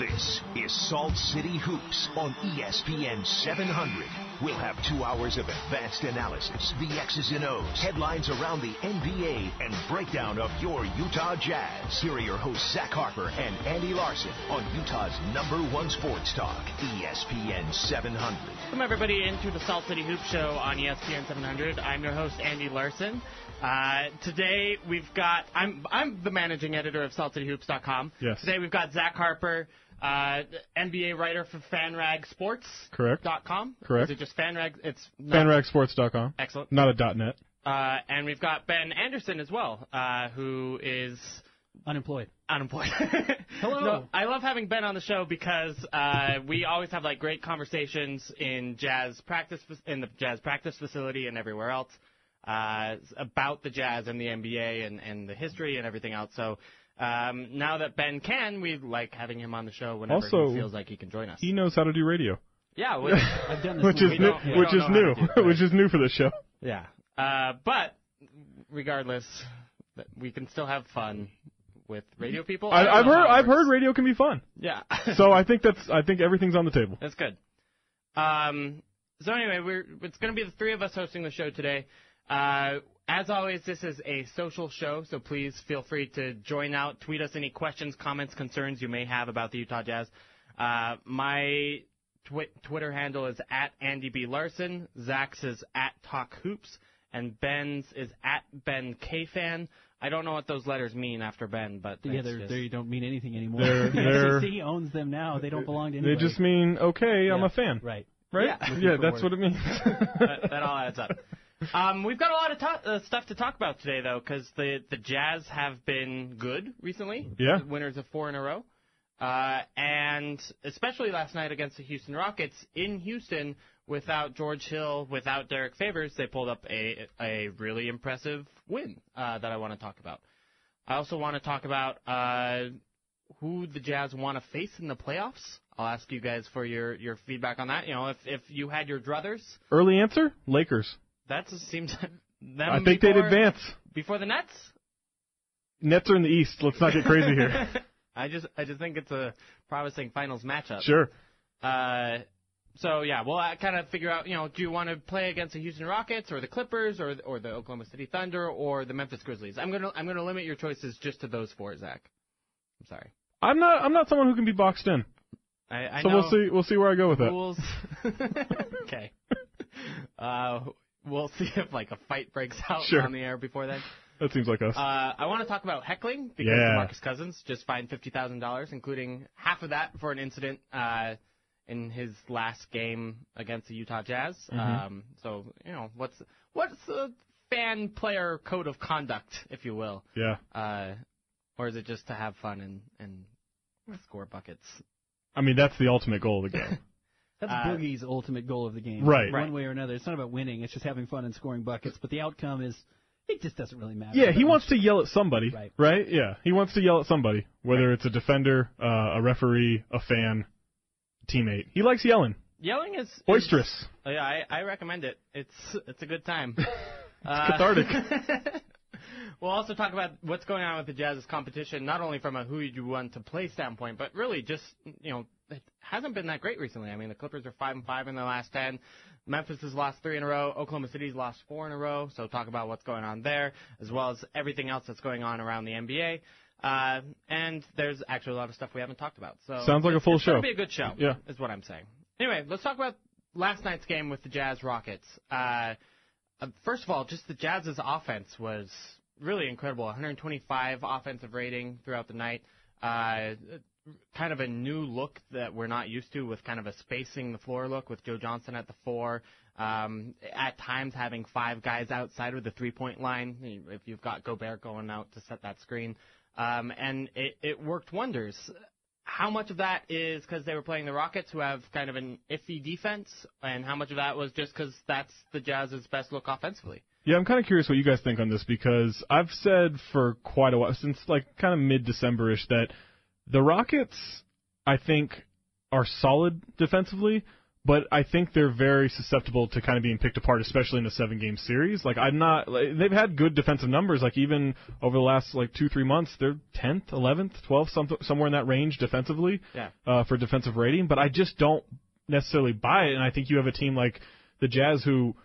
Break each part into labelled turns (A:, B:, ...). A: This is Salt City Hoops on E ESPN 700. We'll have two hours of advanced analysis, the X's and O's, headlines around the NBA, and breakdown of your Utah Jazz. Here are your hosts, Zach Harper and Andy Larson, on Utah's number one sports talk, E ESPN 700.
B: Welcome everybody into the Salt City Hoop Show on E ESPN 700. I'm your host Andy Larson. Uh, today we've got I'm I'm the managing editor of SaltCityHoops.com.
C: Yes.
B: Today we've got Zach Harper, uh, NBA writer for FanRag Sports.
C: Correct.
B: Dot com.
C: Correct.
B: Is it just FanRag? It's not-
C: FanRagSports.com.
B: Excellent.
C: Not a dot .net.
B: Uh, and we've got Ben Anderson as well, uh, who is
D: Unemployed.
B: unemployed.
D: Hello.
B: No, I love having Ben on the show because uh, we always have like great conversations in jazz practice in the jazz practice facility and everywhere else uh, about the jazz and the NBA and, and the history and everything else. So um, now that Ben can, we like having him on the show whenever
C: Also-
B: he feels like he can join us.
C: He knows how to do radio,
B: yeah. we-
D: I've done this.
C: which is
D: before.
C: new,
B: don't- we
C: which
B: don't know how
C: is new,
B: to do it.
C: which is new for the show.
B: Yeah. Uh, but regardless, th- we can still have fun with radio people.
C: I,
B: don't
C: I've
B: know
C: heard
B: how it
C: I've
B: works.
C: heard radio can be fun.
B: Yeah.
C: So I think that's I think everything's on the table.
B: That's good. Um, so anyway, we're it's going to be the three of us hosting the show today. Uh, as always, this is a social show, so please feel free to join out. Tweet us any questions, comments, concerns you may have about the Utah Jazz. Uh, my twi- Twitter handle is at Andy B Larson. Zach's is at Talk Hoops, and Ben's is at Ben Kfan. I don't know what those letters mean after Ben, but
D: Yeah,
B: it's
D: they're,
B: just-
D: they don't mean anything anymore.
C: They're-
D: the
C: they're-
D: SEC owns them now. They don't belong to
C: They
D: anybody.
C: just mean okay, I'm
D: Yeah,
C: a fan,
D: Right.
C: right?
B: Yeah.
C: Yeah,
D: Looking for
C: that's
D: words.
C: what it means.
B: that, that all adds up. Um, we've got a lot of to- uh, stuff to talk about today, though, because the the Jazz have been good recently.
C: Yeah.
B: winners of four in a row, uh, and especially last night against the Houston Rockets in Houston. Without George Hill, without Derek Favors, they pulled up a a really impressive win uh, that I want to talk about. I also want to talk about uh, who the Jazz want to face in the playoffs. I'll ask you guys for your, your feedback on that. You know, if if you had your druthers,
C: Early answer: Lakers.
B: that just seems. them
C: I think they'd
B: before-
C: advance.
B: before the Nets.
C: Nets are in the East. Let's not get crazy here.
B: I just I just think it's a promising finals matchup.
C: Sure.
B: Uh, so yeah, well, I kind of figure out. You know, do you want to play against the Houston Rockets or the Clippers or or the Oklahoma City Thunder or the Memphis Grizzlies? I'm gonna I'm gonna limit your choices just to those four, Zach. I'm sorry.
C: I'm not I'm not someone who can be boxed in.
B: I, I
C: So
B: know
C: we'll see we'll see where I go with that.
B: rules. okay. Uh, we'll see if like a fight breaks out
C: Sure.
B: on the air before then.
C: That seems like us.
B: Uh, I want to talk about heckling because
C: Yeah.
B: Marcus Cousins just fined fifty thousand dollars, including half of that for an incident uh, in his last game against the Utah Jazz.
C: Mm-hmm.
B: Um, so you know what's what's the fan player code of conduct, if you will,
C: Yeah.
B: uh, or is it just to have fun and and score buckets?
C: I mean that's the ultimate goal of the game.
D: That's
B: Uh,
D: Boogie's ultimate goal of the game.
C: Right.
D: One
B: Right.
D: way or another. It's not about winning. It's just having fun and scoring buckets. But the outcome is, it just doesn't really matter.
C: Yeah, he wants to yell at somebody,
D: Right.
C: right? Yeah, he wants to yell at somebody, whether it's a defender, uh, a referee, a fan, teammate. He likes yelling.
B: Yelling is is-
C: Boisterous.
B: Oh, yeah, I, I recommend it. It's it's a good time. it's
C: cathartic.
B: we'll also talk about what's going on with the Jazz's competition, not only from a who you want to play standpoint, but really just you know it hasn't been that great recently. I mean, the Clippers are five and five in their last ten. Memphis has lost three in a row. Oklahoma City's lost four in a row. So talk about what's going on there, as well as everything else that's going on around the NBA. Uh, and there's actually a lot of stuff we haven't talked about. So
C: Sounds like a
B: it's-
C: full
B: it's gonna
C: show.
B: be a good show.
C: Yeah.
B: is what I'm saying. Anyway, let's talk about last night's game with the Jazz Rockets. Uh, uh, first of all, just the Jazz's offense was really incredible. 125 offensive rating throughout the night. Uh, kind of a new look that we're not used to with kind of a spacing the floor look with Joe Johnson at the four. Um, at times having five guys outside of the three point line, if you've got Gobert going out to set that screen. Um, and it, it worked wonders how much of that is because they were playing the Rockets, who have kind of an iffy defense, and how much of that was just because that's the Jazz's best look offensively?
C: Yeah, I'm kind of curious what you guys think on this because I've said for quite a while, since like kind of mid Decemberish, that the Rockets, I think, are solid defensively, but I think they're very susceptible to kind of being picked apart, especially in a seven game series. Like I'm not, like, they've had good defensive numbers. Like even over the last like two three months, they're tenth, eleventh, twelfth, some, somewhere in that range defensively
B: Yeah.
C: uh, for defensive rating. But I just don't necessarily buy it. And I think you have a team like the Jazz who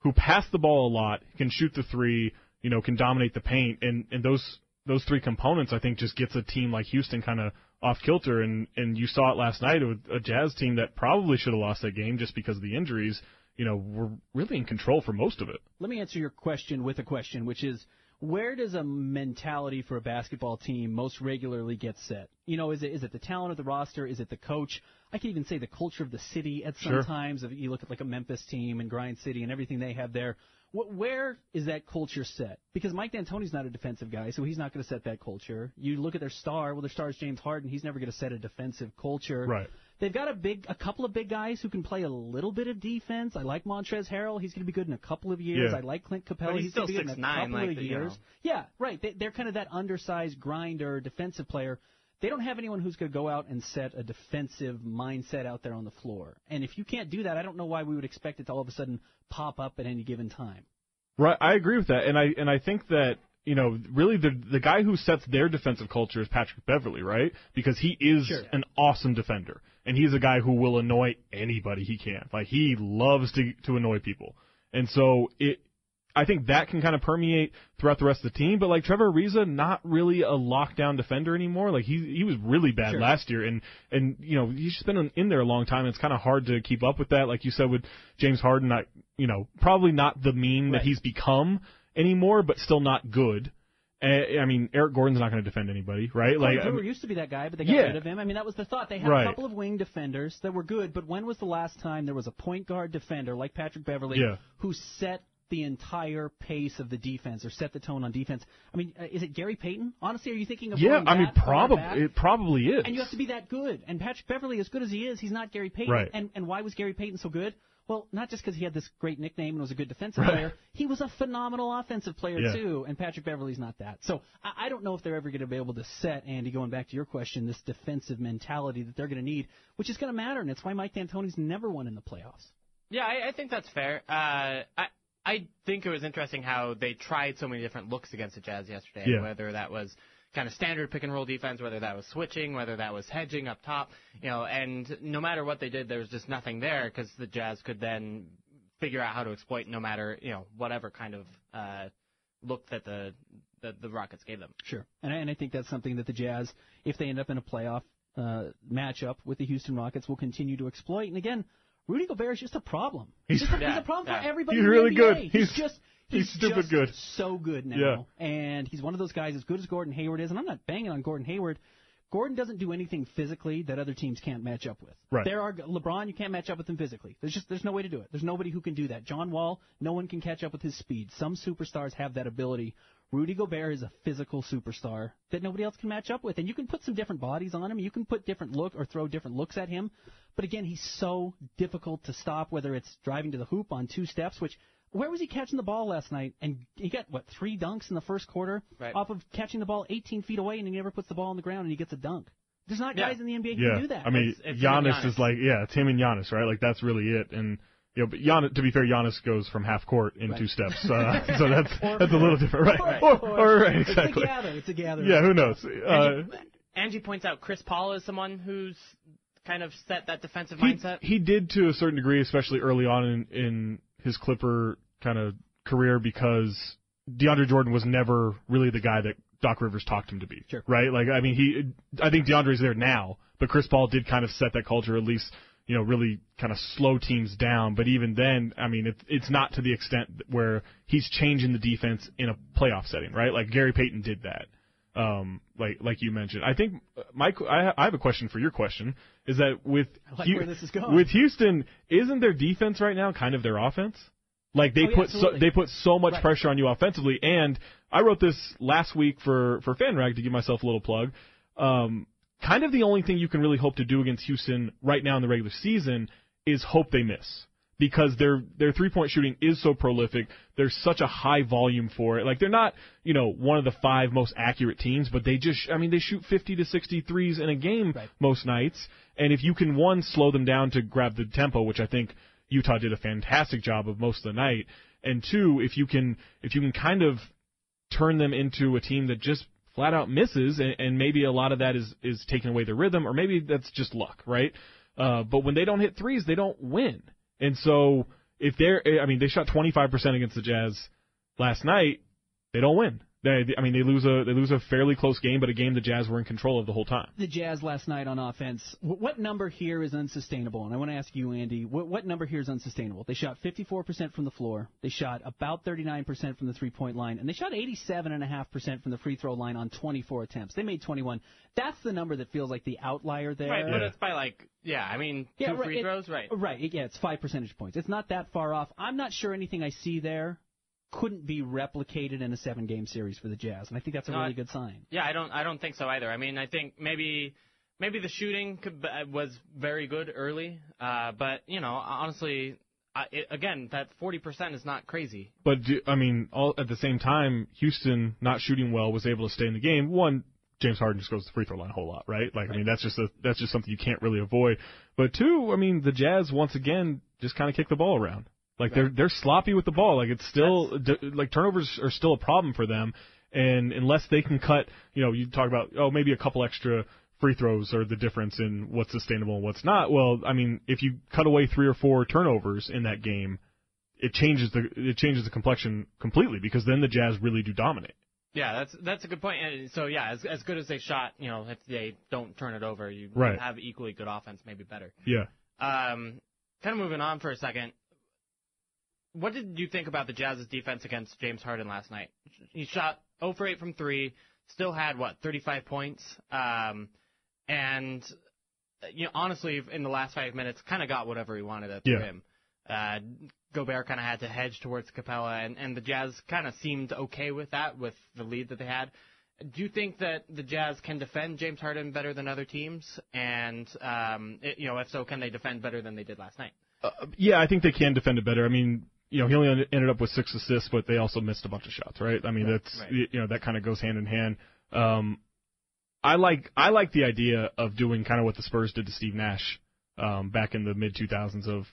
C: who pass the ball a lot, can shoot the three, you know, can dominate the paint, and and those those three components I think just gets a team like Houston kind of off kilter, and and you saw it last night with a Jazz team that probably should have lost that game just because of the injuries. You know, were really in control for most of it.
D: Let me answer your question with a question, which is where does a mentality for a basketball team most regularly get set? You know, is it is it the talent of the roster? Is it the coach? I could even say the culture of the city at some
C: Sure.
D: times. If you look at like a Memphis team and Grind City and everything they have there, what, where is that culture set? Because Mike D'Antoni's not a defensive guy, so he's not going to set that culture. You look at their star. Well, their star is James Harden. He's never going to set a defensive culture.
C: Right.
D: They've got a big, a couple of big guys who can play a little bit of defense. I like Montrez Harrell. He's going to be good in a couple of years.
C: Yeah.
D: I like Clint Capella.
B: But he's
D: gonna
B: still
D: be good in a
B: 6'9",,
D: couple
B: like, you
D: of
B: know.
D: years. Yeah, right. They, they're kind of that undersized grinder defensive player. They don't have anyone who's going to go out and set a defensive mindset out there on the floor. And if you can't do that, I don't know why we would expect it to all of a sudden pop up at any given time.
C: Right, I agree with that, and I and I think that you know really the the guy who sets their defensive culture is Patrick Beverly, right? Because he is
D: Sure.
C: an awesome defender, and he's a guy who will annoy anybody he can. Like he loves to to annoy people, and so it. I think that can kind of permeate throughout the rest of the team, but like Trevor Ariza, not really a lockdown defender anymore. Like he he was really bad
D: Sure.
C: last year, and and you know he's just been in- in there a long time. And it's kind of hard to keep up with that. Like you said with James Harden, I you know probably not the mean that
D: Right.
C: he's become anymore, but still not good. Eh, I mean, Eric Gordon's not going to defend anybody, right? Like,
D: Corey
C: I
D: Brewer
C: mean-
D: used to be that guy, but they got
C: Yeah.
D: rid of him. I mean, that was the thought. They had
C: Right.
D: a couple of wing defenders that were good, but when was the last time there was a point guard defender like Patrick Beverly
C: Yeah.
D: who set the entire pace of the defense or set the tone on defense? I mean, uh, is it Gary Payton? Honestly, are you thinking of
C: yeah,
D: going
C: I mean,
D: that far
C: probably
D: back?
C: it probably is.
D: And you have to be that good. And Patrick Beverly, as good as he is, he's not Gary Payton.
C: Right.
D: And and why was Gary Payton so good? Well, not just because he had this great nickname and was a good defensive
C: Right.
D: player. He was a phenomenal offensive player
C: Yeah.
D: too. And Patrick Beverly's not that. So I, I don't know if they're ever going to be able to set Andy. Going back to your question, this defensive mentality that they're going to need, which is going to matter, and it's why Mike D'Antoni's never won in the playoffs.
B: Yeah, I, I think that's fair. Uh, I I think it was interesting how they tried so many different looks against the Jazz yesterday.
C: Yeah.
B: Whether that was kind of standard pick and roll defense, whether that was switching, whether that was hedging up top, you know, and no matter what they did, there was just nothing there because the Jazz could then figure out how to exploit no matter you know whatever kind of uh, look that the that the Rockets gave them.
D: Sure. And I, and I think that's something that the Jazz, if they end up in a playoff uh, matchup with the Houston Rockets, will continue to exploit. And again, Rudy Gobert is just a problem.
C: He's-
D: just a,
B: Yeah,
D: he's a problem
B: yeah.
D: for everybody.
C: He's
D: in the
C: really
D: NBA.
C: good.
D: He's,
C: He's-
D: just
C: he's stupid
D: just
C: good.
D: So good now. And he's one of those guys as good as Gordon Hayward is. And I'm not banging on Gordon Hayward. Gordon doesn't do anything physically that other teams can't match up with.
C: Right.
D: There are LeBron, you can't match up with him physically. There's just there's no way to do it. There's nobody who can do that. John Wall, no one can catch up with his speed. Some superstars have that ability. Rudy Gobert is a physical superstar that nobody else can match up with, and you can put some different bodies on him. You can put different look or throw different looks at him, but again, he's so difficult to stop. Whether it's driving to the hoop on two steps, which where was he catching the ball last night? And he got what three dunks in the first quarter
B: Right.
D: off of catching the ball 18 feet away, and he never puts the ball on the ground, and he gets a dunk. There's not
B: Yeah.
D: guys in the NBA who
C: yeah,
D: can do that.
C: I mean,
B: It's- it's him and
C: Giannis, is
B: Giannis.
C: like, yeah, it's him and Giannis, right? Like that's really it. And you know, but Giannis, to be fair, Giannis goes from half court in
D: Right.
C: two steps, uh, so that's that's a little different, right? Or, or, right, exactly.
D: It's a gather. It's a gather.
C: Yeah, who knows? Uh,
B: Angie, Angie points out Chris Paul is someone who's kind of set that defensive
C: he,
B: mindset.
C: he did to a certain degree, especially early on in, in his Clipper kind of career, because DeAndre Jordan was never really the guy that Doc Rivers talked him to be.
D: Sure.
C: Right? Like, I mean, he, I think DeAndre's there now, but Chris Paul did kind of set that culture, at least, you know, really kind of slow teams down. But even then, I mean, it, it's not to the extent where he's changing the defense in a playoff setting, right? Like Gary Payton did that um, like like you mentioned. I think my I, ha- I have a question for your question. Is that with
D: like where this is going.
C: with Houston? Isn't their defense right now kind of their offense? Like they
D: Oh, yeah,
C: put so,
D: absolutely.
C: they put so much
D: Right.
C: pressure on you offensively. And I wrote this last week for for FanRag to give myself a little plug. Um, kind of the only thing you can really hope to do against Houston right now in the regular season is hope they miss because their their three point shooting is so prolific. There's such a high volume for it. Like they're not, you know, one of the five most accurate teams, but they just, I mean, they shoot 50 to 60 threes in a game
D: Right.
C: most nights. And if you can one slow them down to grab the tempo, which I think Utah did a fantastic job of most of the night, and two, if you can if you can kind of turn them into a team that just flat out misses, and, and maybe a lot of that is is taking away their rhythm, or maybe that's just luck, right? Uh, but when they don't hit threes, they don't win. And so if they're, I mean, they shot 25% against the Jazz last night, they don't win. They, I mean, they lose a they lose a fairly close game, but a game the Jazz were in control of the whole time.
D: the Jazz last night on offense. Wh- What number here is unsustainable? And I want to ask you, Andy, what, what number here is unsustainable? They shot 54% from the floor. They shot about 39% from the three-point line, and they shot 87.5% from the free throw line on 24 attempts. They made 21. That's the number that feels like the outlier there.
B: Right, but
C: Yeah.
B: it's by like, yeah, I mean,
D: Yeah,
B: two free
D: it-
B: throws, right?
D: Right. it- Yeah, it's five percentage points. It's not that far off. I'm not sure anything I see there couldn't be replicated in a seven-game series for the Jazz, and I think that's a
B: No, I-
D: really good sign.
B: Yeah, I don't, I don't think so either. I mean, I think maybe, maybe the shooting could, uh, was very good early, uh, but you know, honestly, I, it, again, that 40% is not crazy.
C: But do, I mean, all at the same time, Houston not shooting well was able to stay in the game. One, James Harden just goes to the free throw line a whole lot, right? Like, I mean, that's just a, that's just something you can't really avoid. But two, I mean, the Jazz once again just kind of kick the ball around. Like they're they're sloppy with the ball. Like it's still d- like turnovers are still a problem for them. And unless they can cut, you know, you talk about oh maybe a couple extra free throws are the difference in what's sustainable and what's not. Well, I mean, if you cut away three or four turnovers in that game, it changes the it changes the complexion completely because then the Jazz really do dominate.
B: Yeah, that's that's a good point. And so yeah, as as good as they shot, you know, if they don't turn it over, you
C: Right.
B: have equally good offense, maybe better.
C: Yeah.
B: Um, kind of moving on for a second. What did you think about the Jazz's defense against James Harden last night? He shot 0 for 8 from three, still had what 35 points. Um, and uh, you know, honestly, in the last five minutes, kind of got whatever he wanted at the
C: Yeah.
B: rim. Uh, Gobert kind of had to hedge towards Capella, and, and the Jazz kind of seemed okay with that, with the lead that they had. Do you think that the Jazz can defend James Harden better than other teams? And um, it, you know, if so, can they defend better than they did last night?
C: Uh, yeah, I think they can defend it better. I mean, you know, he only en- ended up with six assists, but they also missed a bunch of shots, right? I mean, that's
B: Right.
C: y- you know that kind of goes hand in hand. Um, I like I like the idea of doing kind of what the Spurs did to Steve Nash um, back in the mid 2000s of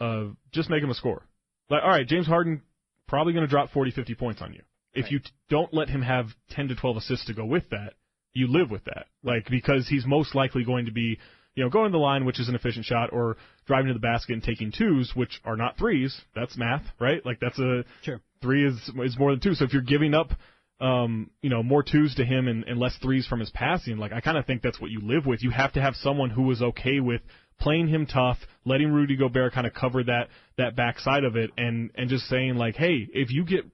C: of just make him a scorer. Like, all right, James Harden probably going to drop 40, 50 points on you. If
B: Right.
C: you t- don't let him have 10 to 12 assists to go with that, you live with that. Like because he's most likely going to be, you know, going to the line, which is an efficient shot, or driving to the basket and taking twos, which are not threes. That's math, right? Like that's a
D: Sure.
C: three is is more than two. So if you're giving up, um, you know, more twos to him and, and less threes from his passing, like I kind of think that's what you live with. You have to have someone who is okay with playing him tough, letting Rudy Gobert kind of cover that that backside of it, and and just saying like, hey, if you get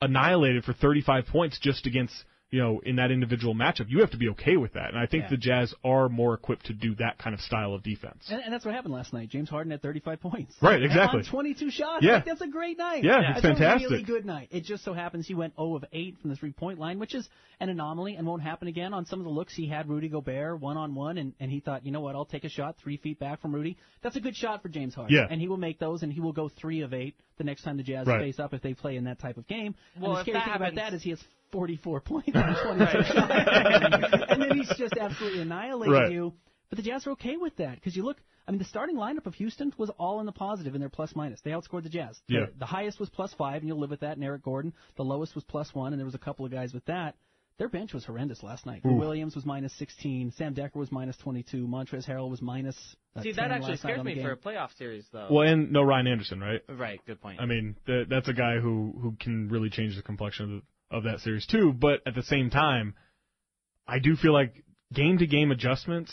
C: annihilated for 35 points just against you know in that individual matchup, you have to be okay with that. And I think
D: Yeah.
C: the Jazz are more equipped to do that kind of style of defense.
D: And, and that's what happened last night. James Harden had 35 points.
C: Right,
D: And
C: exactly.
D: on 22 shots.
C: Yeah.
D: Like, that's a great night.
C: Yeah,
D: that's
C: it's
D: a
C: fantastic.
D: really good night. It just so happens he went 0 of 8 from the three point line, which is an anomaly and won't happen again. On some of the looks, he had Rudy Gobert one on one, and and he thought, you know what, I'll take a shot three feet back from Rudy. That's a good shot for James Harden.
C: Yeah.
D: And he will make those, and he will go 3 of 8 the next time the Jazz
C: Right.
D: face up if they play in that type of game.
B: Well,
D: and the
B: if that
D: scary thing about
B: happens-
D: that is he has 44 points on 22 shots. and then he's just absolutely annihilated
C: Right.
D: you. But the Jazz are okay with that because you look. I mean, the starting lineup of Houston was all in the positive in their plus minus. They outscored the Jazz. The-
C: Yeah.
D: The, highest was plus five, and you'll live with that. And Eric Gordon, the lowest was plus one, and there was a couple of guys with that. Their bench was horrendous last night. Lou Williams was minus 16. Sam Decker was minus 22. Montrezl Harrell was minus. Uh,
B: See, that
D: 10
B: actually
D: last night
B: scares
D: on the
B: me
D: game.
B: for a playoff series, though.
C: Well, and no Ryan Anderson, right?
B: right, good point.
C: I mean, th- that's a guy who who can really change the complexion of, the, of that series too. But at the same time, I do feel like game to game adjustments,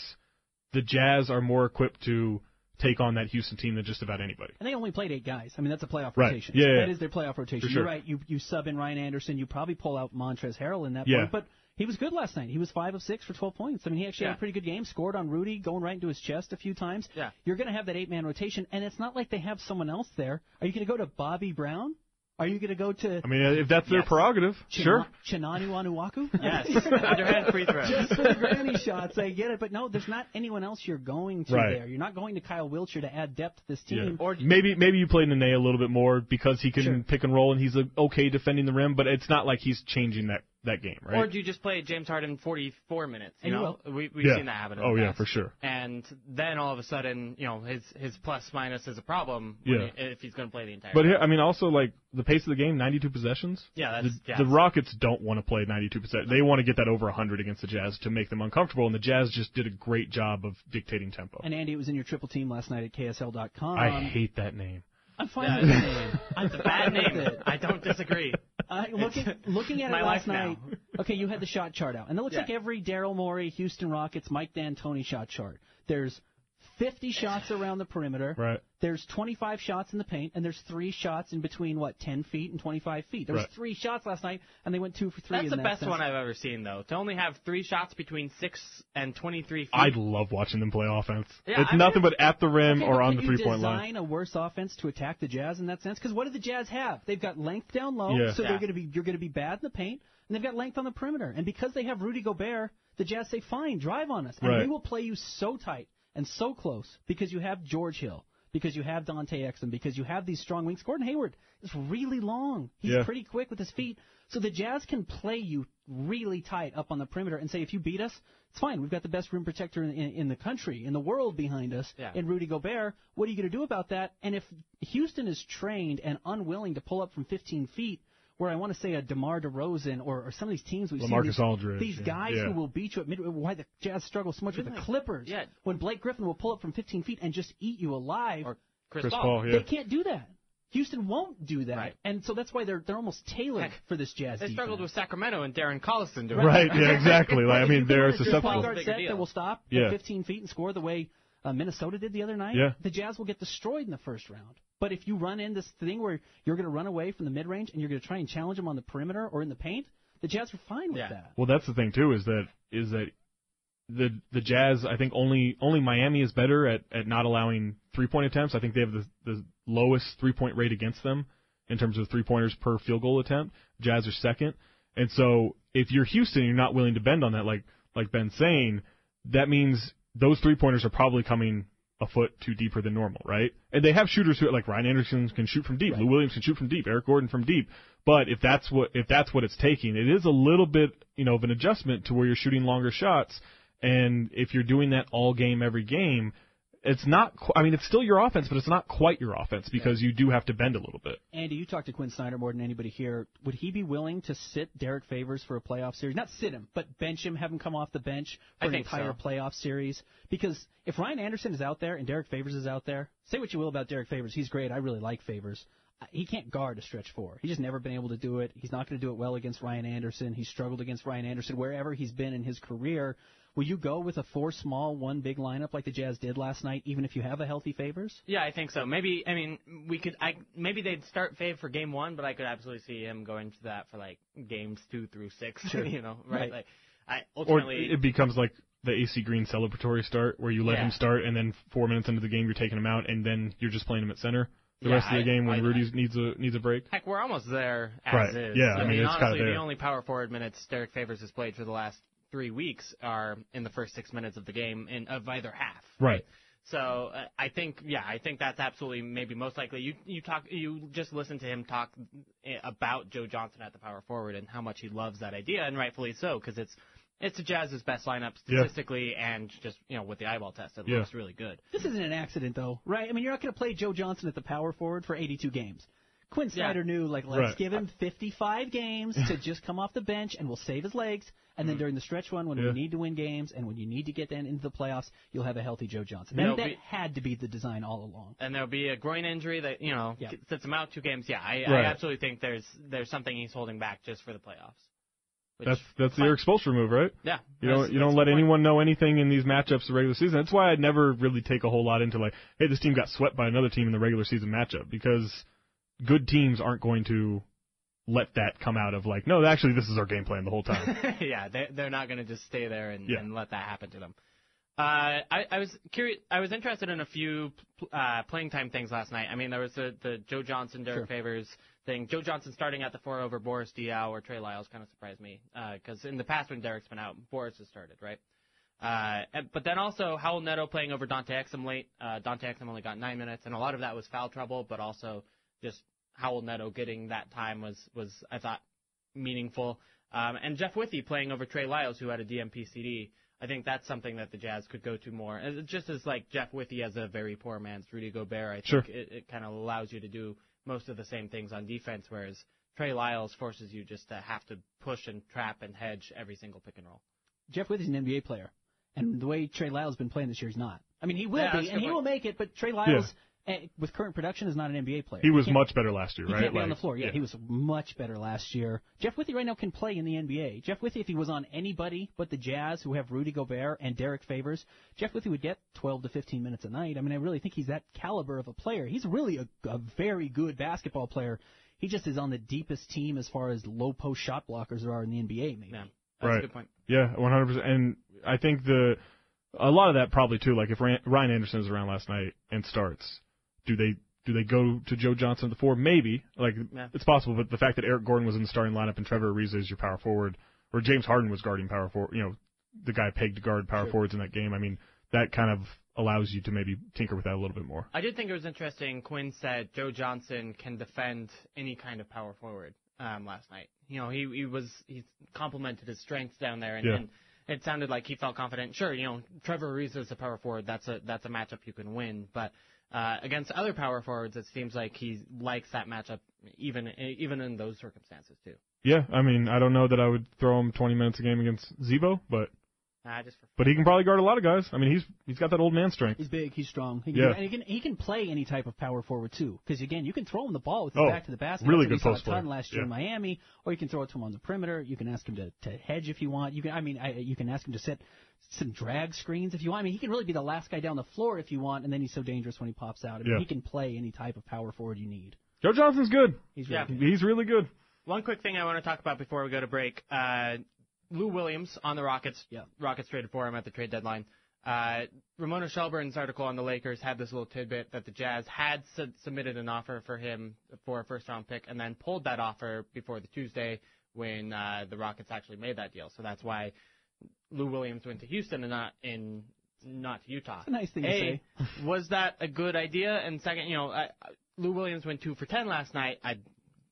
C: the Jazz are more equipped to take on that Houston team than just about anybody.
D: And they only played eight guys. I mean, that's a playoff
C: Right.
D: rotation.
C: Yeah, yeah,
D: That
C: yeah.
D: is their playoff rotation.
C: For
D: You're
C: sure.
D: right. You you sub in Ryan Anderson. You probably pull out Montrez Harrell in that
C: Yeah.
D: point. But he was good last night. He was five of six for 12 points. I mean, he actually had
B: Yeah.
D: a pretty good game. Scored on Rudy, going right into his chest a few times.
B: Yeah.
D: You're going to have that eight man rotation, and it's not like they have someone else there. Are you going to go to Bobby Brown? Are you going to go to
C: I mean, if that's their
B: Yes.
C: prerogative,
D: China-
C: sure.
D: Chinani Wanuwaku?
B: Yes. Underhand free throws.
D: Just for the granny shots, I get it, but no, there's not anyone else you're going to
C: Right.
D: there. You're not going to Kyle Wilcher to add depth to this team.
C: Or maybe maybe you play Nene a little bit more because he can
D: Sure.
C: pick and roll and he's uh, okay defending the rim, but it's not like he's changing that that game, right?
B: Or do you just play James Harden 44 minutes? You
D: And you
B: know, we, we've
C: Yeah.
B: seen that happen. in
C: Oh,
B: the
C: yeah,
B: past.
C: for sure.
B: And then all of a sudden, you know, his his plus minus is a problem.
C: Yeah.
B: When he, if he's going to play the entire.
C: but here, I mean, also like the pace of the game, 92 possessions.
B: Yeah, that's
C: the,
B: Jazz.
C: the Rockets don't want to play 92 possessions. They want to get that over 100 against the Jazz to make them uncomfortable, and the Jazz just did a great job of dictating tempo.
D: And um, Andy, it was in your triple team last night at KSL.com.
C: I hate that name.
D: I'm fine with the name. I'm
B: it's a bad
D: fine with
B: name.
D: it.
B: I don't disagree.
D: I, looking, looking at it
B: my life
D: last night,
B: now.
D: okay, you had the shot chart out, and it looks
B: Yeah.
D: like every Daryl Morey, Houston Rockets, Mike D'Antoni shot chart. There's 50 shots around the perimeter.
C: Right.
D: There's 25 shots in the paint, and there's three shots in between what 10 feet and 25 feet. There was
C: Right.
D: three shots last night, and they went two for three.
B: That's
D: in
B: the
D: that
B: best
D: sense.
B: one I've ever seen, though. To only have three shots between six and 23 feet.
C: I love watching them play offense.
B: Yeah,
C: it's
B: I-
C: nothing but at the rim
D: Okay,
C: or
D: but
C: on
D: can
C: the
D: you
C: three point line.
D: Design a worse offense to attack the Jazz in that sense, because what do the Jazz have? They've got length down low,
C: Yeah.
D: so
B: Yeah.
D: they're going to be you're going to be bad in the paint, and they've got length on the perimeter, and because they have Rudy Gobert, the Jazz say, "Fine, drive on us, and
C: Right.
D: we will play you so tight and so close because you have George Hill." Because you have Dante Exum, because you have these strong wings. Gordon Hayward is really long. He's
C: Yeah.
D: pretty quick with his feet. So the Jazz can play you really tight up on the perimeter and say, if you beat us, it's fine. We've got the best rim protector in, in, in the country, in the world behind us
B: Yeah.
D: in Rudy Gobert. What are you going to do about that? And if Houston is trained and unwilling to pull up from 15 feet, where I want to say a DeMar DeRozan or, or some of these teams we've
C: LaMarcus
D: seen, these,
C: Aldridge,
D: these
C: yeah.
D: guys
C: Yeah.
D: who will beat you at mid, why the Jazz struggle so much with the Clippers,
B: yeah.
D: when Blake Griffin will pull up from 15 feet and just eat you alive.
B: Or Chris,
C: Chris Paul, yeah.
D: They can't do that. Houston won't do that,
B: Right.
D: and so that's why they're they're almost tailored
B: Heck,
D: for this Jazz
B: They
D: defense.
B: struggled with Sacramento and Darren Collison doing
C: Right,
B: that.
C: yeah, exactly. Like, I
D: If you
C: mean,
D: can
C: they're
D: run a three-point
C: susceptible.
D: guard
B: Bigger
D: set
B: deal.
D: that will stop
C: Yeah.
D: at 15 feet and score the way uh, Minnesota did the other night.
C: Yeah.
D: The Jazz will get destroyed in the first round. But if you run in this thing where you're going to run away from the mid range and you're going to try and challenge them on the perimeter or in the paint, the Jazz are fine with
B: Yeah.
D: that.
C: Well, that's the thing too is that is that the the Jazz. I think only only Miami is better at at not allowing three point attempts. I think they have the the lowest three point rate against them in terms of three pointers per field goal attempt. Jazz are second, and so if you're Houston, you're not willing to bend on that. Like like Ben's saying, that means those three pointers are probably coming. A foot too deeper than normal, right? And they have shooters who, like Ryan Anderson, can shoot from deep. Lou Williams can shoot from deep. Eric Gordon from deep. But if that's what if that's what it's taking, it is a little bit you know of an adjustment to where you're shooting longer shots, and if you're doing that all game every game, it's not. Qu- I mean, it's still your offense, but it's not quite your offense because you do have to bend a little bit.
D: Andy, you talked to Quinn Snyder more than anybody here. Would he be willing to sit Derek Favors for a playoff series? Not sit him, but bench him, have him come off the bench for
B: I
D: an
B: think
D: entire
B: so.
D: playoff series? Because if Ryan Anderson is out there and Derek Favors is out there, say what you will about Derek Favors, he's great. I really like Favors. Uh, He can't guard a stretch four. He's just never been able to do it. He's not going to do it well against Ryan Anderson. He struggled against Ryan Anderson wherever he's been in his career. Will you go with a four small, one big lineup like the Jazz did last night, even if you have a healthy Favors?
B: Yeah, I think so. Maybe I mean we could. I maybe they'd start Fave for game one, but I could absolutely see him going to that for like games two through six. you know, right?
D: Right.
B: Like, I
C: Or
B: ultimately
C: it becomes like the AC Green celebratory start where you let
B: Yeah.
C: him start, and then four minutes into the game you're taking him out, and then you're just playing him at center the
B: Yeah,
C: rest of the
B: I-
C: game when
B: I-
C: Rudy needs a needs a break.
B: Heck, we're almost there as
C: Right.
B: is.
C: Yeah, I
B: I,
C: mean,
B: mean,
C: it's kinda
B: honestly, the
C: there.
B: only power forward minutes Derek Favors has played for the last three weeks are in the first six minutes of the game in of either half.
C: Right.
B: So uh, I think, yeah, I think that's absolutely maybe most likely. You you talk, you just listen to him talk eh, about Joe Johnson at the power forward and how much he loves that idea, and rightfully so, because it's it's the Jazz's best lineup
C: Yeah.
B: statistically, and just you know with the eyeball test, it
C: Yeah.
B: looks really good.
D: This isn't an accident, though, right? I mean, you're not going to play Joe Johnson at the power forward for 82 games. Quinn
B: Yeah.
D: Snyder knew, like, let's
C: Right.
D: give him 55 games to just come off the bench, and we'll save his legs. And
B: Mm-hmm.
D: then during the stretch run, when
C: Yeah.
D: we need to win games and when you need to get then into the playoffs, you'll have a healthy Joe Johnson.
B: Yeah.
D: And
B: It'll
D: that
B: be-
D: had to be the design all along.
B: and there'll be a groin injury that you know
D: Yeah.
B: sets him out two games. Yeah, I, I
C: Right.
B: absolutely think there's there's something he's holding back just for the playoffs. Which,
C: That's that's the
B: fine.
C: Eric Spoelstra move, right?
B: yeah.
C: You
B: that's-
C: don't you
B: that's
C: don't
B: the
C: let
B: point.
C: anyone know anything in these matchups the regular season. That's why I never really take a whole lot into like, hey, this team got swept by another team in the regular season matchup because good teams aren't going to let that come out of like, no, actually this is our game plan the whole time.
B: yeah, they they're not going to just stay there and,
C: Yeah.
B: and let that happen to them. Uh, I, I was curious. I was interested in a few uh, playing time things last night. I mean, there was the, the Joe Johnson, Derek
D: Sure.
B: Favors thing. Joe Johnson starting at the four over Boris Diaw or Trey Lyles kind of surprised me because in the past when Derek's been out, Boris has started, right? Uh, and- but then also Howell Neto playing over Dante Exum late. Uh, Dante Exum only got nine minutes, and a lot of that was foul trouble, but also just Howell Neto getting that time was was I thought meaningful. Um, and Jeff Withey playing over Trey Lyles, who had a DMP CD. I think that's something that the Jazz could go to more. And it just as like Jeff Withey as a very poor man's Rudy Gobert, I think
C: Sure.
B: it, it kind of allows you to do most of the same things on defense, whereas Trey Lyles forces you just to have to push and trap and hedge every single pick and roll.
D: Jeff Withey's an NBA player, and the way Trey Lyles been playing this year, he's not. I mean, he will
B: Yeah, that's
D: be,
B: a good
D: and he
B: point.
D: will make it. But Trey Lyles, eh, with current production, is not an NBA player.
C: He was
D: can't-
C: much better last year,
D: He
C: right?
D: can't be on the
C: Like,
D: floor. Yeah, he was much better last year. Jeff Withey right now can play in the NBA. Jeff Withey, if he was on anybody but the Jazz, who have Rudy Gobert and Derek Favors, Jeff Withey would get 12 to 15 minutes a night. I mean, I really think he's that caliber of a player. He's really a, a very good basketball player. He just is on the deepest team as far as low post shot blockers there are in the NBA. Maybe.
B: Yeah, that's
C: Right.
B: a good point.
C: Yeah, one hundred percent. And I think the a lot of that probably too. Like if Ran- Ryan Anderson is around last night and starts, do they do they go to Joe Johnson at the four? Maybe. Like
B: Yeah.
C: it's possible, but the fact that Eric Gordon was in the starting lineup and Trevor Ariza is your power forward, or James Harden was guarding power forward, you know, the guy pegged to guard power forwards in that game. I mean, that kind of allows you to maybe tinker with that a little bit more.
B: I did think it was interesting. Quinn said Joe Johnson can defend any kind of power forward um, last night. You know, he he was he complimented his strengths down there, and,
C: Yeah.
B: and it sounded like he felt confident. Sure, you know, Trevor Ariza is a power forward. That's a that's a matchup you can win, but. Uh, against other power forwards, it seems like he likes that matchup, even even in those circumstances too.
C: Yeah, I mean, I don't know that I would throw him 20 minutes a game against Zebo, but
B: Uh, just for
C: but he can probably guard a lot of guys. I mean, he's he's got that old man strength.
D: He's big. He's strong. He can
C: Yeah.
D: do- and he can he can play any type of power forward too. Because again, you can throw him the ball with his
C: Oh,
D: back to the basket.
C: really
D: That's
C: good
D: what he saw
C: post
D: a ton
C: player.
D: last year in
C: Yeah.
D: Miami, or you can throw it to him on the perimeter. You can ask him to, to hedge if you want. You can I mean I, you can ask him to set some drag screens if you want. I mean he can really be the last guy down the floor if you want, and then he's so dangerous when he pops out. I mean
C: Yeah.
D: he can play any type of power forward you need.
C: Joe Johnson's good.
D: He's really
B: Yeah.
D: good.
C: He's really good.
B: One quick thing I want to talk about before we go to break. Uh, Lou Williams on the Rockets.
D: Yeah.
B: Rockets traded for him at the trade deadline. Uh, Ramona Shelburne's article on the Lakers had this little tidbit that the Jazz had sub- submitted an offer for him for a first round pick and then pulled that offer before the Tuesday when uh, the Rockets actually made that deal. So that's why Lou Williams went to Houston and not in not to Utah.
D: It's a nice thing to
B: A,
D: say.
B: was that a good idea? And second, you know, I, I- Lou Williams went two for ten last night. I,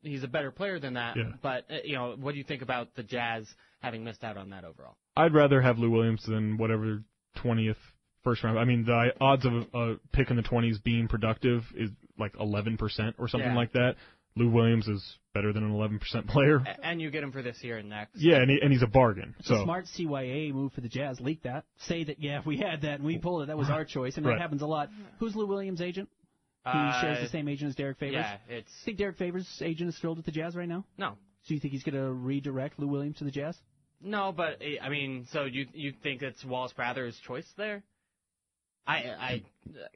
B: he's a better player than that.
C: Yeah.
B: But uh, you know, what do you think about the Jazz having missed out on that overall?
C: I'd rather have Lou Williams than whatever 20th first round. I mean, the odds of a, a pick in the 20s being productive is like 11% or something
B: Yeah.
C: like that. Lou Williams is better than an 11% player.
B: A- And you get him for this year and next.
C: Yeah, and, he, and he's a bargain.
D: It's a
C: So
D: smart CYA move for the Jazz. Leak that. Say that, yeah, we had that and we pulled it. That was our choice. And
C: Right.
D: that happens a lot. Who's Lou Williams' agent? He
B: Uh,
D: shares the same agent as Derek Favors.
B: Yeah, it's
D: Do you think Derek Favors' agent is thrilled with the Jazz right now?
B: no,
D: So you think he's going to redirect Lou Williams to the Jazz?
B: no. But eh, I mean, so you you think it's Wallace Brather's choice there? I I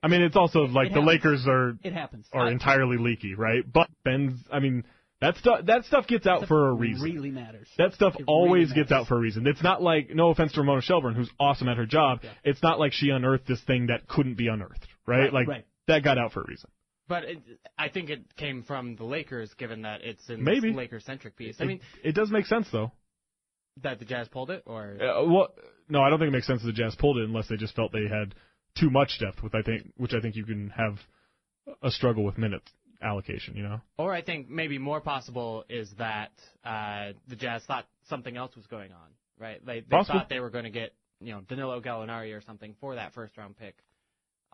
C: I mean, it's also like the
D: happens.
C: Lakers are
D: It happens.
C: are entirely leaky, right? But Ben's, I mean, that stuff that stuff gets out
D: Stuff
C: for a reason.
D: Really matters.
C: That stuff
D: It
C: always
D: really
C: gets out
D: matters.
C: for a reason. It's not like, no offense to Ramona Shelburne, who's awesome at her job.
D: Yeah.
C: It's not like she unearthed this thing that couldn't be unearthed, right?
B: Right,
C: like
D: right.
C: that got out for a reason.
B: But it, I think it came from the Lakers, given that it's in
C: Maybe.
B: this Laker-centric piece. I mean,
C: it, it does make sense though.
B: that the Jazz pulled it, or
C: Uh, well, no, I don't think it makes sense that the Jazz pulled it unless they just felt they had too much depth, with I think, which I think you can have a struggle with minutes allocation. You know,
B: Or I think maybe more possible is that uh, the Jazz thought something else was going on, right? They, they
C: Possible.
B: thought they were going to get, you know, Danilo Gallinari or something for that first round pick.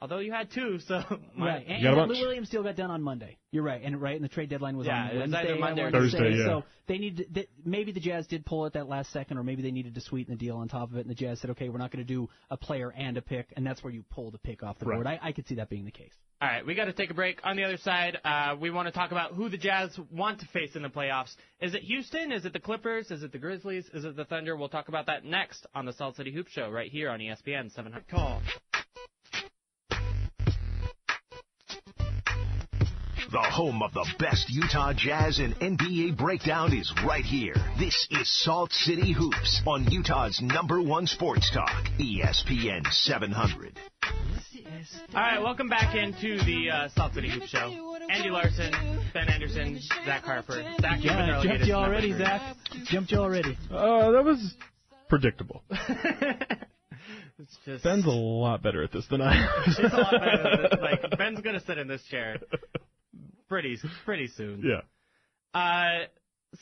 B: Although you had two, so my-
D: Right. And,
C: You got a
D: and
C: bunch.
D: Lou Williams deal got done on Monday. You're right. And right, and the trade deadline was
B: Yeah,
D: on
B: it was
D: Wednesday.
B: either Monday
D: I
B: or
D: wanna say.
C: Thursday, yeah.
D: So they need they, maybe the Jazz did pull it that last second, or maybe they needed to sweeten the deal on top of it. And the Jazz said, okay, we're not going to do a player and a pick, and that's where you pull the pick off the
C: Right.
D: board. I, I could see that being the case.
B: All right, we got to take a break. On the other side, uh, we want to talk about who the Jazz want to face in the playoffs. Is it Houston? Is it the Clippers? Is it the Grizzlies? Is it the Thunder? We'll talk about that next on the Salt City Hoop Show right here on E ESPN 700. Call.
A: The home of the best Utah Jazz and NBA breakdown is right here. This is Salt City E Hoops on Utah's number one sports talk, ESPN 700.
E: This
B: All right, welcome back into the uh, Salt City Hoop Show. Andy Larson, Ben Anderson, Zach Harper. Zach, you've been relegated
D: Yeah, jumped
B: to
D: you
B: number
D: already,
B: three.
D: Zach. Jumped you already.
C: Uh, that was predictable.
B: it's just
C: Ben's a lot better at this than I am.
B: it's a lot better than, like Ben's gonna sit in this chair pretty pretty soon.
C: yeah.
B: Uh,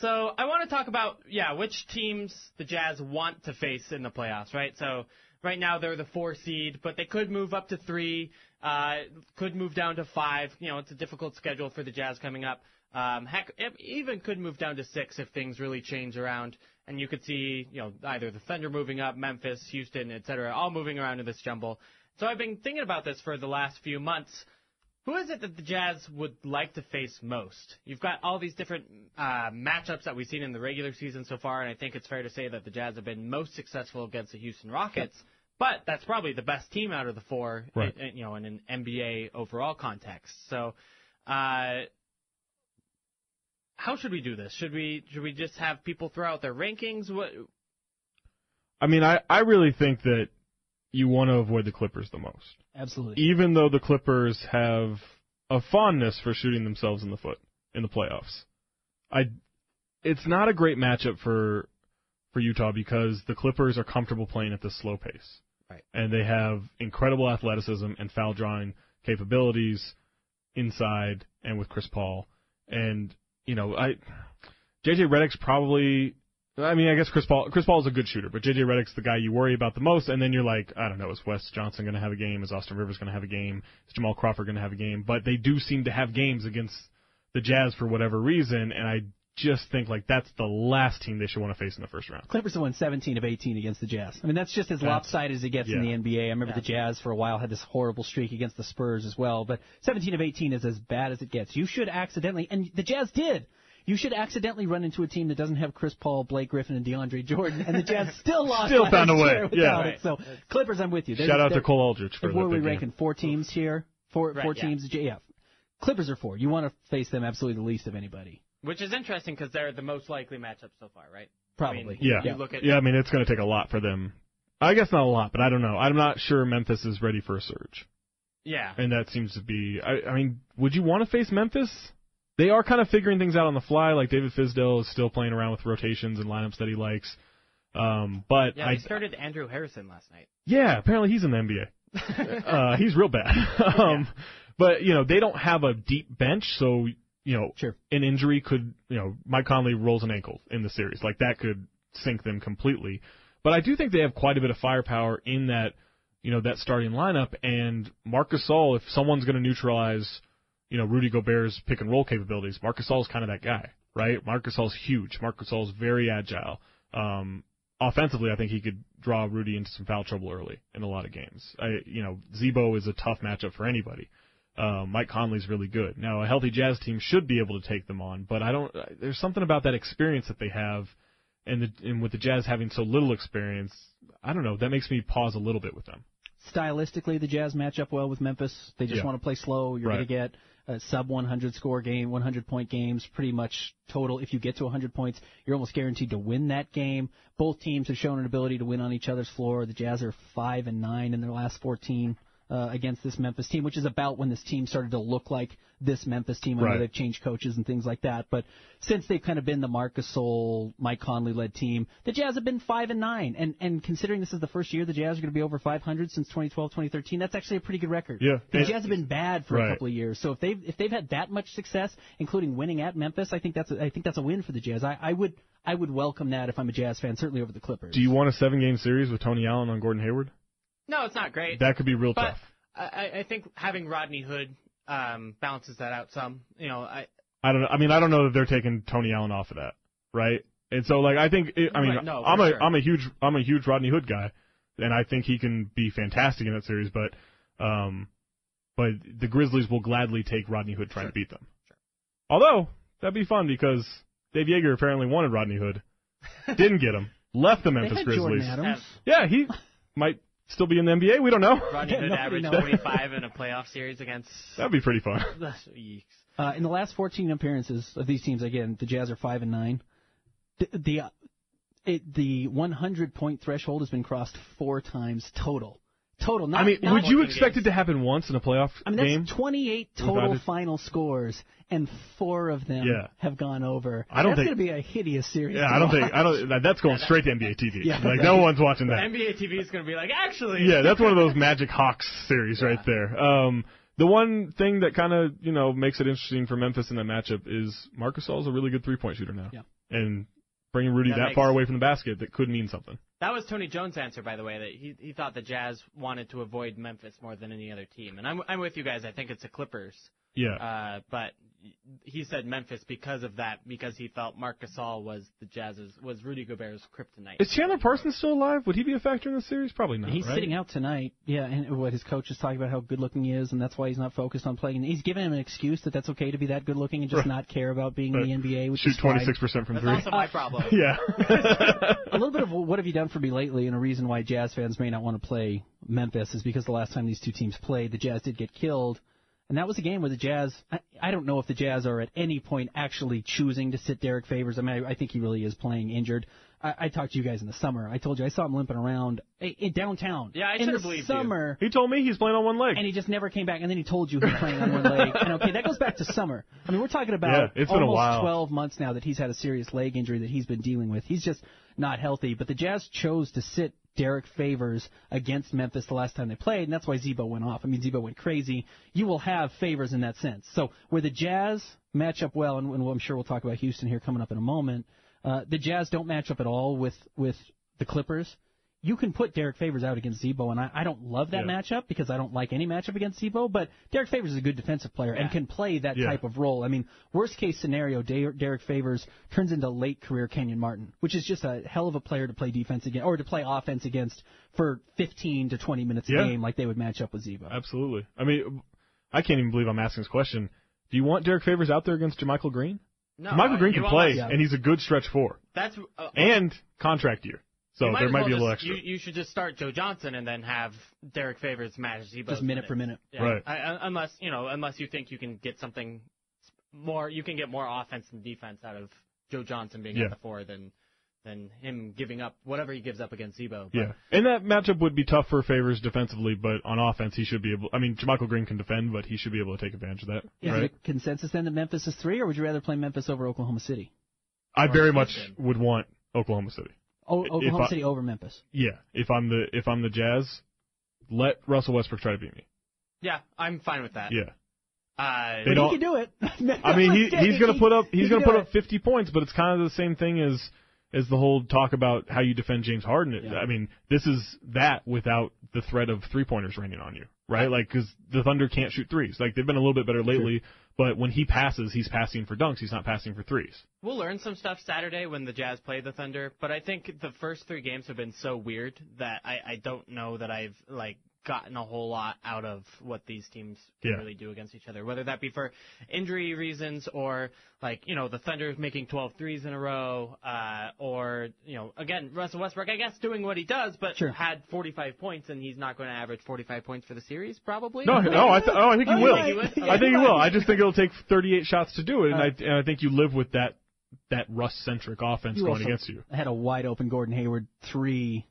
B: so I want to talk about yeah, which teams the Jazz want to face in the playoffs, right? So right now they're the four seed, but they could move up to three, uh, could move down to five. You know, it's a difficult schedule for the Jazz coming up. Um, heck, it even could move down to six if things really change around, and you could see you know either the Thunder moving up, Memphis, Houston, etc., all moving around in this jumble. So I've been thinking about this for the last few months. Who is it that the Jazz would like to face most? You've got all these different uh, matchups that we've seen in the regular season so far, and I think it's fair to say that the Jazz have been most successful against the Houston Rockets. But that's probably the best team out of the four,
C: Right.
B: in, in- you know, in an NBA overall context. So, uh, how should we do this? Should we should we just have people throw out their rankings? What?
C: I mean, I, I really think that you want to avoid the Clippers the most.
D: Absolutely.
C: even though the Clippers have a fondness for shooting themselves in the foot in the playoffs, I it's not a great matchup for for Utah because the Clippers are comfortable playing at this slow pace.
B: Right.
C: And they have incredible athleticism and foul drawing capabilities inside and with Chris Paul. And you know, I JJ Redick's probably I mean, I guess Chris Paul. Chris Paul is a good shooter, but JJ Redick's the guy you worry about the most. And then you're like, I don't know, is Wes Johnson going to have a game? Is Austin Rivers going to have a game? Is Jamal Crawford going to have a game? But they do seem to have games against the Jazz for whatever reason, and I just think like that's the last team they should want to face in the first round.
D: Clippers won 17 of 18 against the Jazz. I mean, that's just as lopsided as it gets in
C: yeah.
D: the NBA. I remember the Jazz for a while had this horrible streak against the Spurs as well, but 17 of 18 is as bad as it gets. You should accidentally, and the Jazz did. You should accidentally run into a team that doesn't have Chris Paul, Blake Griffin, and DeAndre Jordan, and the Jazz still lost.
C: Still
D: last
C: found a way.
D: year without
C: Yeah.
D: it. So Clippers, I'm with you. They're
C: Shout
D: just-
C: out to
D: they're-
C: Cole Aldrich for
D: If we're
C: the big game.
D: ranking four teams here, four
B: Right,
D: four
B: yeah.
D: teams. Yeah. Clippers are four. You want to face them absolutely the least of anybody,
B: Which is interesting because they're the most likely matchup so far, right?
D: probably.
C: Yeah.
B: You look at-
C: yeah, I mean, it's going to take a lot for them. I guess not a lot, but I don't know. I'm not sure Memphis is ready for a surge.
B: Yeah.
C: And that seems to be. I, I mean, would you want to face Memphis? They are kind of figuring things out on the fly. Like David Fizdale is still playing around with rotations and lineups that he likes. Um, but
B: Yeah,
C: I,
B: they started Andrew Harrison last night.
C: yeah, apparently he's in the NBA. uh, he's real bad. um, But you know they don't have a deep bench, so you know
D: Sure.
C: an injury could you know Mike Conley rolls an ankle in the series, like that could sink them completely. But I do think they have quite a bit of firepower in that you know that starting lineup and Marcus Gasol. If someone's going to neutralize you know Rudy Gobert's pick and roll capabilities, Marcus Gasol is kind of that guy, right? Marcus Gasol's huge. Marcus Gasol's very agile. Um, offensively, I think he could draw Rudy into some foul trouble early in a lot of games. I, you know, Zebo is a tough matchup for anybody. Uh, Mike Conley's really good. Now, a healthy Jazz team should be able to take them on, but I don't. uh, There's something about that experience that they have, and the, and with the Jazz having so little experience, I don't know. That makes me pause a little bit with them.
D: stylistically the Jazz match up well with Memphis. They just
C: Yeah.
D: want to play slow. You're
C: Right.
D: going to get a sub 100 score game, 100 point games, pretty much total. If you get to 100 points, you're almost guaranteed to win that game. Both teams have shown an ability to win on each other's floor. The Jazz are five and nine in their last 14. Uh, against this Memphis team, which is about when this team started to look like this Memphis team. I
C: Right.
D: know they've changed coaches and things like that, but since they've kind of been the Marcus Sol, Mike Conley led team, the Jazz have been five and nine. And and considering this is the first year the Jazz are going to be over 500 since 2012, 2013, that's actually a pretty good record.
C: Yeah.
D: the
C: And-
D: Jazz have been bad for
C: Right.
D: a couple of years. So if they've if they've had that much success, including winning at Memphis, I think that's a, I think that's a win for the Jazz. I, I would I would welcome that if I'm a Jazz fan, certainly over the Clippers.
C: Do you want a seven-game series with Tony Allen on Gordon Hayward?
B: No, it's not great.
C: That could be real
B: but
C: tough.
B: I, I- I think having Rodney Hood um, balances that out some. You know, I,
C: I don't. know. I mean, I don't know that they're taking Tony Allen off of that, right? And so, like, I think. It, I mean,
B: Right, no,
C: I'm
B: for
C: a
B: sure.
C: am a huge I'm a huge Rodney Hood guy, and I think he can be fantastic in that series. But, um, but the Grizzlies will gladly take Rodney Hood trying to beat them. Although that'd be fun because Dave Yeager apparently wanted Rodney Hood, didn't get him, left the
D: they
C: Memphis
D: had Jordan
C: Grizzlies.
D: Adams.
C: Yeah, he might still be in the NBA. We don't know.
B: Rodney
D: Yeah,
B: Hood averaged
D: nobody knows.
B: 25 in a playoff series against.
C: That'd be pretty fun.
B: Yeeks.
D: Uh, in the last 14 appearances of these teams, again, the Jazz are five and nine. The the, uh, it, the 100 point threshold has been crossed four times total. total. Not,
C: I mean,
D: not
C: would you
B: one
C: expect
B: game.
C: it to happen once in a playoff
D: I mean,
C: game?
D: that's 28 total
C: Without it-
D: final scores, and four of them
C: Yeah.
D: have gone over.
C: I don't
D: that's
C: think-
D: going to be a hideous series.
C: yeah,
D: to
C: I don't think
D: watch.
C: I don't. That, that's going straight to NBA TV.
D: Yeah,
C: like
D: exactly.
C: no one's watching that.
B: NBA TV is going to be like, actually.
C: Yeah, that's one of those Magic Hawks series right there. Um, the one thing that kind of you know makes it interesting for Memphis in that matchup is Marcus All's a really good three point shooter now.
D: Yeah.
C: And bringing Rudy
B: That
C: that,
B: makes-
C: far away from the basket that could mean something.
B: That was Tony Jones' answer, by the way, that he, he thought the Jazz wanted to avoid Memphis more than any other team. And I'm, I'm with you guys. I think it's the Clippers.
C: Yeah.
B: Uh, but he said Memphis because of that, because he felt Marc Gasol was the Jazz's, was Rudy Gobert's kryptonite.
C: is Chandler Parsons still alive? Would he be a factor in this series? Probably not.
D: He's
C: right?
D: sitting out tonight. Yeah, and what his coach is talking about how good looking he is, and that's why he's not focused on playing. He's giving him an excuse that that's okay to be that good looking and just not care about being
C: Right.
D: in the NBA. Which
C: Shoot
D: is fine.
C: twenty six percent from
B: That's
C: three.
B: also my problem.
C: yeah.
D: a little bit of what have you done for me lately, and a reason why Jazz fans may not want to play Memphis is because the last time these two teams played, the Jazz did get killed, and that was a game where the Jazz. I, I don't know if the Jazz are at any point actually choosing to sit Derek Favors. I mean, I, I think he really is playing injured. I, I talked to you guys in the summer. I told you I saw him limping around i in downtown.
B: Yeah, I
D: in
B: should
D: the
B: have believed you.
D: summer.
C: he told me he's playing on one leg.
D: And he just never came back, and then he told you he was playing on one leg. And okay, that goes back to summer. I mean, we're talking about
C: Yeah, it's been a
D: almost
C: while.
D: 12 months now that he's had a serious leg injury that he's been dealing with. He's just not healthy. But the Jazz chose to sit Derek Favors against Memphis the last time they played, and that's why Zebo went off. I mean, Zebo went crazy. You will have Favors in that sense. So where the Jazz match up well, and, and I'm sure we'll talk about Houston here coming up in a moment. Uh, the Jazz don't match up at all with with the Clippers. You can put Derek Favors out against Zebo, and I, I don't love that
C: Yeah.
D: matchup because I don't like any matchup against Zebo. But Derek Favors is a good defensive player and can play that
C: Yeah.
D: type of role. I mean, worst case scenario, Der- Derek Favors turns into late career Kenyon Martin, which is just a hell of a player to play defense against or to play offense against for 15 to 20 minutes
C: Yeah.
D: a game, like they would match up with Zebo.
C: Absolutely. I mean, I can't even believe I'm asking this question. Do you want Derek Favors out there against Jermichael Green?
B: No,
C: Michael Green
B: you
C: can play,
B: Oh, almost-
D: Yeah.
C: and he's a good stretch four,
B: That's uh,
C: and contract year, so
B: you might
C: there
B: as
C: might
B: well
C: be a little
B: just-
C: extra.
B: You, you should just start Joe Johnson and then have Derek Favors match Zebo.
D: Just minute for minute.
B: Yeah.
C: Right.
B: I, un- unless you know, unless you think you can get something s- more, you can get more offense and defense out of Joe Johnson being
C: Yeah.
B: at the four than than him giving up whatever he gives up against Zebo. But
C: yeah, and that matchup would be tough for Favors defensively, but on offense he should be able. I mean, Jermichael Green can defend, but he should be able to take advantage of that.
D: Is
C: right?
D: it a consensus then that Memphis is three, or would you rather play Memphis over Oklahoma City?
C: I very much
B: Houston.
C: would want Oklahoma City.
D: O-
C: If
D: Oklahoma
C: I-
D: City over Memphis.
C: Yeah, if I'm the if I'm the Jazz, let Russell Westbrook try to beat me.
B: yeah, I'm fine with that.
C: Yeah,
B: Uh,
C: They
D: But
C: don't-
D: he can do it.
C: I mean he he's gonna put up he's gonna
D: can do
C: put
D: it.
C: up 50 points, but it's kind of the same thing as as the whole talk about how you defend James Harden. It-
D: Yeah.
C: I mean, this is that without the threat of three pointers raining on you, right? Like 'cause the Thunder can't shoot threes. Like they've been a little bit better lately, but when he passes, he's passing for dunks. He's not passing for threes.
B: We'll learn some stuff Saturday when the Jazz play the Thunder, but I think the first three games have been so weird that I, I don't know that I've like gotten a whole lot out of what these teams can
C: Yeah.
B: really do against each other, whether that be for injury reasons or like you know the Thunder making 12 threes in a row, uh, or you know again Russell Westbrook I guess doing what he does, but
D: Sure.
B: had 45 points and he's not going to average 45 points for the series probably.
C: No, no, I th- oh, I think he
D: Oh,
C: will.
D: yeah, he
B: would.
C: I think he will. I just think it'll take 38 shots to do it, and I
D: Uh,
C: and I think you live with that that Russ centric offense
D: You
C: going
D: also
C: against you.
D: Had a wide open Gordon Hayward three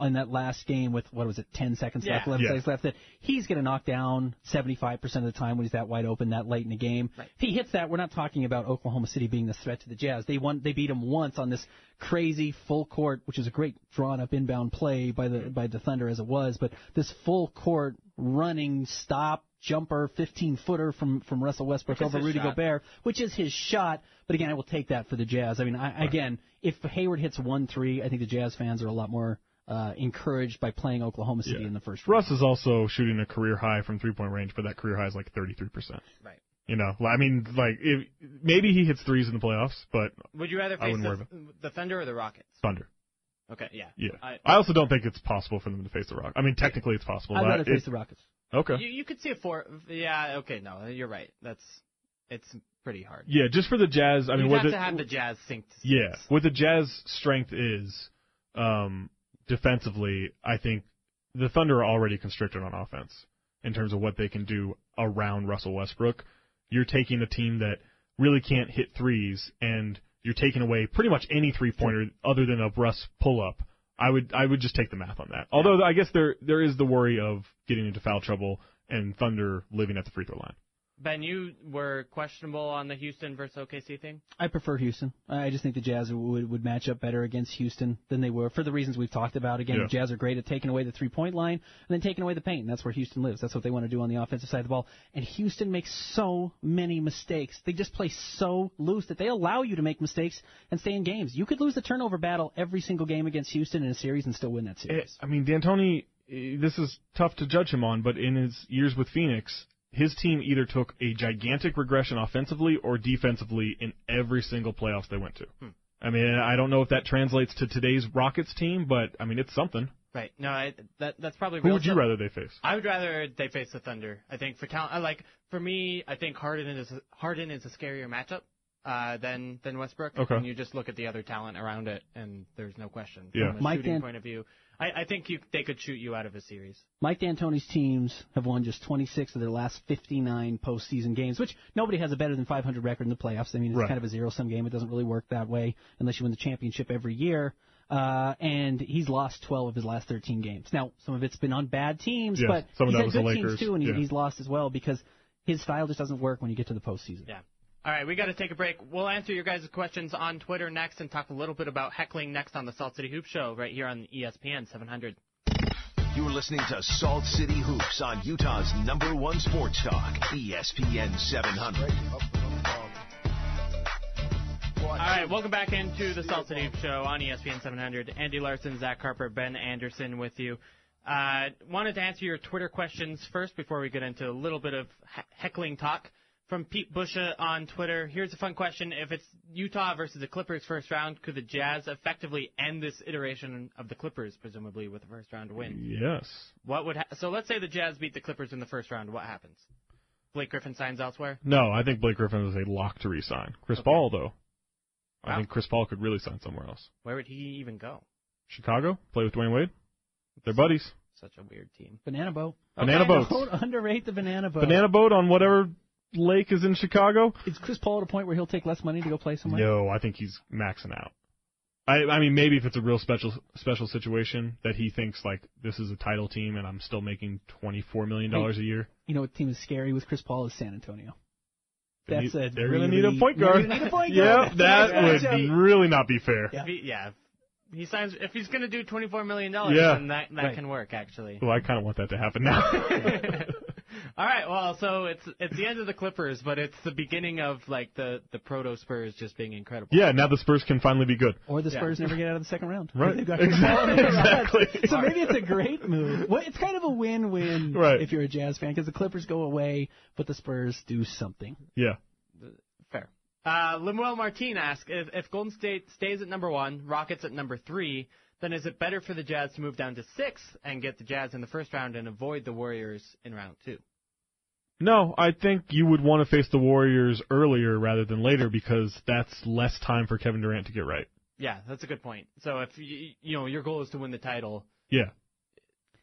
D: in that last game with what was it, ten seconds
B: Yeah.
D: left, eleven
C: Yeah.
D: seconds left. That he's going to knock down seventy five percent of the time when he's that wide open that late in the game.
B: Right.
D: If he hits that, we're not talking about Oklahoma City being the threat to the Jazz. They won. They beat him once on this crazy full court, which is a great drawn up inbound play by the by the Thunder as it was. But this full court running stop. Jumper, 15 footer from from Russell Westbrook
B: Which is
D: over
B: his
D: Rudy
B: shot.
D: Gobert, which is his shot. But again, I will take that for the Jazz. I mean, I, again, if Hayward hits one three, I think the Jazz fans are a lot more uh, encouraged by playing Oklahoma City
C: Yeah.
D: in the first round.
C: Russ is also shooting a career high from three point range, but that career high is like 33 percent.
B: Right.
C: You know, I mean, like if, maybe he hits threes in the playoffs, but
B: Would you rather
C: I
B: face
C: wouldn't
B: the, the Thunder or the Rockets?
C: Thunder.
B: Okay, yeah.
C: Yeah.
B: I-
C: I, also don't think it's possible for them to face the Rock. I mean, technically it's possible.
D: I'd
C: but
D: rather
C: uh, it-
D: face the Rockets.
C: okay.
B: You, you could see a four. Yeah, okay, no, you're right. That's it's pretty hard.
C: yeah, just for the Jazz. I mean,
B: You'd
C: what
B: have
C: the-
B: to have the Jazz sink. To
C: Yeah,
B: six.
C: what the Jazz strength is um, defensively, I think the Thunder are already constricted on offense in terms of what they can do around Russell Westbrook. You're taking a team that really can't hit threes, and you're taking away pretty much any three pointer other than a Russ pull up. I would I would just take the math on that. Although I guess there there is the worry of getting into foul trouble and Thunder living at the free throw line.
B: Ben, you were questionable on the Houston versus OKC thing.
D: I prefer Houston. I I just think the Jazz would, would match up better against Houston than they were for the reasons we've talked about. Again,
C: Yeah.
D: the Jazz are great at taking away the three point line and then taking away the paint. That's where Houston lives. That's what they want to do on the offensive side of the ball. And Houston makes so many mistakes. They just play so loose that they allow you to make mistakes and stay in games. You could lose the turnover battle every single game against Houston in a series and still win that series.
C: Eh, I mean, D'Antoni, eh, this is tough to judge him on, but in his years with Phoenix, his team either took a gigantic regression offensively or defensively in every single playoffs they went to. I mean, I don't know if that translates to today's Rockets team, but I mean, it's something.
B: Right. No, I, that that's probably.
C: Who
B: real.
C: would you
B: So-
C: rather they face?
B: I would rather they face the Thunder. I think for talent, I like for me, I think Harden is Harden is a scarier matchup uh, than than Westbrook.
C: Okay.
B: And you just look at the other talent around it, and there's no question
C: Yeah.
B: from a
D: Mike
B: shooting
D: Dan-
B: point of view. I, I think you they could shoot you out of a series.
D: Mike D'Antoni's teams have won just 26 of their last 59 postseason games, which nobody has a better than 500 record in the playoffs. I mean, it's
C: Right.
D: kind of a zero-sum game. It doesn't really work that way unless you win the championship every year. Uh, and he's lost 12 of his last 13 games. Now, some of it's been on bad teams,
C: Yes,
D: but
C: some of
D: he's
C: that
D: had
C: was the
D: good
C: Lakers,
D: teams too, and he,
C: yeah.
D: he's lost as well because his style just doesn't work when you get to the postseason.
B: Yeah. All right, we got to take a break. We'll answer your guys' questions on Twitter next, and talk a little bit about heckling next on the Salt City Hoop Show right here on E ESPN 700.
A: You're listening to Salt City Hoops on Utah's number one sports talk, E ESPN 700.
B: All right, welcome back into the Salt City Hoop Show on E ESPN 700. Andy Larson, Zach Harper, Ben Anderson with you. Uh, wanted to answer your Twitter questions first before we get into a little bit of he- heckling talk from Pete Busha on Twitter. Here's a fun question: If it's Utah versus the Clippers first round, could the Jazz effectively end this iteration of the Clippers, presumably with a first round win?
C: Yes.
B: What would ha- so? Let's say the Jazz beat the Clippers in the first round. What happens? Blake Griffin signs elsewhere.
C: No, I think Blake Griffin is a lock to resign. Chris Paul, though, I
B: Wow.
C: think Chris Paul could really sign somewhere else.
B: Where would he even go?
C: Chicago, play with Dwayne Wade. They're buddies.
B: Such a weird team.
D: Banana boat.
C: Banana
D: Okay,
C: boats.
D: Don't underrate the banana boat.
C: Banana boat on whatever lake is in Chicago.
D: Is Chris Paul at a point where he'll take less money to go play somewhere?
C: No, I think he's maxing out. I, I mean, maybe if it's a real special special situation that he thinks like this is a title team and I'm still making twenty four million dollars a year.
D: You know what team is scary with Chris Paul is San Antonio.
C: They
D: That's
C: need-
D: a
C: they're gonna
D: really-
C: need a point
D: they're
C: guard.
D: gonna need a point
C: yeah,
D: guard.
C: that
D: That's right.
C: would really not be fair.
D: Yeah.
B: If he, yeah. if He signs if he's going to do twenty four million dollars,
C: Yeah.
B: then that that
D: Right.
B: can work actually.
C: Well, I kind of want that to happen now.
B: All right, well, so it's it's the end of the Clippers, but it's the beginning of like the the proto Spurs just being incredible.
C: yeah, now the Spurs can finally be good.
D: Or the
B: Yeah.
D: Spurs never get out of the second round.
C: Right.
D: They've got Chris
C: Exactly.
D: Paul and Aaron Rodgers.
C: exactly.
D: So maybe it's a great move. Well, it's kind of a win-win
C: Right.
D: if you're a Jazz fan because the Clippers go away, but the Spurs do something.
C: Yeah.
B: Fair. Uh, Lemuel Martin asks if if Golden State stays at number one, Rockets at number three, then is it better for the Jazz to move down to sixth and get the Jazz in the first round and avoid the Warriors in round two?
C: No, I think you would want to face the Warriors earlier rather than later because that's less time for Kevin Durant to get right.
B: Yeah, that's a good point. So if you, you know your goal is to win the title,
C: Yeah.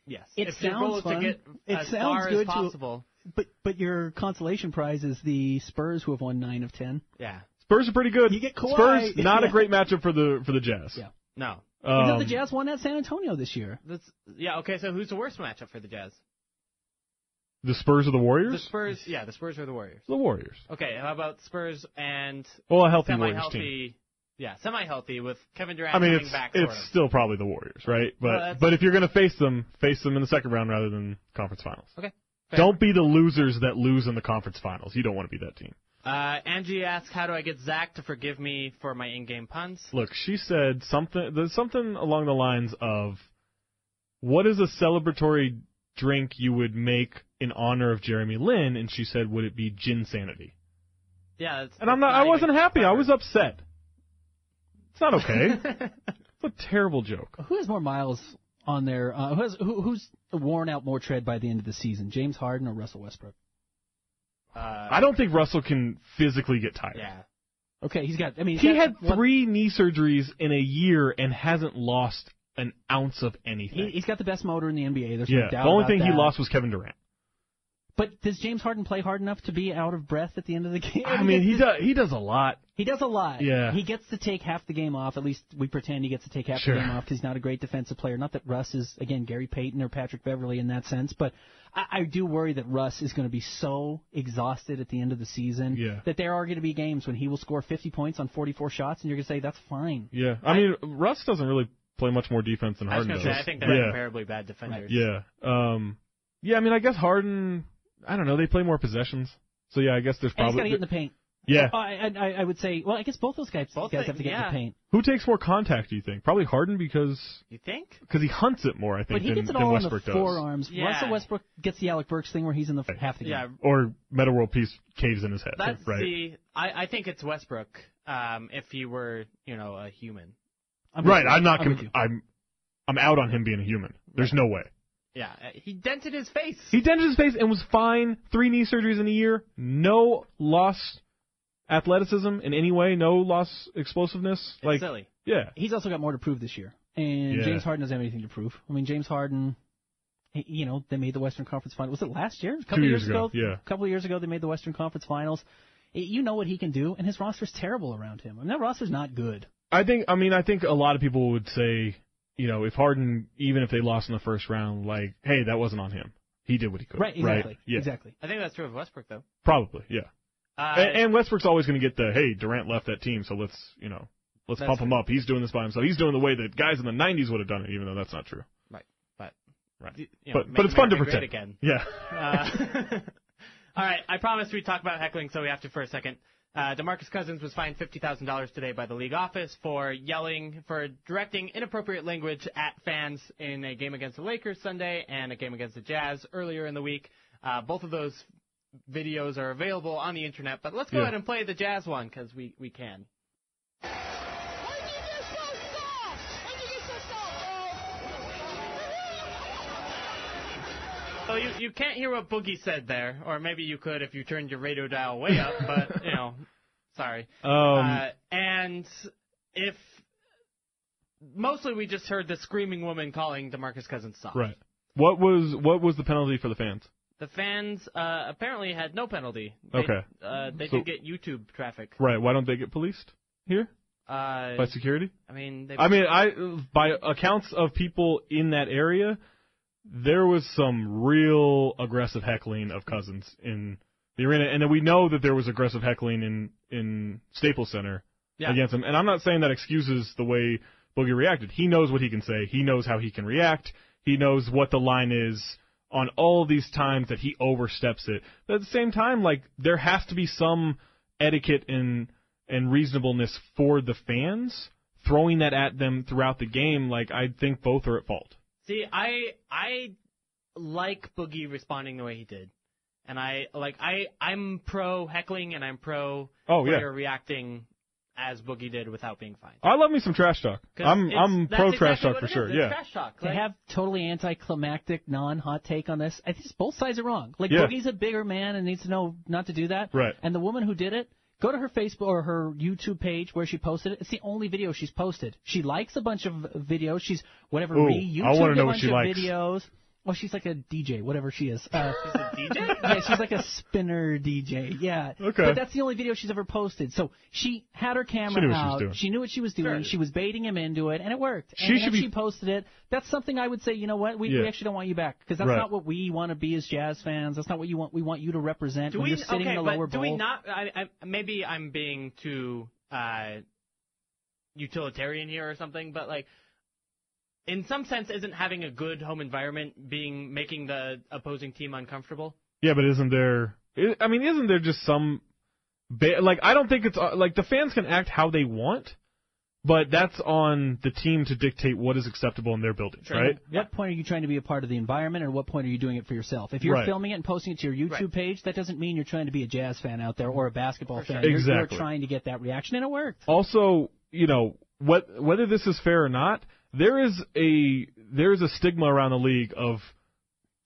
B: yes,
D: It
B: if your goal
D: sounds
B: is
D: fun.
B: to get
D: It
B: as
D: sounds
B: far as
D: good to-
B: possible.
D: But but your consolation prize is the Spurs who have won nine of ten.
B: Yeah.
C: Spurs are pretty good.
D: You get Kawhi.
C: Spurs not a
D: Yeah.
C: great matchup for the for the Jazz.
D: Yeah.
B: No.
D: Because
C: Um,
D: the Jazz won at San Antonio this year.
B: That's yeah, okay, so who's the worst matchup for the Jazz?
C: the Spurs or the Warriors?
B: The Spurs yeah, the Spurs or the Warriors.
C: The Warriors.
B: Okay, how about Spurs and
C: Well, a healthy
B: semi
C: Warriors team.
B: healthy yeah, semi healthy with Kevin Durant
C: I mean,
B: coming
C: it's
B: back sort
C: it's
B: of.
C: still probably the Warriors, right? But
B: Well, that's-
C: but if you're gonna face them, face them in the second round rather than conference finals.
B: Okay. fair.
C: Don't be the losers that lose in the conference finals. You don't want to be that team.
B: Uh, Angie asks, how do I get Zach to forgive me for my in-game puns?
C: Look, she said something there's something along the lines of, "What is a celebratory drink you would make in honor of Jeremy Lin?" And she said, "Would it be gin sanity?"
B: Yeah, that's,
C: And I'm not. I wasn't happy. I was upset. It's not okay.
B: up.
C: It's a terrible joke.
D: Who has more miles on their? Uh, who has who, who's worn out more tread by the end of the season? James Harden or Russell Westbrook?
B: uh,
C: I don't think Russell can physically get tired.
B: yeah.
D: Okay, he's got. I mean, he's
C: He
D: got
C: had
D: one-
C: three knee surgeries in a year and hasn't lost an ounce of anything.
D: He, he's got the best motor in the NBA. There's
C: yeah,
D: no doubt
C: the only
D: about
C: thing he
D: that.
C: lost was Kevin Durant.
D: But does James Harden play hard enough to be out of breath at the end of the game?
C: I mean, he does he does a lot.
D: He does a lot.
C: Yeah.
D: He gets to take half the game off. At least we pretend he gets to take half
C: Sure.
D: the game off because he's not a great defensive player. Not that Russ is, again, Gary Payton or Patrick Beverly in that sense, but I, I do worry that Russ is going to be so exhausted at the end of the season
C: Yeah.
D: that there are going to be games when he will score 50 points on 44 shots, and you're going to say, that's fine.
C: Yeah, I, mean, Russ doesn't really play much more defense than
B: I was going to
C: Harden
B: say,
C: does.
B: I think they're
C: yeah,
B: incomparably bad defenders.
C: yeah, um, yeah. I mean, I guess Harden. I don't know. They play more possessions, so yeah, I guess there's
D: And he's got
C: probably
D: to get in the paint.
C: yeah.
D: Oh, I, I, I would say, well, I guess both those guys,
B: Both
D: guys
B: they-
D: have to get in
B: yeah.
D: the paint.
C: Who takes more contact? Do you think? Probably Harden because
B: You think?
C: because he hunts it more. I think
D: But he
C: than,
D: gets it
C: than
D: all on the
C: Westbrook does.
D: forearms.
B: Yeah.
D: Russell Westbrook gets the Alec Burks thing where he's in the f- half the game.
B: Yeah,
C: Or Meta World Peace caves in his head.
B: that's
C: right.
B: the. I, I think it's Westbrook. Um, if he were, you know, a human.
D: I'm with
C: right.
D: you.
C: I'm not.
D: I'm with
C: com-
D: you.
C: I'm. I'm out on him being a human. There's no way.
B: Yeah, uh, he dented his face.
C: He dented his face and was fine. Three knee surgeries in a year. No lost athleticism in any way. No lost explosiveness.
B: It's
C: like
B: silly.
C: yeah,
D: he's also got more to prove this year. And
C: Yeah.
D: James Harden doesn't have anything to prove. I mean, James Harden, he- you know, they made the Western Conference Finals. Was it last year? A couple
C: Two
D: years,
C: years ago, yeah.
D: A couple of years ago, they made the Western Conference Finals. Y- You know what he can do, and his roster's terrible around him. I mean, that roster's not good.
C: I think. I mean, I think a lot of people would say, you know, if Harden, even if they lost in the first round, like, hey, that wasn't on him. He did what he could.
D: Right, exactly.
C: Yeah.
D: Exactly.
B: I think that's true of Westbrook though.
C: Probably. Yeah.
B: Uh,
C: A- and, Westbrook's always going to get the hey Durant left that team, so let's you know let's
B: That's
C: pump him up. He's doing this by himself. He's doing the way that guys in the '90s would have done it, even though that's not true.
B: right, but
C: Right.
B: you know,
C: but
B: make
C: but it's fun to
B: America
C: pretend.
B: great again.
C: Yeah.
B: Uh, all right, I promised we'd talk about heckling, so we have to for a second. Uh, Demarcus Cousins was fined fifty thousand dollars today by the league office for yelling, for directing inappropriate language at fans in a game against the Lakers Sunday and a game against the Jazz earlier in the week. Uh, both of those videos are available on the internet, but let's go
C: Yeah.
B: ahead and play the Jazz one because we we can.
E: Why'd you do so soft? Why'd you do so soft,
B: So you you can't hear what Boogie said there, or maybe you could if you turned your radio dial way up, but you know, sorry.
C: Um,
B: uh, and if mostly we just heard the screaming woman calling Demarcus Cousins soft.
C: right. What was what was the penalty for the fans?
B: The fans uh, apparently had no penalty. They,
C: Okay.
B: Uh, they
C: So-
B: did get YouTube traffic.
C: Right. Why don't they get policed here
B: Uh,
C: by security?
B: I mean, they,
C: I mean, I by accounts of people in that area, there was some real aggressive heckling of Cousins in the arena, and then we know that there was aggressive heckling in in Staples Center
B: yeah.
C: against him. And I'm not saying that excuses the way Boogie reacted. He knows what he can say. He knows how he can react. He knows what the line is on all these times that he oversteps it. But at the same time, like there has to be some etiquette and and reasonableness for the fans throwing that at them throughout the game. Like I think both are at fault.
B: See, I I like Boogie responding the way he did, and I like I I'm pro heckling and I'm pro
C: Oh, yeah.
B: player reacting as Boogie did without being fined.
C: I love me some trash talk.
B: 'Cause
C: I'm
B: it's-
C: I'm
B: that's
C: pro
B: exactly
C: trash talk
B: what
C: for
B: it is.
C: sure.
B: It's
C: Yeah.
B: trash talk.
D: To
B: Like,
D: have totally anticlimactic, non-hot take on this, I think both sides are wrong. Like
C: Yeah.
D: Boogie's a bigger man and needs to know not to do that.
C: Right.
D: And the woman who did it, go to her Facebook or her YouTube page where she posted it. It's the only video she's posted. She likes a bunch of videos. She's whatever
C: Ooh,
D: re-YouTube
C: I wanna
D: a
C: know what
D: bunch
C: she
D: of
C: likes.
D: videos. Well, she's like a DJ, whatever she is. Uh,
B: DJ?
D: yeah, she's like a spinner DJ. Yeah.
C: Okay.
D: But that's the only video she's ever posted. So she had her camera
C: knew what she was
D: out.
C: doing.
D: knew what she was doing.
B: Sure.
D: She was baiting him into it, and it worked.
C: She
D: and
C: should
D: then
C: be-
D: she posted it. That's something I would say. You know what? We,
C: Yeah.
D: we actually don't want you back because that's
C: Right.
D: not what we want to be as jazz fans. That's not what you want. We want you to represent
B: do
D: when
B: we
D: you're sitting
B: okay,
D: in the
B: but
D: lower
B: do
D: bowl.
B: we not? I, I, maybe I'm being too uh, utilitarian here or something, but like. In some sense, isn't having a good home environment being making the opposing team uncomfortable?
C: Yeah, but isn't there? i- I mean, isn't there just some? Ba- like, I don't think it's uh, like the fans can act how they want, but that's on the team to dictate what is acceptable in their building,
B: Sure.
C: right?
B: Yeah.
D: What point are you trying to be a part of the environment, and at what point are you doing it for yourself? If you're
C: Right.
D: filming it and posting it to your YouTube
B: Right.
D: page, that doesn't mean you're trying to be a jazz fan out there or a basketball fan. You're- You're,
C: Exactly.
D: trying to get that reaction, and it worked.
C: Also, you know, what whether this is fair or not, there is a there is a stigma around the league of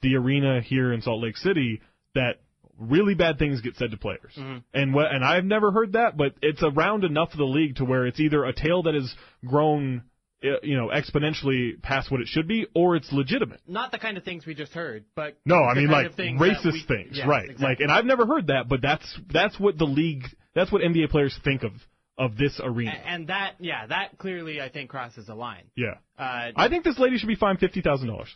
C: the arena here in Salt Lake City that really bad things get said to players.
B: Mm-hmm.
C: And what and I've never heard that, but it's around enough of the league to where it's either a tale that has grown uh, you know, exponentially past what it should be, or it's legitimate.
B: Not the kind of things we just heard, but
C: No, I
B: the
C: mean
B: kind
C: like
B: of things that
C: racist
B: we-
C: things,
B: yes,
C: right?
B: exactly.
C: Like, and I've never heard that, but that's that's what the league, that's what NBA players think of of this arena.
B: A- and that yeah, that clearly I think crosses a line.
C: yeah,
B: Uh,
C: I think this lady should be fined fifty thousand dollars.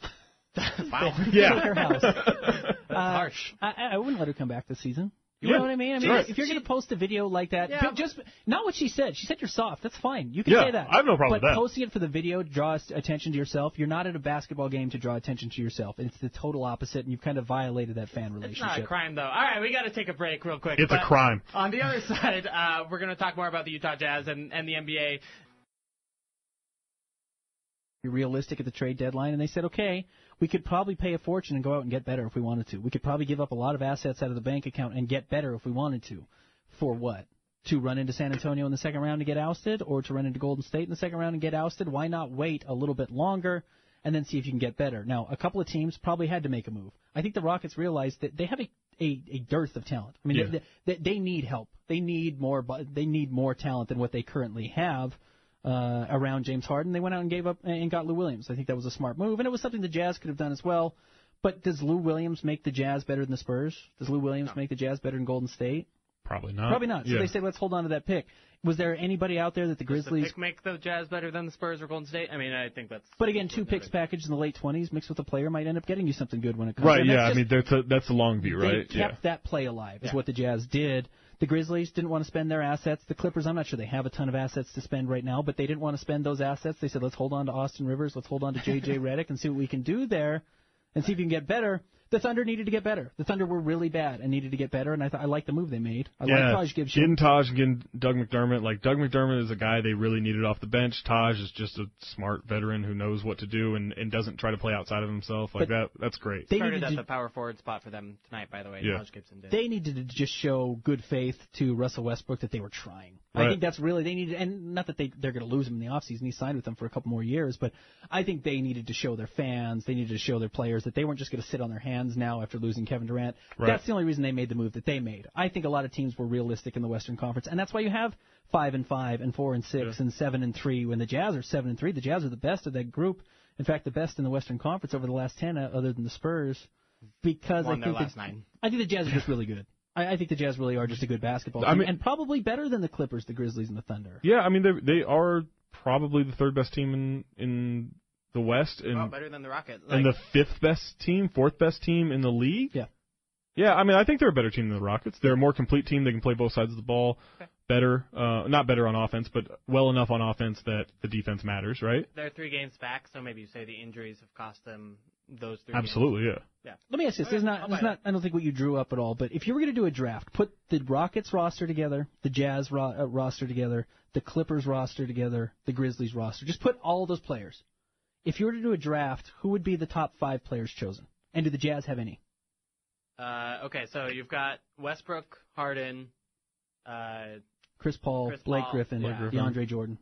B: wow,
C: Yeah,
D: house.
B: harsh.
D: I, I- I wouldn't let her come back this season. You
C: Yeah.
D: know what I mean? I mean,
B: Right.
D: if you're going to post a video like that,
B: Yeah.
D: ju- just not what she said. She said you're soft. That's fine. You can
C: Yeah,
D: say that.
C: I have no problem
D: But
C: with that.
D: posting it for the video to draw s- attention to yourself. You're not at a basketball game to draw attention to yourself. It's the total opposite, and you've kind of violated that fan
B: It's not a
D: relationship.
B: crime though. All right, we got to take a break real quick.
C: it's a
B: but-
C: crime.
B: On the other side, uh, we're going to talk more about the Utah Jazz and, and the NBA.
D: You're realistic at the trade deadline, and they said, okay, we could probably pay a fortune and go out and get better if we wanted to. We could probably give up a lot of assets out of the bank account and get better if we wanted to. For what? To run into San Antonio in the second round and get ousted, or to run into Golden State in the second round and get ousted? Why not wait a little bit longer and then see if you can get better? Now, a couple of teams probably had to make a move. I think the Rockets realized that they have a a, a dearth of talent. I mean,
C: Yeah.
D: they, they, they need help. They need more. bu- They need more talent than what they currently have uh, around James Harden. They went out and gave up and got Lou Williams. I think that was a smart move, and it was something the Jazz could have done as well. But does Lou Williams make the Jazz better than the Spurs? Does Lou Williams make the Jazz better than Golden State?
C: Probably not.
D: Probably not. So
C: Yeah.
D: they said, let's hold on to that pick. Was there anybody out there that the
B: Does the
D: Grizzlies?
B: pick make the Jazz better than the Spurs or Golden State? I mean, I think that's.
D: But again, two picks packaged in the late 20s mixed with a player might end up getting you something good when it comes.
C: Right.
D: And that's
C: Yeah. I
D: just-
C: mean, that's a that's a long view, right?
D: They kept that play alive, is
B: Yeah.
D: what the Jazz did. The Grizzlies didn't want to spend their assets. The Clippers, I'm not sure they have a ton of assets to spend right now, but they didn't want to spend those assets. They said, let's hold on to Austin Rivers, let's hold on to J.J. Redick and see what we can do there and see if you can get better. The Thunder needed to get better. The Thunder were really bad and needed to get better, and I, th- I like the move they made. I
C: Yeah.
D: like Taj Gibson.
C: Getting Taj and getting Doug McDermott. Like Doug McDermott is a guy they really needed off the bench. Taj is just a smart veteran who knows what to do and, and doesn't try to play outside of himself. Like
D: But-
C: that that's great.
D: they needed
B: Started
D: to
B: at the power forward spot for them tonight, by the way.
C: Yeah.
B: Taj Gibson did.
D: they needed to just show good faith to Russell Westbrook that they were trying.
C: Right.
D: I think that's really they needed, and not that they they're going to lose him in the offseason. He signed with them for a couple more years, but I think they needed to show their fans, they needed to show their players that they weren't just going to sit on their hands now after losing Kevin Durant.
C: Right.
D: That's the only reason they made the move that they made. I think a lot of teams were realistic in the Western Conference, and that's why you have five and five and four and six and seven and three. When the Jazz are seven and three, the Jazz are the best of that group. In fact, the best in the Western Conference over the last ten, uh, other than the Spurs, because
B: Won
D: I
B: their
D: think
B: last
D: the-
B: nine.
D: I think the Jazz are just really good. I, I think the Jazz really are just a good basketball
C: I
D: team,
C: mean-
D: and probably better than the Clippers, the Grizzlies, and the Thunder.
C: Yeah, I mean they they are probably the third best team in in the West and
B: Well, better than the Rockets. Like,
C: and the fifth best team, fourth best team in the league.
D: Yeah.
C: Yeah, I mean I think they're a better team than the Rockets. They're a more complete team. They can play both sides of the ball better. Uh not better on offense, but well enough on offense that the defense matters, right?
B: they're three games back, so maybe you say the injuries have cost them those three. games.
C: Absolutely, yeah.
D: Let me ask you this:
B: Okay,
D: There's
B: I'll
D: not,
B: buy
D: there's not. I don't think what you drew up at all. But if you were going to do a draft, put the Rockets roster together, the Jazz ro- uh, roster together, the Clippers roster together, the Grizzlies roster. Just put all those players. If you were to do a draft, who would be the top five players chosen? And do the Jazz have any?
B: Uh, okay, so you've got Westbrook, Harden, uh,
D: Chris Paul,
B: Chris
D: Blake
B: Paul,
D: Griffin,
B: Blake
C: Griffin.
D: DeAndre Jordan.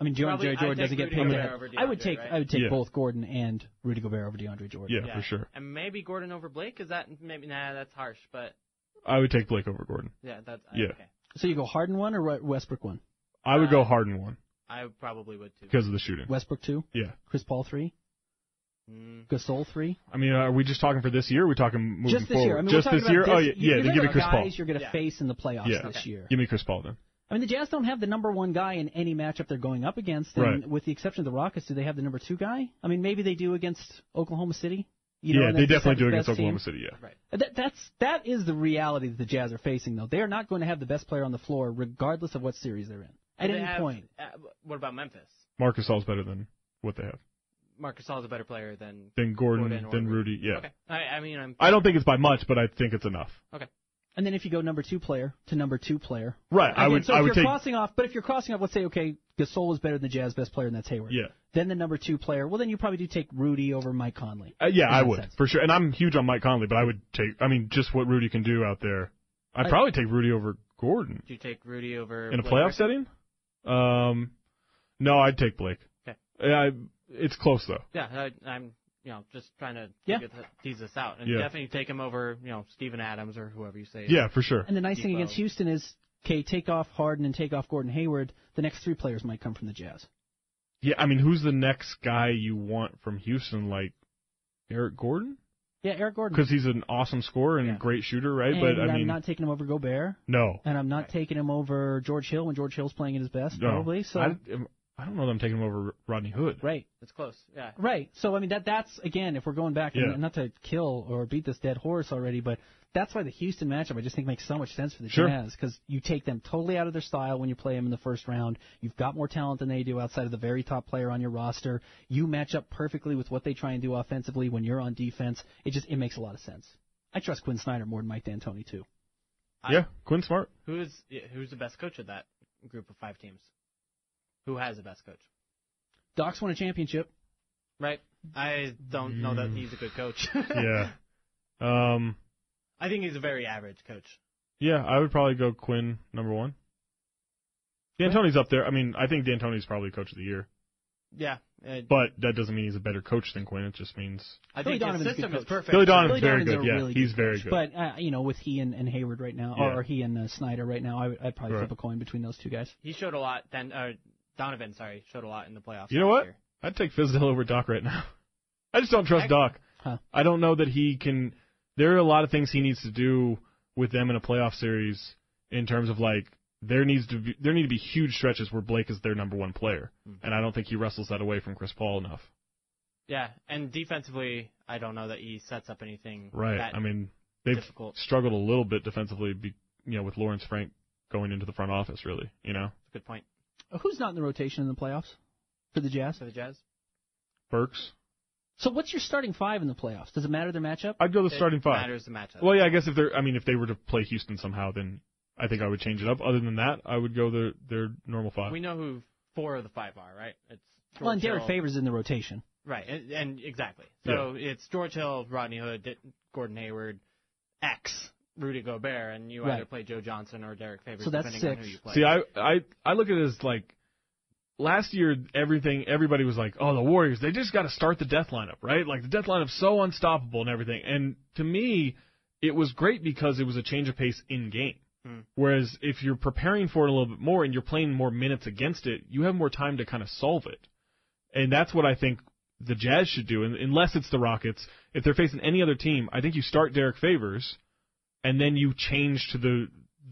D: I mean, DeAndre
B: Probably- I'd
D: Jordan
B: take
D: doesn't get
B: Rudy
D: picked.
B: Gobert
D: yet.
B: over
D: I would
B: DeAndre,
D: take
B: right?
D: I would take
C: Yeah.
D: both Gordon and Rudy Gobert over DeAndre Jordan.
C: Yeah, for sure.
B: And maybe Gordon over Blake. Is that maybe? Nah, that's harsh, but
C: I would take Blake over Gordon.
B: yeah, that's I-
C: Yeah.
B: okay.
D: So you go Harden one or Re- Westbrook one?
C: I would
B: Uh,
C: go Harden one
B: I probably would too.
C: because of the shooting.
D: Westbrook two?
C: Yeah.
D: Chris Paul three?
B: Mm.
D: Gasol three?
C: I mean, are we just talking for this year? Or are we talking moving
D: Just this
C: forward?
D: year. I mean,
C: just
D: we're talking
C: this year?
D: About
C: oh
D: this,
C: yeah, yeah.
D: you're
C: Then give me
D: talking
C: Chris
D: about
C: Paul.
D: Guys you're going to
B: Yeah.
D: face in the playoffs
C: Yeah.
D: this
B: Okay.
D: year.
C: Give me Chris Paul then.
D: I mean, the Jazz don't have the number one guy in any matchup they're going up against. And
C: Right.
D: With the exception of the Rockets, do they have the number two guy? I mean, maybe they do against Oklahoma City. You know,
C: yeah,
D: and
C: they
D: that's the
C: definitely do against
D: seventh best team.
C: Oklahoma City. Yeah.
B: Right.
D: That, that's that is the reality that the Jazz are facing, though. They are not going to have the best player on the floor, regardless of what series they're in, at
B: They
D: any
B: have-
D: point.
B: Uh, what about Memphis?
C: Marcus All's better than what they have.
B: Marcus Gasol is a better player than.
C: Then Gordon,
B: Gordon or
C: then
B: Rudy.
C: Rudy. Yeah.
B: Okay. I, I mean, I'm.
C: I don't think it's by much, but I think it's enough.
D: And then if you go number two player to number two player,
C: Right. I
D: Again,
C: would.
D: So
C: I
D: if
C: would
D: you're
C: take.
D: crossing off, but if you're crossing off, let's say okay, Gasol is better than the Jazz best player, and that's Hayward.
C: Yeah.
D: Then the number two player, well, then you probably do take Rudy over Mike Conley.
C: Uh, yeah,
D: in
C: I
D: that
C: would
D: sense.
C: for sure. And I'm huge on Mike Conley, but I would take. I mean, just what Rudy can do out there. I'd
D: I-
C: probably take Rudy over Gordon
B: Do you take Rudy over
C: in a
B: Blake
C: playoff
B: Griffin?
C: setting. Um, no, I'd take Blake.
B: Okay.
C: Yeah, I, it's close though.
B: Yeah, I, I'm. You know, just trying to
D: Yeah.
B: figure th- tease this out, and
C: Yeah.
B: definitely take him over. You know, Steven Adams or whoever you say.
C: Yeah, for sure.
D: And the nice thing
B: Depot.
D: against Houston is, okay, take off Harden and take off Gordon Hayward. The next three players might come from the Jazz.
C: Yeah, I mean, who's the next guy you want from Houston? Like Eric Gordon,
D: Yeah, Eric Gordon.
C: because he's an awesome scorer and
D: Yeah.
C: great shooter, right?
D: And
C: but I
D: I'm
C: mean,
D: not taking him over Gobert,
C: no,
D: and I'm not taking him over George Hill when George Hill's playing at his best,
C: no.
D: probably. So
C: I, I don't know that I'm taking him over Rodney Hood.
D: right,
B: It's close. Yeah.
D: right. So I mean that that's again, if we're going back,
C: Yeah.
D: and not to kill or beat this dead horse already, but that's why the Houston matchup I just think makes so much sense for the
C: Sure.
D: Jazz because you take them totally out of their style when you play them in the first round. You've got more talent than they do outside of the very top player on your roster. You match up perfectly with what they try and do offensively when you're on defense. It just it makes a lot of sense. I trust Quinn Snyder more than Mike D'Antoni too.
B: I-
C: yeah, Quinn Smart.
B: Who's yeah, who's the best coach of that group of five teams? Who has the best coach?
D: Docs won a championship.
B: Right. I don't know that he's a good coach.
C: Yeah. um.
B: I think he's a very average coach.
C: Yeah, I would probably go Quinn number one. D'Antoni's up there. I mean, I think D'Antoni's probably coach of the year,
B: Yeah. uh,
C: but that doesn't mean he's a better coach than Quinn. It just means
B: I
D: Billy
B: think his
D: Donovan's a good
B: system is
D: coach.
B: perfect.
C: Billy Donovan's
D: Billy
C: very
D: Donovan's
C: good.
D: a
C: Yeah,
D: really
C: he's
D: good
C: very good.
D: But uh, you know, with he and, and Hayward right now,
C: Yeah.
D: or he and uh, Snyder right now, I would, I'd probably
C: Right.
D: flip a coin between those two guys.
B: He showed a lot then uh, Donovan, sorry, showed a lot in the playoffs.
C: you know
B: last
C: what?
B: year.
C: I'd take Fizdale over Doc right now. I just don't trust
B: Heck-
C: Doc.
D: Huh.
C: I don't know that he can. There are a lot of things he needs to do with them in a playoff series in terms of like there needs to be there need to be huge stretches where Blake is their number one player,
D: Hmm.
C: and I don't think he wrestles that away from Chris Paul enough.
B: Yeah, and defensively, I don't know that he sets up anything.
C: Right.
B: That,
C: I mean, they've
B: difficult.
C: struggled a little bit defensively, be, you know, with Lawrence Frank going into the front office, really. You know,
B: good point
D: Who's not in the rotation in the playoffs for the Jazz?
B: for the Jazz.
C: Burks.
D: So what's your starting five in the playoffs? Does it matter their matchup?
C: I'd go the
B: It
C: starting five.
B: matters the matchup.
C: Well, yeah, I guess if they're, I mean, if they were to play Houston somehow, then I think I would change it up. Other than that, I would go their their normal five.
B: we know who four of the five are, right? It's George
D: well, and Derek
B: Hill-
D: Favors in the rotation.
B: Right, and, and exactly. So it's George Hill, Rodney Hood, D- Gordon Hayward, X, Rudy Gobert, and you
D: Right.
B: either play Joe Johnson or Derek Favors,
D: So that's
B: depending on who
D: six.
B: you play.
C: See, I, I I look at it as like last year, everything everybody was like, oh, the Warriors, they just got to start the death lineup, right? Like the death lineup's so unstoppable and everything. And to me, it was great because it was a change of pace in game. Whereas if you're preparing for it a little bit more and you're playing more minutes against it, you have more time to kind of solve it. And that's what I think the Jazz should do. And unless it's the Rockets, if they're facing any other team, I think you start Derek Favors, and then you change to the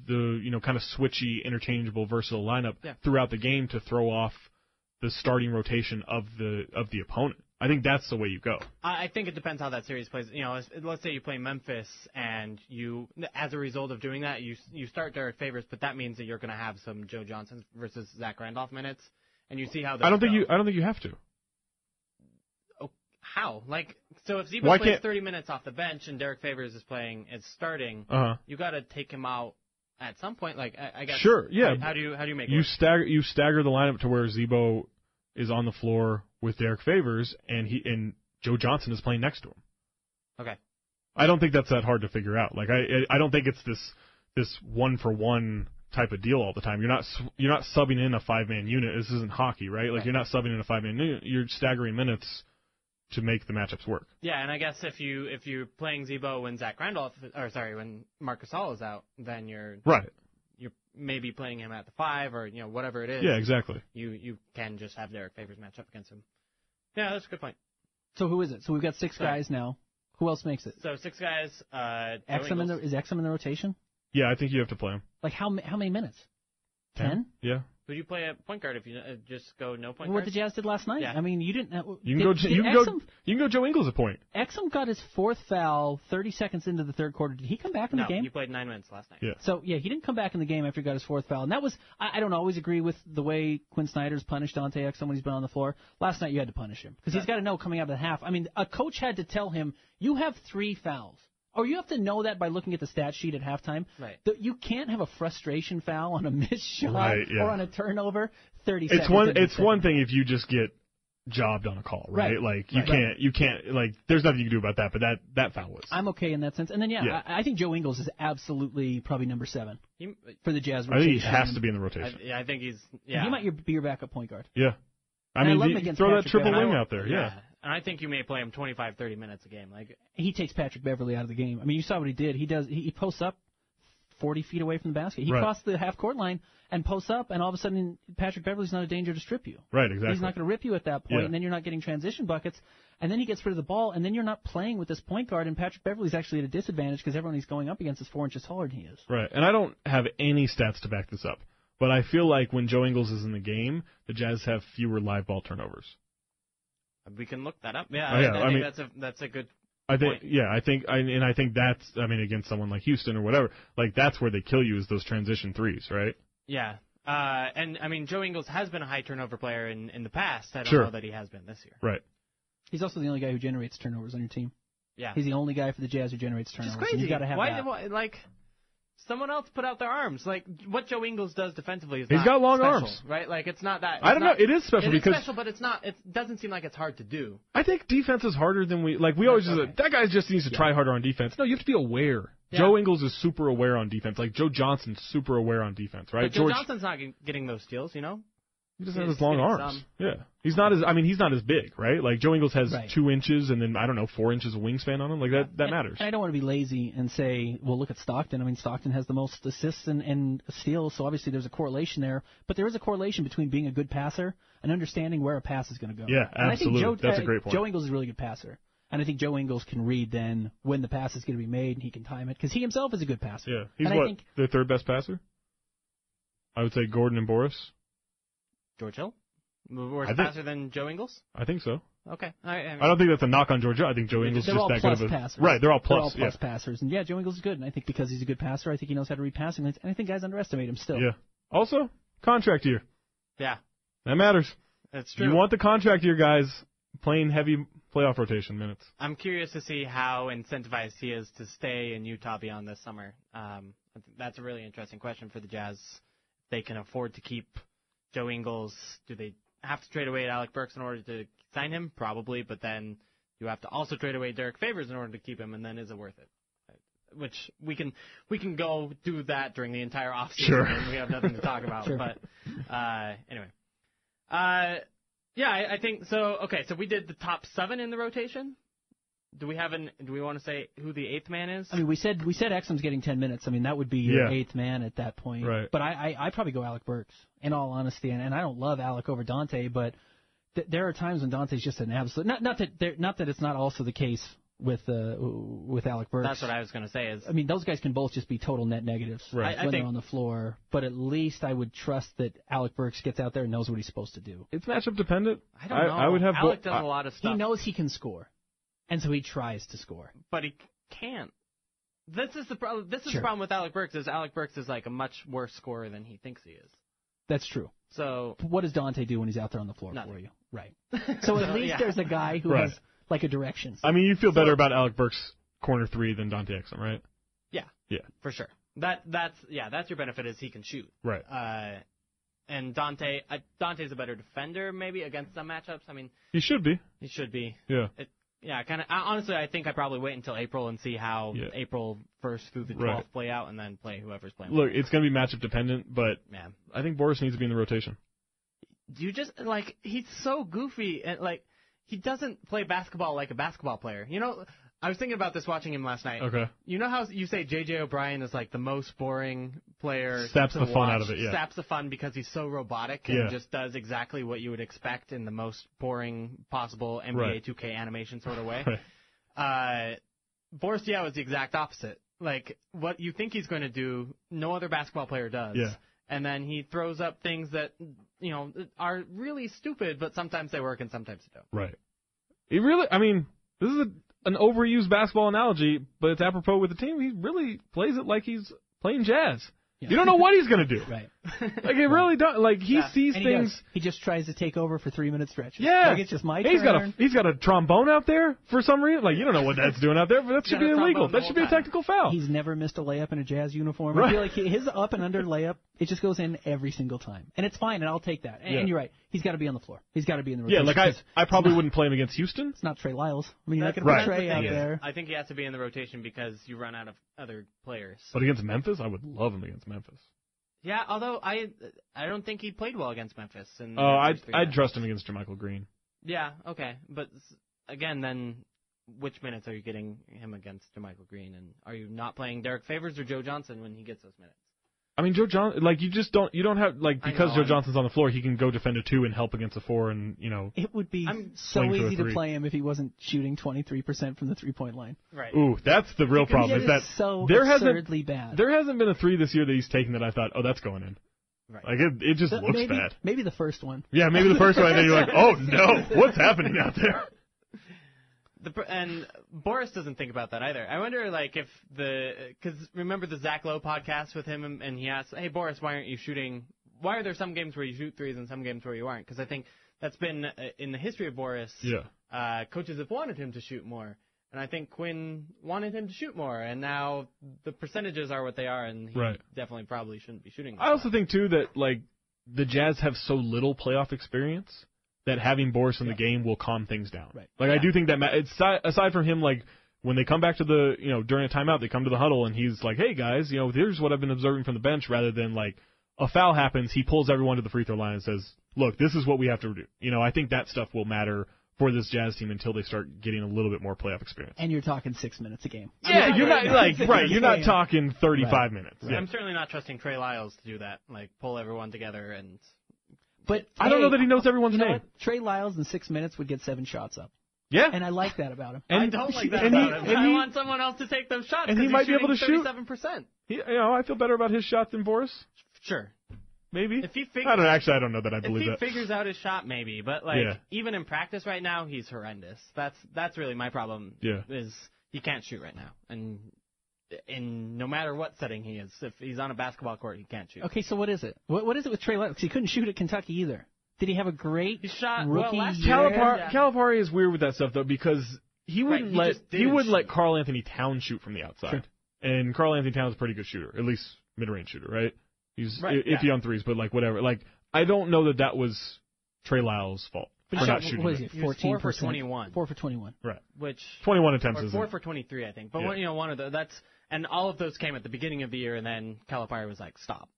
C: the you know kind of switchy, interchangeable, versatile lineup
B: Yeah.
C: throughout the game to throw off the starting rotation of the of the opponent. I think that's the way you go.
B: I I think it depends how that series plays. You know, if- let's say you play Memphis, and you, as a result of doing that, you you start Derek Favors, but that means that you're going to have some Joe Johnson versus Zach Randolph minutes, and you see how. Those
C: I don't think
B: go.
C: you I don't think you have to.
B: Oh, how? Like, so if Zeba
C: Why
B: plays
C: can't-
B: 30 minutes off the bench and Derek Favors is playing, is starting,
C: Uh huh.
B: you got to take him out at some point. Like, I, I guess.
C: Sure, yeah.
B: How, how do you how do you make it?
C: You
B: work?
C: stagger you stagger the lineup to where Zebo is on the floor with Derek Favors and he and Joe Johnson is playing next to him.
B: Okay.
C: I don't think that's that hard to figure out. Like I, I I don't think it's this this one for one type of deal all the time. You're not s- you're not subbing in a five man unit. This isn't hockey, right? Like
B: Right.
C: you're not subbing in a five man unit. You're staggering minutes to make the matchups work.
B: Yeah, and I guess if you if you're playing Zebo when Zach Randolph, or sorry, when Marcus All is out, then you're
C: Right.
B: you're maybe playing him at the five or you know whatever it is.
C: Yeah. Exactly.
B: You you can just have Derek Favors match up against him. Yeah, that's a good point.
D: So who is it? So we've got six
B: Sorry.
D: guys now. Who else makes it?
B: So six guys. Uh, Joe
D: Exum in the,
B: Ingles.
D: is Exum in the rotation?
C: Yeah. I think you have to play him.
D: Like how ma- how many minutes? Ten.
C: Yeah.
B: Would you play at point guard if you uh, just go no point
D: What
B: guard?
D: the Jazz did last night?
B: Yeah.
D: I mean, you didn't. Uh,
C: You can
D: did,
C: go.
D: Did
C: you can
D: Exum,
C: go. You can go. Joe Ingles a point.
D: Exum got his fourth foul 30 seconds into the third quarter. Did he come back in
B: no,
D: the game?
B: you played nine minutes last night.
C: Yeah.
D: So yeah, he didn't come back in the game after he got his fourth foul, and that was I, I don't always agree with the way Quinn Snyder's punished Dante Exum when he's been on the floor. Last night you had to punish him because he's got to know coming out of the half. I mean, a coach had to tell him you have three fouls, or you have to know that by looking at the stat sheet at halftime.
B: Right.
D: That you can't have a frustration foul on a missed shot
C: Right, yeah.
D: or on a turnover. Thirty.
C: It's
D: seconds
C: one.
D: into the
C: It's one
D: second.
C: thing if you just get jobbed on a call, right?
D: Right.
C: Like you
D: Right.
C: can't. You can't. Like there's nothing you can do about that. But that that foul was.
D: I'm okay in that sense, and then yeah,
C: Yeah.
D: I, I think Joe Ingles is absolutely probably number seven
B: He,
D: for the Jazz.
C: I think he
D: rotation.
C: has to be in the
B: I,
C: rotation.
B: yeah, I think he's yeah.
D: He might be your backup point guard.
C: Yeah. I
D: And I
C: mean,
D: love
C: the-
D: him against
C: throw that
D: Patrick
C: triple
D: Beverley.
C: wing out there. Yeah.
B: And I think you may play him 25, 30 minutes a game. Like
D: he takes Patrick Beverly out of the game. I mean, you saw what he did. He does. He, he posts up 40 feet away from the basket. He
C: Right.
D: crossed the half court line and posts up, and all of a sudden Patrick Beverly's not a danger to strip you.
C: Right, exactly.
D: He's not going to rip you at that point,
C: Yeah.
D: and then you're not getting transition buckets, and then he gets rid of the ball, and then you're not playing with this point guard, and Patrick Beverly's actually at a disadvantage because everyone he's going up against is four inches taller than he is.
C: Right. And I don't have any stats to back this up, but I feel like when Joe Ingles is in the game, the Jazz have fewer live ball turnovers.
B: We can look that up. Yeah,
C: Oh, yeah,
B: I, I
C: I
B: think
C: mean-
B: that's a that's a good.
C: I think
B: Point.
C: yeah, I think I, and I think that's I mean against someone like Houston or whatever, like that's where they kill you is those transition threes, right?
B: Yeah, uh, and I mean Joe Ingles has been a high turnover player in in the past. I don't
C: Sure.
B: know that he has been this year.
C: Right.
D: He's also the only guy who generates turnovers on your team.
B: Yeah,
D: He's the only guy for the Jazz who generates turnovers.
B: It's
D: and
B: crazy.
D: You got to have
B: why,
D: that.
B: why- like someone else put out their arms. Like what Joe Ingles does defensively is
C: He's
B: not
C: got long
B: special,
C: arms.
B: right? Like it's not that.
C: I
B: it's
C: don't
B: not-
C: know. It is special
B: it is
C: because-
B: special, but it's not. It doesn't seem like it's hard to do.
C: I think defense is harder than we like. We always just
B: Okay.
C: that guy just needs to try harder on defense. No, you have to be aware.
B: Yeah.
C: Joe Ingles is super aware on defense. Like Joe Johnson's super aware on defense, right?
B: but Joe Johnson's not get- getting those steals, you know.
C: He doesn't have
B: He's
C: his long
B: getting
C: arms.
B: some.
C: Yeah, he's not as. I mean, he's not as big, right? Like Joe Ingles has
D: Right.
C: two inches and then I don't know four inches of wingspan on him. Like that that
D: And-
C: matters.
D: And I don't want to be lazy and say, well, look at Stockton. I mean, Stockton has the most assists and, and steals, so obviously there's a correlation there. But there is a correlation between being a good passer and understanding where a pass is going to go.
C: Yeah,
D: and I
C: absolutely.
D: think Joe,
C: That's
D: uh,
C: a great point.
D: Joe Ingles is a really good passer. And I think Joe Ingles can read then when the pass is going to be made and he can time it because he himself is a good passer.
C: yeah, he's
D: and I
C: what
D: think
C: the third best passer. I would say Gordon and Boris.
B: George Hill, worse
C: I think-
B: faster than Joe Ingles.
C: I think so.
B: Okay, I, I mean,
C: I don't think that's a knock on George. I think Joe Ingles is
D: they're
C: just
D: all
C: that
D: plus
C: good of a
D: passers.
C: right. They're all
D: They're
C: plus.
D: plus passers. And yeah, Joe Ingles is good. And I think because he's a good passer, I think he knows how to read passing lanes. And I think guys underestimate him
C: yeah.
D: still.
C: yeah. Also, contract year
B: yeah,
C: that matters.
B: that's true.
C: You want the contract year guys playing heavy playoff rotation minutes.
B: I'm curious to see how incentivized he is to stay in Utah beyond this summer. Um, I think that's a really interesting question for the Jazz. If they can afford to keep Joe Ingles, do they have to trade away Alec Burks in order to sign him? Probably, but then you have to also trade away Derek Favors in order to keep him, and then is it worth it? Which we can we can go do that during the entire offseason.
C: Sure.
B: And we have nothing to talk about.
D: Sure.
B: But uh, anyway, uh, yeah, I, I think so. Okay, so we did the top seven in the rotation. Do we have an? Do we want to say who the eighth man is?
D: I mean, we said we said Exum's getting 10 minutes. I mean, that would be your
C: Yeah.
D: eighth man at that point.
C: Right.
D: But I, I I probably go Alec Burks in all honesty, and, and I don't love Alec over Dante, but th- there are times when Dante's just an absolute. Not not that there, not that it's not also the case with uh with Alec Burks.
B: That's what I was gonna say. Is
D: I mean, those guys can both just be total net negatives
C: Right.
B: I- I
D: when
B: think-
D: they're on the floor. But at least I would trust that Alec Burks gets out there and knows what he's supposed to do.
C: It's matchup dependent.
B: I don't
C: I,
B: know.
C: I would have.
B: Alec
C: Bo-
B: does
C: I-
B: a lot of stuff,
D: He knows he can score, and so he tries to score.
B: but he can't. This is the problem. This is
D: Sure.
B: the problem with Alec Burks. Is Alec Burks is like a much worse scorer than he thinks he is.
D: That's true.
B: So
D: what does Dante do when he's out there on the floor
B: Nothing.
D: for you? Right. So at least
B: yeah.
D: there's a guy who
C: Right.
D: has like a direction.
C: I mean, you feel better about Alec Burks corner three than Dante Exum, right?
B: yeah,
C: Yeah.
B: for sure. That that's yeah. That's your benefit is he can shoot.
C: Right.
B: Uh, and Dante uh, Dante's a better defender maybe against some matchups. I mean,
C: He should be.
B: he should be.
C: Yeah.
B: It, yeah, kind of. Honestly, I think I probably wait until April and see how
C: Yeah.
B: April first through the
C: Right.
B: twelfth play out, and then play whoever's playing.
C: Look, it's gonna be matchup dependent, but
B: man,
C: I think Boris needs to be in the rotation.
B: do you just like he's so goofy and like he doesn't play basketball like a basketball player. You know, I was thinking about this watching him last night.
C: Okay.
B: You know how you say JJ O'Brien is like the most boring player.
C: Saps
B: to
C: the fun out
B: watch,
C: of it, yeah.
B: Saps the fun because he's so robotic and
C: Yeah.
B: just does exactly what you would expect in the most boring possible NBA
C: Right.
B: 2K animation sort of way.
C: Right.
B: uh, Boris Diaw is the exact opposite. Like what you think he's going to do, no other basketball player does.
C: Yeah.
B: And then he throws up things that you know are really stupid, but sometimes they work and sometimes they don't.
C: Right. He really. I mean, this is a, an overused basketball analogy, but it's apropos with the team. He really plays it like he's playing jazz.
D: Yeah.
C: You don't know what he's gonna do.
D: Right.
C: Like it really does. Like he
B: Yeah.
C: sees
D: And he,
C: things.
D: does. he just tries to take over for three minute stretches.
C: Yeah,
D: Like it's just my
C: He's got a
D: turn.
C: he's got a trombone out there for some reason. Like you don't know what that's doing out there, but that should
B: got
C: be
B: a
C: illegal.
B: trombone
C: That
B: the
C: should
B: whole
C: be a
B: time.
C: technical foul.
D: He's never missed a layup in a jazz uniform. I
C: Right.
D: feel like he- his up and under layup, it just goes in every single time, and it's fine, and I'll take that. And,
C: Yeah.
D: and you're right, he's got to be on the floor. He's got to be in the
C: yeah,
D: rotation.
C: like I
D: 'cause
C: I probably wouldn't play him against Houston.
D: it's not Trey Lyles. I mean, you're not
B: That's-
D: going to
C: Right.
D: put Trey
B: that's
D: out
B: the thing is,
D: there.
B: I think he has to be in the rotation because you run out of other players.
C: But against Memphis, I would love him against Memphis.
B: Yeah, although I I don't think he played well against Memphis. in
C: Oh,
B: their
C: I'd
B: first three
C: I'd
B: matches.
C: trust him against Jermichael Green.
B: Yeah, okay, but s- again, then which minutes are you getting him against Michael Green, and are you not playing Derek Favors or Joe Johnson when he gets those minutes?
C: I mean, Joe John, like you just don't you don't have like
B: I
C: because
B: know,
C: Joe
B: I'm-
C: Johnson's on the floor, he can go defend a two and help against a four, and you know,
D: It would be
B: I'm
D: so
C: swing to a
D: easy to
C: three.
D: play him if he wasn't shooting 23% from the three point line.
B: Right.
C: ooh, that's the real problem
D: It
C: is that
D: is so
C: there hasn't
D: absurdly bad.
C: there hasn't been a three this year that he's taken that I thought, oh, that's going in.
B: Right.
C: Like it, it just
D: The-
C: looks
D: maybe,
C: bad.
D: Maybe the first one.
C: Yeah, maybe the first one, and then you're like, oh no, what's happening out there?
B: The, pr- and Boris doesn't think about that either. I wonder, like, if the because remember the Zach Lowe podcast with him, and, and he asked, "Hey Boris, why aren't you shooting? Why are there some games where you shoot threes and some games where you aren't?" Because I think that's been uh, in the history of Boris.
C: Yeah.
B: Uh, coaches have wanted him to shoot more, and I think Quinn wanted him to shoot more, and now the percentages are what they are, and he
C: Right.
B: definitely probably shouldn't be shooting.
C: I also think too that like the Jazz have so little playoff experience that having Boris in the game will calm things down.
D: Right.
C: Like I do think that ma- it's si- aside from him like when they come back to the you know during a timeout they come to the huddle and he's like hey guys you know here's what I've been observing from the bench rather than like a foul happens he pulls everyone to the free throw line and says look this is what we have to do you know I think that stuff will matter for this Jazz team until they start getting a little bit more playoff experience.
D: And you're talking six minutes a game.
C: Yeah, you're not like right. You're not
D: Yeah.
C: talking 35
D: Right.
C: minutes.
D: Right.
C: Yeah.
B: I'm certainly not trusting Trey Lyles to do that. Like, pull everyone together and.
D: But
C: I don't know
D: hey,
C: that he knows everyone's
D: you know
C: name.
D: what? Trey Lyles in six minutes would get seven shots up,
C: Yeah,
D: and I like that about him.
C: And
B: I don't like that
C: and
B: about him.
C: he, And
B: I
C: he,
B: want someone else to take those shots.
C: and he
B: 'cause
C: might
B: he's
C: be able to shoot.
B: Thirty-seven percent.
C: he- you know, I feel better about his shot than Boris.
B: Sure.
C: Maybe.
B: If he fig-
C: I don't actually. I don't know that I
B: If
C: believe
B: he
C: that.
B: figures out his shot, maybe. But like,
C: Yeah.
B: even in practice right now, he's horrendous. That's that's really my problem.
C: Yeah.
B: Is he can't shoot right now, and in no matter what setting he is, if he's on a basketball court, he can't shoot.
D: Okay, so what is it? What, what is it with Trey Lyles? 'Cause he couldn't shoot at Kentucky either. Did he have a great
B: He shot- well,
D: rookie
B: last
D: year?
B: year-
C: Calipari,
B: Yeah.
C: Calipari is weird with that stuff though because he
B: Right,
C: wouldn't
B: he
C: let
B: just
C: he
B: didn't
C: wouldn't let
B: shoot.
C: Carl Anthony Town shoot from the outside.
D: Sure.
C: And Carl Anthony Town's a pretty good shooter, at least mid range shooter, right? He's
B: Right,
C: i- iffy
B: yeah.
C: on threes, but like whatever. Like I don't know that that was Trey Lyles' fault
D: But
C: for
D: he
C: not
D: shot-
C: shooting.
D: what is
C: it.
D: it?
B: He was four
D: 14
B: for 21.
D: Four for 21.
C: Right.
B: Which
C: 21 attempts
B: or
C: is
B: four for 23, I think. But
C: Yeah.
B: one, you know, one of the that's and all of those came at the beginning of the year, and then Calipari was like, stop,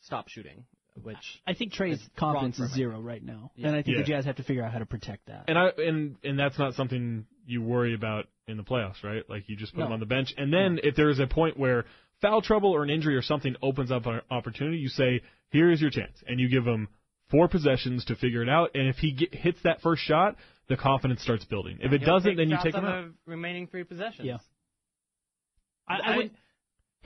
B: stop shooting, which
D: I think
B: It's
D: Trey's
B: wrong
D: confidence
B: for
D: is
B: him.
D: zero right now,
B: Yeah.
D: and I think
C: Yeah.
D: the Jazz have to figure out how to protect that.
C: and I and and that's not something you worry about in the playoffs, right? Like you just put
D: No.
C: him on the bench, and then if there is a point where foul trouble or an injury or something opens up an opportunity, you say, "Here is your chance," and you give him four possessions to figure it out. And if he get, hits that first shot, the confidence starts building. If it
B: He'll
C: doesn't, then you
B: shots
C: take
B: on
C: him out.
B: The remaining three possessions.
D: Yeah. I, I
B: I-
D: would.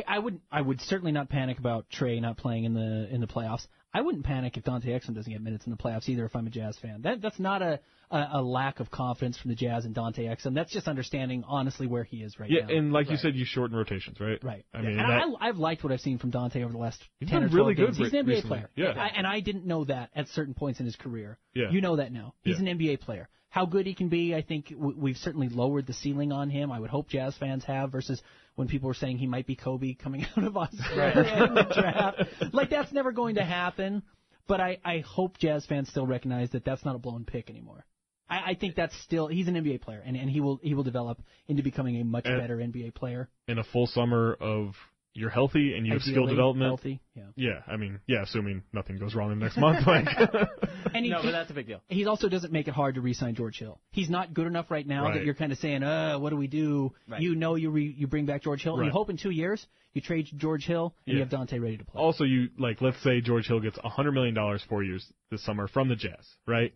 D: I would. I would certainly not panic about Trey not playing in the in the playoffs. I wouldn't panic if Dante Exum doesn't get minutes in the playoffs either. If I'm a Jazz fan, that that's not a a, a lack of confidence from the Jazz and Dante Exum. That's just understanding honestly where he is right
C: Yeah,
D: now.
C: and like you said, you shorten rotations, right?
D: right.
C: I mean,
D: and
C: that,
D: I, I've liked what I've seen from Dante over the last
C: He's
D: ten
C: been
D: or twelve
C: really good
D: games.
C: re-
D: He's an NBA
C: recently.
D: player.
C: Yeah.
D: I, and I didn't know that at certain points in his career.
C: Yeah.
D: You know that now. He's
C: Yeah.
D: an NBA player. How good he can be, I think w- we've certainly lowered the ceiling on him. I would hope Jazz fans have versus when people were saying he might be Kobe coming out of Australia in the draft. Like that's never going to happen. But I, I hope Jazz fans still recognize that that's not a blown pick anymore. I, I think that's still he's an NBA player and, and he will he will develop into becoming a much
C: And-
D: better NBA player.
C: in a full summer of you're healthy and you have skill
D: ideally,
C: development.
D: healthy. Yeah.
C: Yeah, I mean, yeah, assuming nothing goes wrong in the next month, like.
D: And he,
B: No, but that's a big deal.
D: he also doesn't make it hard to re-sign George Hill. He's not good enough right now
C: Right.
D: that you're kind of saying, "Uh, what do we do?"
B: Right.
D: You know, you re, you bring back George Hill, and
C: Right.
D: you hope in two years you trade George Hill and
C: Yeah.
D: you have Dante ready to play.
B: Oh.
C: also you like let's say George Hill gets hundred million dollars four years this summer from the Jazz, right?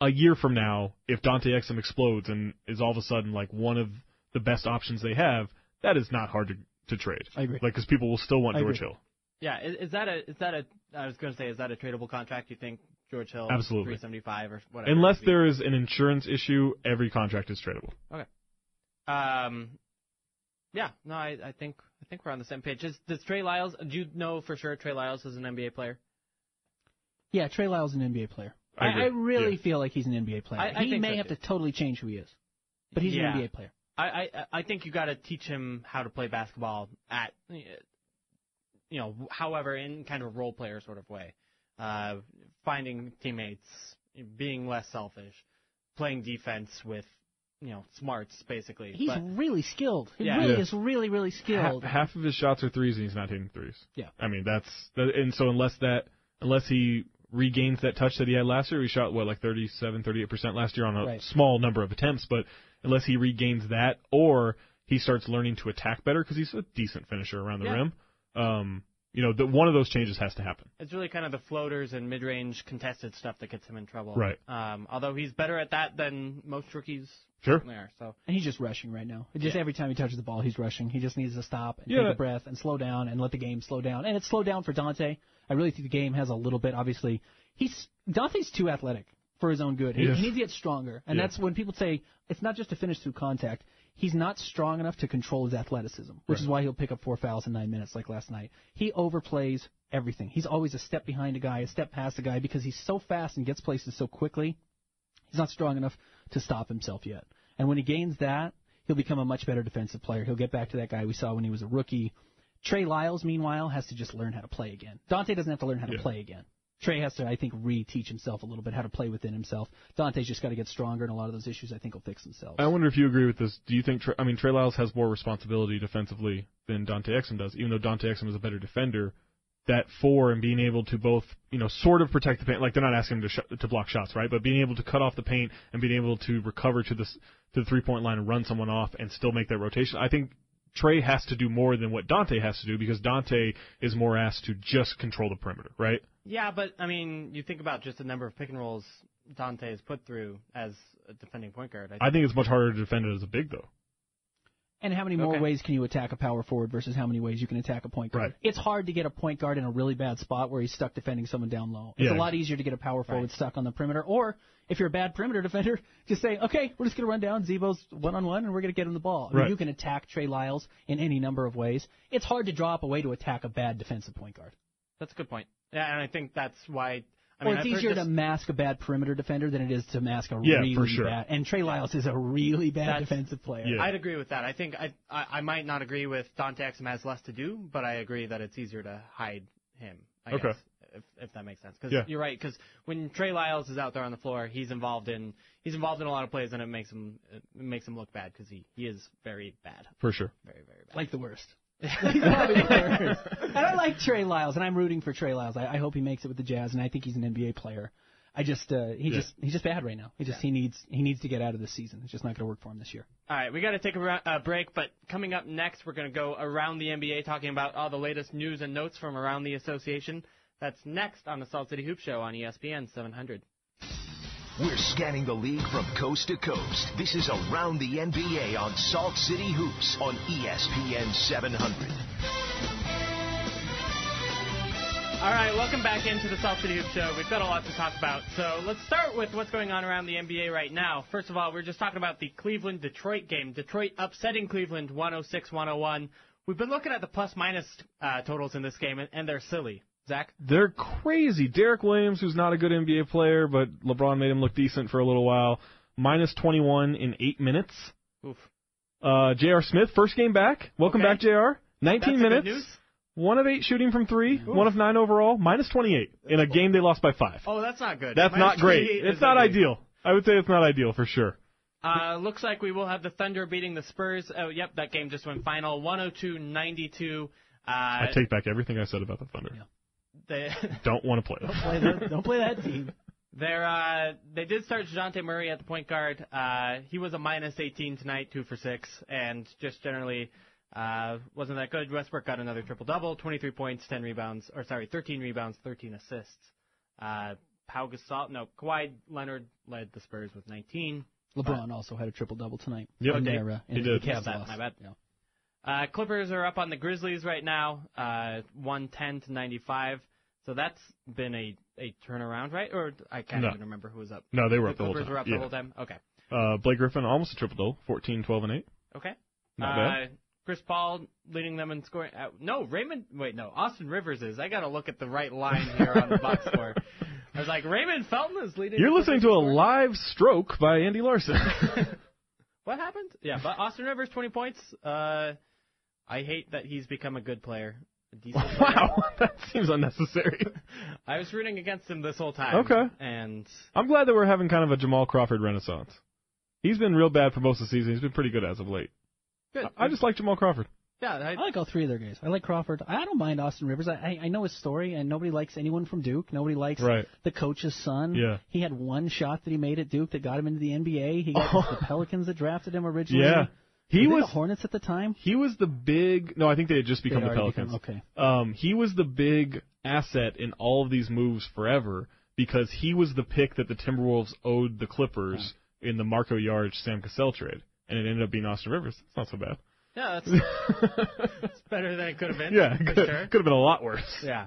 C: A year from now, if Dante Exum explodes and is all of a sudden like one of the best options they have, that is not hard to to trade.
D: I agree.
C: Like because people will still want
D: I
C: George
D: agree.
C: Hill.
B: Yeah, is, is that a is that a I was going to say is that a tradable contract? You think George Hill
C: Absolutely.
B: 375 or whatever? would
C: Unless
B: be-
C: there is an insurance issue, every contract is tradable.
B: um, yeah, no, I, I think I think we're on the same page. Is, does Trey Lyles? Do you know for sure Trey Lyles is an NBA player?
D: yeah, Trey Lyles is an NBA player.
C: I agree.
D: really
C: Yeah.
D: feel like he's an NBA player.
B: I- I
D: he
B: think
D: may
B: so,
D: have
B: too.
D: to totally change who he is, but he's
B: Yeah.
D: an NBA player.
B: I I, I think you got to teach him how to play basketball at you know however in kind of a role player sort of way, uh, finding teammates, being less selfish, playing defense with you know smarts basically.
D: He's
B: But-
D: really skilled. He
B: Yeah.
D: really
C: Yeah.
D: is really really
C: Half,
D: skilled.
C: half of his shots are threes, and he's not hitting threes.
D: Yeah.
C: I mean that's that, and so unless that unless he regains that touch that he had last year, he shot what like 37, 38 percent last year on a
D: Right.
C: small number of attempts. But unless he regains that or he starts learning to attack better because he's a decent finisher around the
B: Yeah.
C: rim. Um, you know, the, one of those changes has to happen.
B: It's really kind of the floaters and mid-range contested stuff that gets him in trouble.
C: Right.
B: Um, although he's better at that than most rookies
C: Sure.
B: there. So
D: And he's just rushing right now. Just every time he touches the ball, he's rushing. He just needs to stop and
C: Yeah.
D: take a breath and slow down and let the game slow down. And it's slowed down for Dante. I really think the game has a little bit. Obviously, he's Dante's too athletic for his own good. He,
C: Yes.
D: he needs to get stronger. And
C: Yeah.
D: that's when people say it's not just to finish through contact. He's not strong enough to control his athleticism, which is why he'll pick up four fouls in nine minutes like last night. He overplays everything. He's always a step behind a guy, a step past a guy because he's so fast and gets places so quickly. He's not strong enough to stop himself yet. And when he gains that, he'll become a much better defensive player. He'll get back to that guy we saw when he was a rookie. Trey Lyles, meanwhile, has to just learn how to play again. Dante doesn't have to learn how to
C: Yeah.
D: play again. Trey has to, I think, reteach himself a little bit how to play within himself. Dante's just got to get stronger, and a lot of those issues I think will fix themselves.
C: I wonder if you agree with this. Do you think, Tre- I mean, Trey Lyles has more responsibility defensively than Dante Exum does, even though Dante Exum is a better defender. That four and being able to both, you know, sort of protect the paint, like they're not asking him to, sh- to block shots, right? But being able to cut off the paint and being able to recover to this to the three point line and run someone off and still make that rotation. I think Trey has to do more than what Dante has to do because Dante is more asked to just control the perimeter, right?
B: yeah, but I mean, you think about just the number of pick and rolls Dante has put through as a defending point guard. I
C: I think it's much harder to defend it as a big though.
D: And how many more
B: Okay.
D: ways can you attack a power forward versus how many ways you can attack a point guard?
C: Right.
D: It's hard to get a point guard in a really bad spot where he's stuck defending someone down low. It's
C: Yeah.
D: a lot easier to get a power forward stuck on the perimeter. Or if you're a bad perimeter defender, just say, okay, we're just going to run down Zebo's one on one and we're going to get him the ball. I mean,
C: Right.
D: You can attack Trey Lyles in any number of ways. It's hard to draw up a way to attack a bad defensive point guard.
B: That's a good point. Yeah, and I think that's why. I
D: Or
B: mean,
D: it's
B: I've heard
D: easier
B: this-
D: to mask a bad perimeter defender than it is to mask a
C: Yeah, for
D: really
C: sure.
D: bad. And Trey Lyles is a really bad
B: That's-
D: defensive player.
C: Yeah.
B: I'd agree with that. I think I, I I might not agree with Dante Exum has less to do, but I agree that it's easier to hide him. I
C: Okay.
B: Guess, if if that makes sense, because
C: Yeah.
B: you're right. Because when Trey Lyles is out there on the floor, he's involved in he's involved in a lot of plays, and it makes him it makes him look bad because he he is very bad,
C: For sure.
B: very very bad.
D: Like the worst. He's probably the worst. And I like Trey Lyles, and I'm rooting for Trey Lyles. I, I hope he makes it with the Jazz, and I think he's an NBA player. I just uh, he
C: Yeah.
D: just he's just bad right now. He just he needs he needs to get out of this season. It's just not going to work for him this year.
B: All right, we got to take a ra- uh, break, but coming up next, we're going to go around the NBA talking about all the latest news and notes from around the association. That's next on the Salt City Hoop Show on E ESPN 700.
A: We're scanning the league from coast to coast. This is Around the NBA on Salt City Hoops on E ESPN 700.
B: All right, welcome back into the Salt City Hoop Show. We've got a lot to talk about, so let's start with what's going on around the NBA right now. First of all, we we're just talking about the Cleveland-Detroit game. Detroit upsetting Cleveland 106-101. We've been looking at the plus-minus uh, totals in this game, and, and they're silly. Zach,
C: They're crazy. Derek Williams, who's not a good NBA player, but LeBron made him look decent for a little while, minus 21 in eight minutes.
B: oof,
C: Uh, J.R. Smith, first game back. Welcome
B: Okay.
C: back, J.R. 19
B: That's the good
C: minutes.
B: news.
C: One of eight shooting from three, one of nine overall, minus 28 in a game they lost by five.
B: Oh, that's not good.
C: That's
B: Minus
C: not great.
B: 28
C: It's
B: is
C: not
B: ugly.
C: ideal. I would say it's not ideal for sure.
B: Uh, looks like we will have the Thunder beating the Spurs. Oh, yep, that game just went final 102-92. Uh,
C: I take back everything I said about the Thunder.
B: they,
C: Don't want to play
D: Play
C: them.
D: that, don't play that team.
B: They're, uh, they did start Dejounte Murray at the point guard. Uh, he was a minus 18 tonight, two for six, and just generally uh, wasn't that good. Westbrook got another triple double, 23 points, 10 rebounds, or sorry, 13 rebounds, 13 assists. Uh, Pau Gasol, no, Kawhi Leonard led the Spurs with 19.
D: LeBron also had a triple double tonight.
C: Yep.
D: in
C: Okay.
D: their, uh, in
C: He
D: the
C: did.
D: Cavs
B: That-
D: loss.
B: my bad.
D: Yeah.
B: Uh, Clippers are up on the Grizzlies right now, uh, 110 to 95. So that's been a, a turnaround, right? Or I can't
C: No.
B: even remember who was up.
C: No, they were
B: the
C: up the whole
B: Clippers
C: time.
B: were up
C: Yeah.
B: the whole time. Okay.
C: uh, Blake Griffin, almost a triple double, 14, 12, and 8.
B: Okay.
C: Not
B: uh,
C: bad.
B: Chris Paul leading them in scoring. Uh, no, Raymond. Wait, no. Austin Rivers is. I got to look at the right line here on the box score. I was like, Raymond Felton is leading.
C: You're
B: the
C: listening to
B: Clippers
C: a
B: in scoring.
C: live stroke by Andy Larson.
B: What happened? Yeah, but Austin Rivers 20 points. Uh, I hate that he's become a good player. A decent player.
C: wow, that seems unnecessary.
B: I was rooting against him this whole time.
C: Okay.
B: And
C: I'm glad that we're having kind of a Jamal Crawford renaissance. He's been real bad for most of the season. He's been pretty good as of late.
B: good.
C: I I just like Jamal Crawford.
B: Yeah, I,
D: I like all three of their guys. I like Crawford. I don't mind Austin Rivers. I, I I know his story, and nobody likes anyone from Duke. Nobody likes
C: Right.
D: the coach's son.
C: Yeah.
D: He had one shot that he made at Duke that got him into the NBA. He got the Pelicans that drafted him originally.
C: Yeah. He
D: Were they
C: was
D: the Hornets at the time.
C: He was the big. No, I think they had just become
D: They'd
C: the
D: already
C: Pelicans.
D: become- okay.
C: Um, he was the big asset in all of these moves forever because he was the pick that the Timberwolves owed the Clippers in the Marco Yarge Sam Cassell trade, and it ended up being Austin Rivers. It's not so bad.
B: yeah, that's, that's better than it could have been.
C: Yeah,
B: for
C: could,
B: sure.
C: could have been a lot worse.
B: Yeah.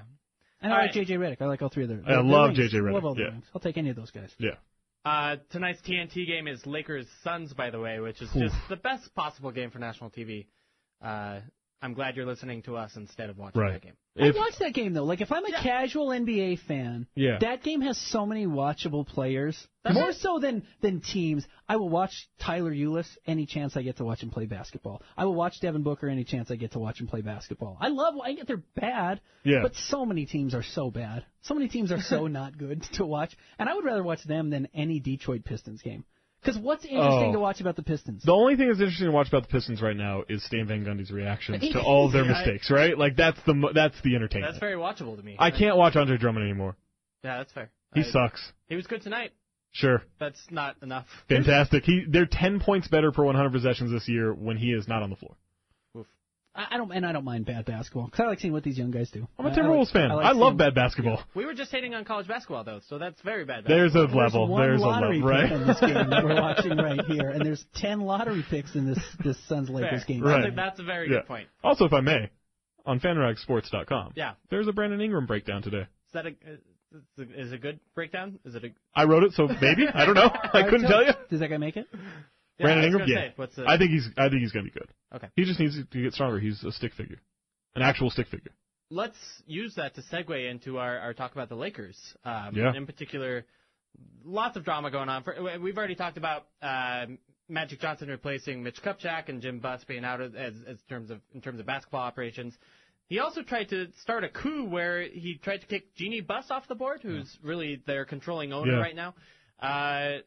D: And
B: All
D: I like
B: right.
D: JJ Redick. I like all three of their.
C: I
D: their
C: love
D: wings.
C: J.J.
D: I love
C: Redick,
D: all their
C: yeah.
D: wings. I'll take any of those guys.
C: Yeah.
B: Uh, tonight's TNT game is Lakers Suns, by the way, which is just the best possible game for national TV. Uh, I'm glad you're listening to us instead of watching
C: Right.
B: that game.
C: If-
D: I watch that game though. Like if I'm a casual NBA fan,
C: Yeah.
D: that game has so many watchable players. more so than than teams. I will watch Tyler Eulis any chance I get to watch him play basketball. I will watch Devin Booker any chance I get to watch him play basketball. I love. I get they're bad.
C: Yeah.
D: But so many teams are so bad. So many teams are so not good to watch. And I would rather watch them than any Detroit Pistons game. Because what's interesting
C: Oh.
D: to watch about the Pistons?
C: the only thing that's interesting to watch about the Pistons right now is Stan Van Gundy's reactions to all of their
B: Yeah, I-
C: mistakes, right? Like that's the mo- that's the entertainment.
B: That's very watchable to me.
C: I can't watch Andre Drummond anymore.
B: Yeah, that's fair.
C: He
B: I-
C: sucks.
B: He was good tonight.
C: Sure.
B: That's not enough.
C: Fantastic. He they're ten points better per 100 possessions this year when he is not on the floor.
B: Oof.
D: I, I don't. And I don't mind bad basketball because I like seeing what these young guys do.
C: I'm a
D: I- I
C: Timberwolves
D: like-
C: fan. I,
D: like
C: love
D: seeing-
C: bad basketball.
B: We were just hating on college basketball though, so that's very bad.
C: There's a
D: There's
C: level.
D: one
C: There's a level,
D: lottery
C: right?
D: pick in this game that we're watching right here, and there's ten lottery picks in this this Suns Lakers game.
C: Right.
B: I think that's a very
C: Yeah.
B: good point.
C: Also, if I may, on FanRagSports.com.
B: Yeah.
C: There's a Brandon Ingram breakdown today.
B: Is that a is it- is it a good breakdown? Is it a
C: I wrote it, so maybe I don't know. I
D: Hard
C: couldn't
D: to-
C: tell you.
D: Does that guy make it?
B: Yeah,
C: Brandon
B: I was
C: Ingram.
B: gonna
C: Yeah.
B: say, what's the-
C: I think he's. I think he's gonna be good.
B: Okay.
C: He just needs to get stronger. He's a stick figure, an actual stick figure.
B: let's use that to segue into our, our talk about the Lakers. Um,
C: Yeah.
B: In particular, lots of drama going on. For, we've already talked about uh, Magic Johnson replacing Mitch Kupchak and Jim Buss being out as, as, as terms of in terms of basketball operations. He also tried to start a coup where he tried to kick Jeannie Buss off the board, who's really their controlling owner
C: Yeah.
B: right now. Uh,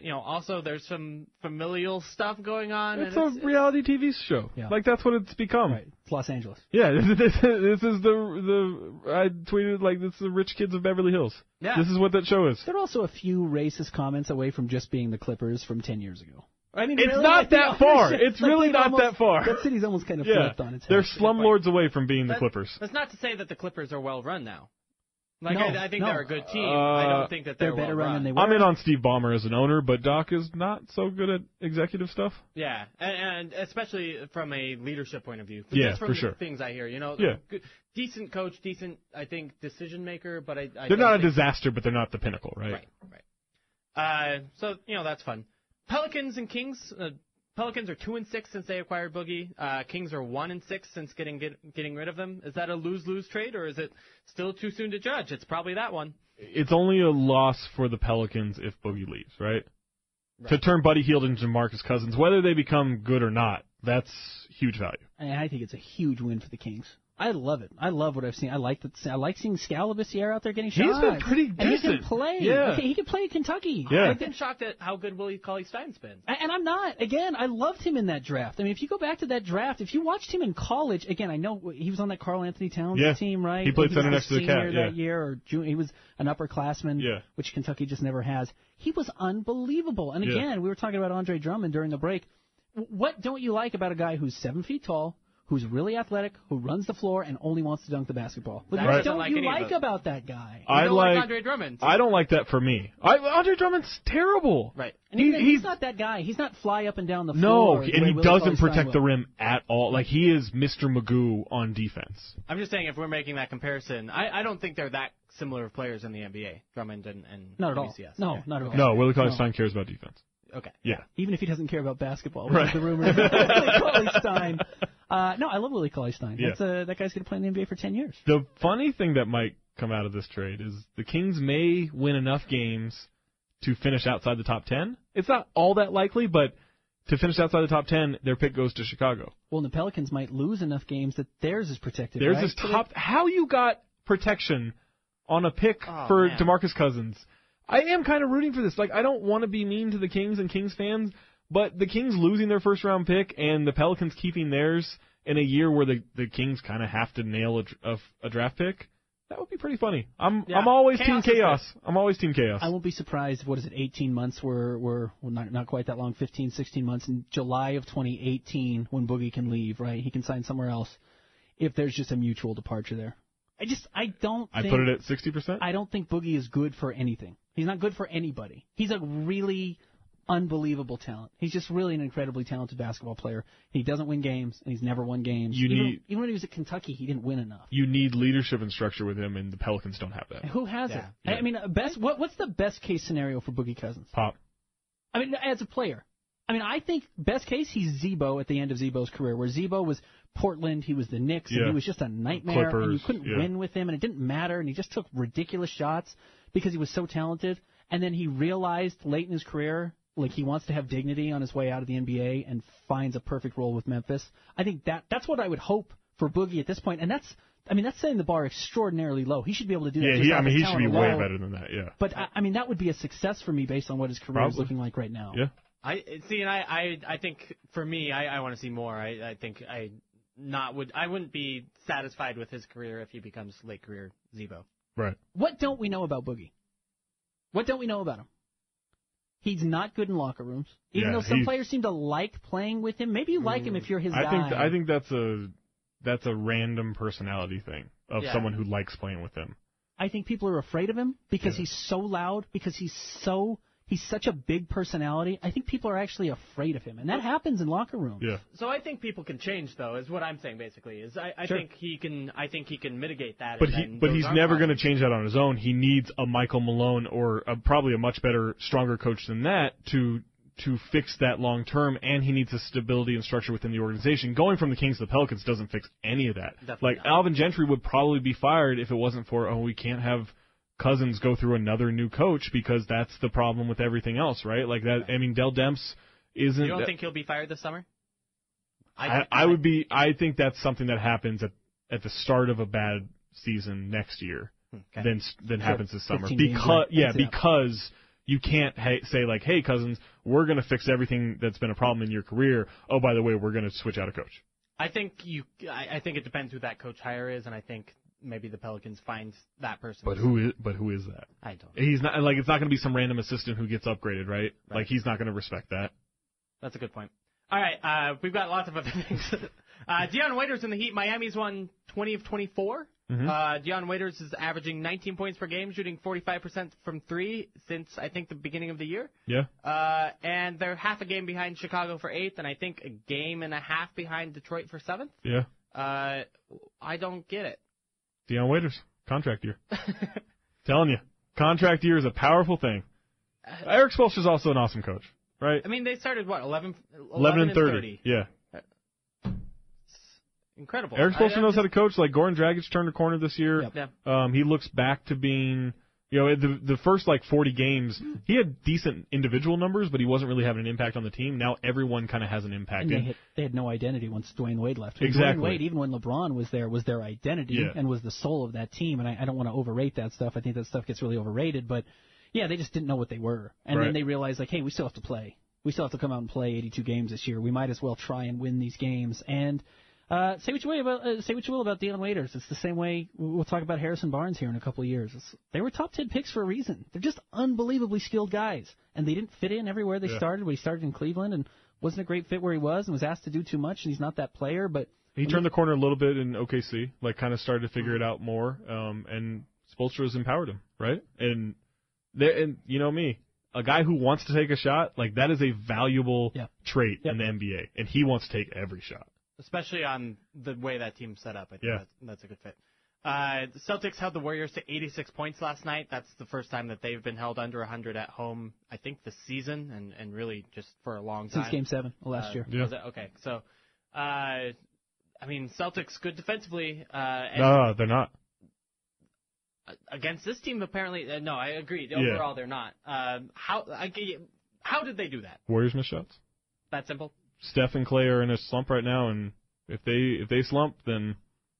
B: you know, also there's some familial stuff going on. and
C: It's a reality TV show.
D: Yeah.
C: Like that's what it's become.
D: Right. It's Los Angeles.
C: Yeah, this is, this is this is the the I tweeted like this is the rich kids of Beverly Hills.
B: Yeah.
C: This is what that show is.
D: They're also a few racist comments away from just being the Clippers from ten years ago. I mean,
C: It's
D: really,
C: not
D: like, the
C: that far.
D: ownership-
C: It's really
D: they've
C: not
D: almost-
C: that far.
D: That city's almost kind of
C: Yeah.
D: flipped on its
C: They're
D: head.
C: slumlords away from being the
B: That-
C: Clippers.
B: That's not to say that the Clippers are well run now. Like
D: No,
B: I, I think
D: no.
B: they're a good team. I
C: Uh,
B: don't think that
D: They're
B: they're,
D: better
B: well
D: run than they were.
C: I'm in on Steve Ballmer as an owner, but Doc is not so good at executive stuff.
B: Yeah, and, and especially from a leadership point of view.
C: Yeah,
B: Just from
C: for
B: the
C: sure.
B: Things I hear, you know,
C: Yeah.
B: good, decent coach, decent I think decision maker, but I, I
C: They're
B: don't
C: not a
B: think-
C: disaster, but they're not the pinnacle, right?
B: Right, right. Uh, so you know that's fun. Pelicans and Kings. Uh, Pelicans are two and six since they acquired Boogie. Uh, Kings are one and six since getting get, getting rid of them. Is that a lose lose trade or is it still too soon to judge? It's probably that one.
C: It's only a loss for the Pelicans if Boogie leaves, right? To turn Buddy Hield into Marcus Cousins, whether they become good or not, that's huge value.
D: And I think it's a huge win for the Kings. I love it. I love what I've seen. I like that. I like seeing Scalabissier out there getting
C: He's
D: shots.
C: been pretty
D: And he can
C: decent.
D: play.
C: Yeah.
D: Okay, he can play at Kentucky.
C: Yeah.
B: I've been shocked at how good Willie Cauley Stein's been.
D: A- And I'm not. Again, I loved him in that draft. I mean, if you go back to that draft, if you watched him in college, again, I know he was on that Carl Anthony Towns
C: Yeah.
D: team, right?
C: He played
D: was
C: center
D: a
C: next to the
D: senior
C: Cat, yeah.
D: that year, or ju- he was an upperclassman,
C: Yeah.
D: which Kentucky just never has. He was unbelievable. And
C: Yeah.
D: again, we were talking about Andre Drummond during the break. W- What don't you like about a guy who's seven feet tall, who's really athletic, who runs the floor, and only wants to dunk the basketball? What
B: Right.
D: don't
B: Like
D: you
B: any of
D: like
B: those.
D: about that guy?
B: You
C: I
B: don't
C: like,
B: Andre Drummond.
C: I don't like that for me. I, Andre Drummond's terrible.
B: Right.
D: And
C: He-
D: even- he's,
C: he's
D: not that guy. He's not fly up and down the
C: no,
D: floor. the
C: and
D: way
C: he
D: Willie
C: doesn't
D: Cauley-Stein
C: protect the
D: will.
C: rim at all. Like he is Mr. Magoo on defense.
B: I'm just saying if we're making that comparison, I, I don't think they're that similar of players in the NBA, Drummond and, and
D: Not at all.
B: WCS.
D: No,
B: Okay.
D: not at all.
C: No, Willie Cauley Stein cares about defense.
B: Okay.
C: Yeah.
D: Even if he doesn't care about basketball, which
C: Right.
D: is the rumor. about Willie Cauley Stein. Uh, no, I love Willie Cauley Stein.
C: Yeah.
D: That's uh that guy's going to play in the NBA for 10 years.
C: The funny thing that might come out of this trade is the Kings may win enough games to finish outside the top 10. It's not all that likely, but to finish outside the top 10, their pick goes to Chicago.
D: Well, and the Pelicans might lose enough games that theirs is protected.
C: There's
D: right?
C: this top. How you got protection on a pick
D: Oh,
C: for
B: man.
C: Demarcus Cousins? I am kind of rooting for this. Like, I don't want to be mean to the Kings and Kings fans, But the Kings losing their first round pick and the Pelicans keeping theirs in a year where the the Kings kind of have to nail a, dr- a, f- a draft pick, that would be pretty funny. I'm
B: Yeah.
C: I'm always
B: Chaos is
C: team chaos. I'm always team chaos.
D: I won't be surprised. What is it? 18 months. We're we're well, not not quite that long. 15, 16 months in July of 2018 when Boogie can leave. Right, he can sign somewhere else. If there's just a mutual departure there, I just I don't.
C: I
D: think,
C: put it at sixty percent.
D: I don't think Boogie is good for anything. He's not good for anybody. He's a really unbelievable talent. He's just really an incredibly talented basketball player. He doesn't win games, and he's never won games.
C: You
D: even,
C: need-
D: even when he was at Kentucky, he didn't win enough.
C: You need leadership and structure with him, and the Pelicans don't have that.
D: Who has
B: Yeah.
D: it? I- I mean, uh, best. What, what's the best case scenario for Boogie Cousins?
C: Pop.
D: I mean, as a player. I mean, I think best case he's Zebo at the end of Zebo's career, where Zebo was Portland, he was the Knicks, and
C: Yeah.
D: he was just a nightmare, and you
C: Clippers,
D: couldn't
C: yeah.
D: win with him, and it didn't matter, and he just took ridiculous shots because he was so talented, and then he realized late in his career, like he wants to have dignity on his way out of the NBA, and finds a perfect role with Memphis. I think that that's what I would hope for Boogie at this point, and that's, I mean, that's setting the bar extraordinarily low. He should be able to do that.
C: Yeah,
D: just
C: he,
D: off
C: I mean,
D: his
C: he should be
D: talent
C: way
D: alone.
C: better than that. Yeah.
D: But I, I mean, that would be a success for me based on what his career is
C: Probably.
D: looking like right now.
C: Yeah.
B: I see, and I, I, I think for me, I, I want to see more. I, I think I not would, I wouldn't be satisfied with his career if he becomes late career Zebo.
C: Right.
D: What don't we know about Boogie? What don't we know about him? He's not good in locker rooms. Even
C: Yeah,
D: though some
C: he's- Mm,
D: players seem to like playing with him, maybe you like him if you're his
C: I
D: guy.
C: think I think that's a that's a random personality thing of
B: Yeah.
C: someone who likes playing with him.
D: I think people are afraid of him because
C: Yeah.
D: he's so loud, because he's so he's such a big personality. I think people are actually afraid of him, and that happens in locker rooms.
C: Yeah.
B: So I think people can change, though, is what I'm saying. Basically, is I, I
D: Sure.
B: think he can, I think he can mitigate that.
C: But
B: and
C: he
B: then
C: but
B: those
C: he's
B: are
C: never going to
B: problems.
C: change that on his own. He needs a Michael Malone or a, probably a much better, stronger coach than that to to fix that long term. And he needs a stability and structure within the organization. Going from the Kings to the Pelicans doesn't fix any of that.
B: Definitely
C: like
B: not.
C: Alvin Gentry would probably be fired if it wasn't for oh we can't have. Cousins go through another new coach because that's the problem with everything else, right? Like that. I mean, Dell Demps isn't.
B: You don't think he'll be fired this summer?
C: I, I would be. I think that's something that happens at at the start of a bad season next year,
B: Okay.
C: than s- than happens this summer
D: 15 games,
C: because
D: right?
C: yeah
D: That's it.
C: because you can't ha- say like hey cousins we're gonna fix everything that's been a problem in your career oh by the way we're gonna switch out a coach
B: I think you. I, I think it depends who that coach hire is, and I think maybe the Pelicans find that person.
C: but who is but who is that
B: I don't. know.
C: he's not like it's not gonna be some random assistant who gets upgraded right, like he's not gonna respect that
B: That's a good point. All right, uh, we've got lots of other things. uh, Deion Waiters in the Heat. Miami's won 20 of 24.
C: Mm-hmm.
B: Uh, Deion Waiters is averaging 19 points per game, shooting 45% from three since I think the beginning of the year.
C: yeah
B: Uh, and they're half a game behind Chicago for eighth, and I think a game and a half behind Detroit for seventh.
C: yeah
B: Uh, I don't get it.
C: Deion Waiters contract year telling you contract year is a powerful thing Eric Spoelstra's also an awesome coach right
B: I mean, they started what 11,
C: 11 and 30.
B: 30.
C: Yeah.
B: Incredible.
C: Eric
B: I-
C: Spoelstra
B: I'm
C: knows how to
B: just-
C: coach. Like Goran Dragic turned a corner this year.
D: Yep.
B: Yeah.
C: Um, he looks back to being, you know, the the first like 40 games, he had decent individual numbers, but he wasn't really having an impact on the team. Now everyone kind of has an impact.
D: And they
C: And-
D: had, they had no identity once Dwayne Wade left. When
C: Exactly.
D: Dwayne Wade, even when LeBron was there, was their identity
C: Yeah.
D: and was the soul of that team. And I, I don't want to overrate that stuff. I think that stuff gets really overrated. But yeah, they just didn't know what they were. And
C: Right.
D: then they realized, like, hey, we still have to play. We still have to come out and play 82 games this year. We might as well try and win these games. And uh, say what you will about uh, say what you will about Deion Waiters. It's the same way we'll talk about Harrison Barnes here in a couple of years. It's, they were top 10 picks for a reason. They're just unbelievably skilled guys, and they didn't fit in everywhere they
C: Yeah.
D: started. But he started in Cleveland and wasn't a great fit where he was, and was asked to do too much, and he's not that player. But
C: he turned the corner a little bit in OKC, like kind of started to figure
D: Mm-hmm.
C: it out more. Um, and Spoelstra has empowered him, right? And there, and you know me, a guy who wants to take a shot, like that is a valuable
D: Yeah.
C: trait
D: Yep.
C: in the NBA, and he wants to take every shot.
B: especially on the way that team's set up. I think
C: Yeah.
B: that's, that's a good fit. Uh, the Celtics held the Warriors to 86 points last night. That's the first time that they've been held under 100 at home, I think, this season, and, and really just for a long time.
D: since Game Seven of last
B: Uh,
D: year,
C: Yeah.
B: was it- okay, so, uh, I mean, Celtics good defensively, uh, and
C: No, they're not.
B: against this team apparently. Uh, no, I agree.
C: Yeah.
B: Overall, they're not. Um, how I, how did they do that?
C: Warriors miss shots.
B: That simple.
C: Steph and Clay are in a slump right now, and if they if they slump, then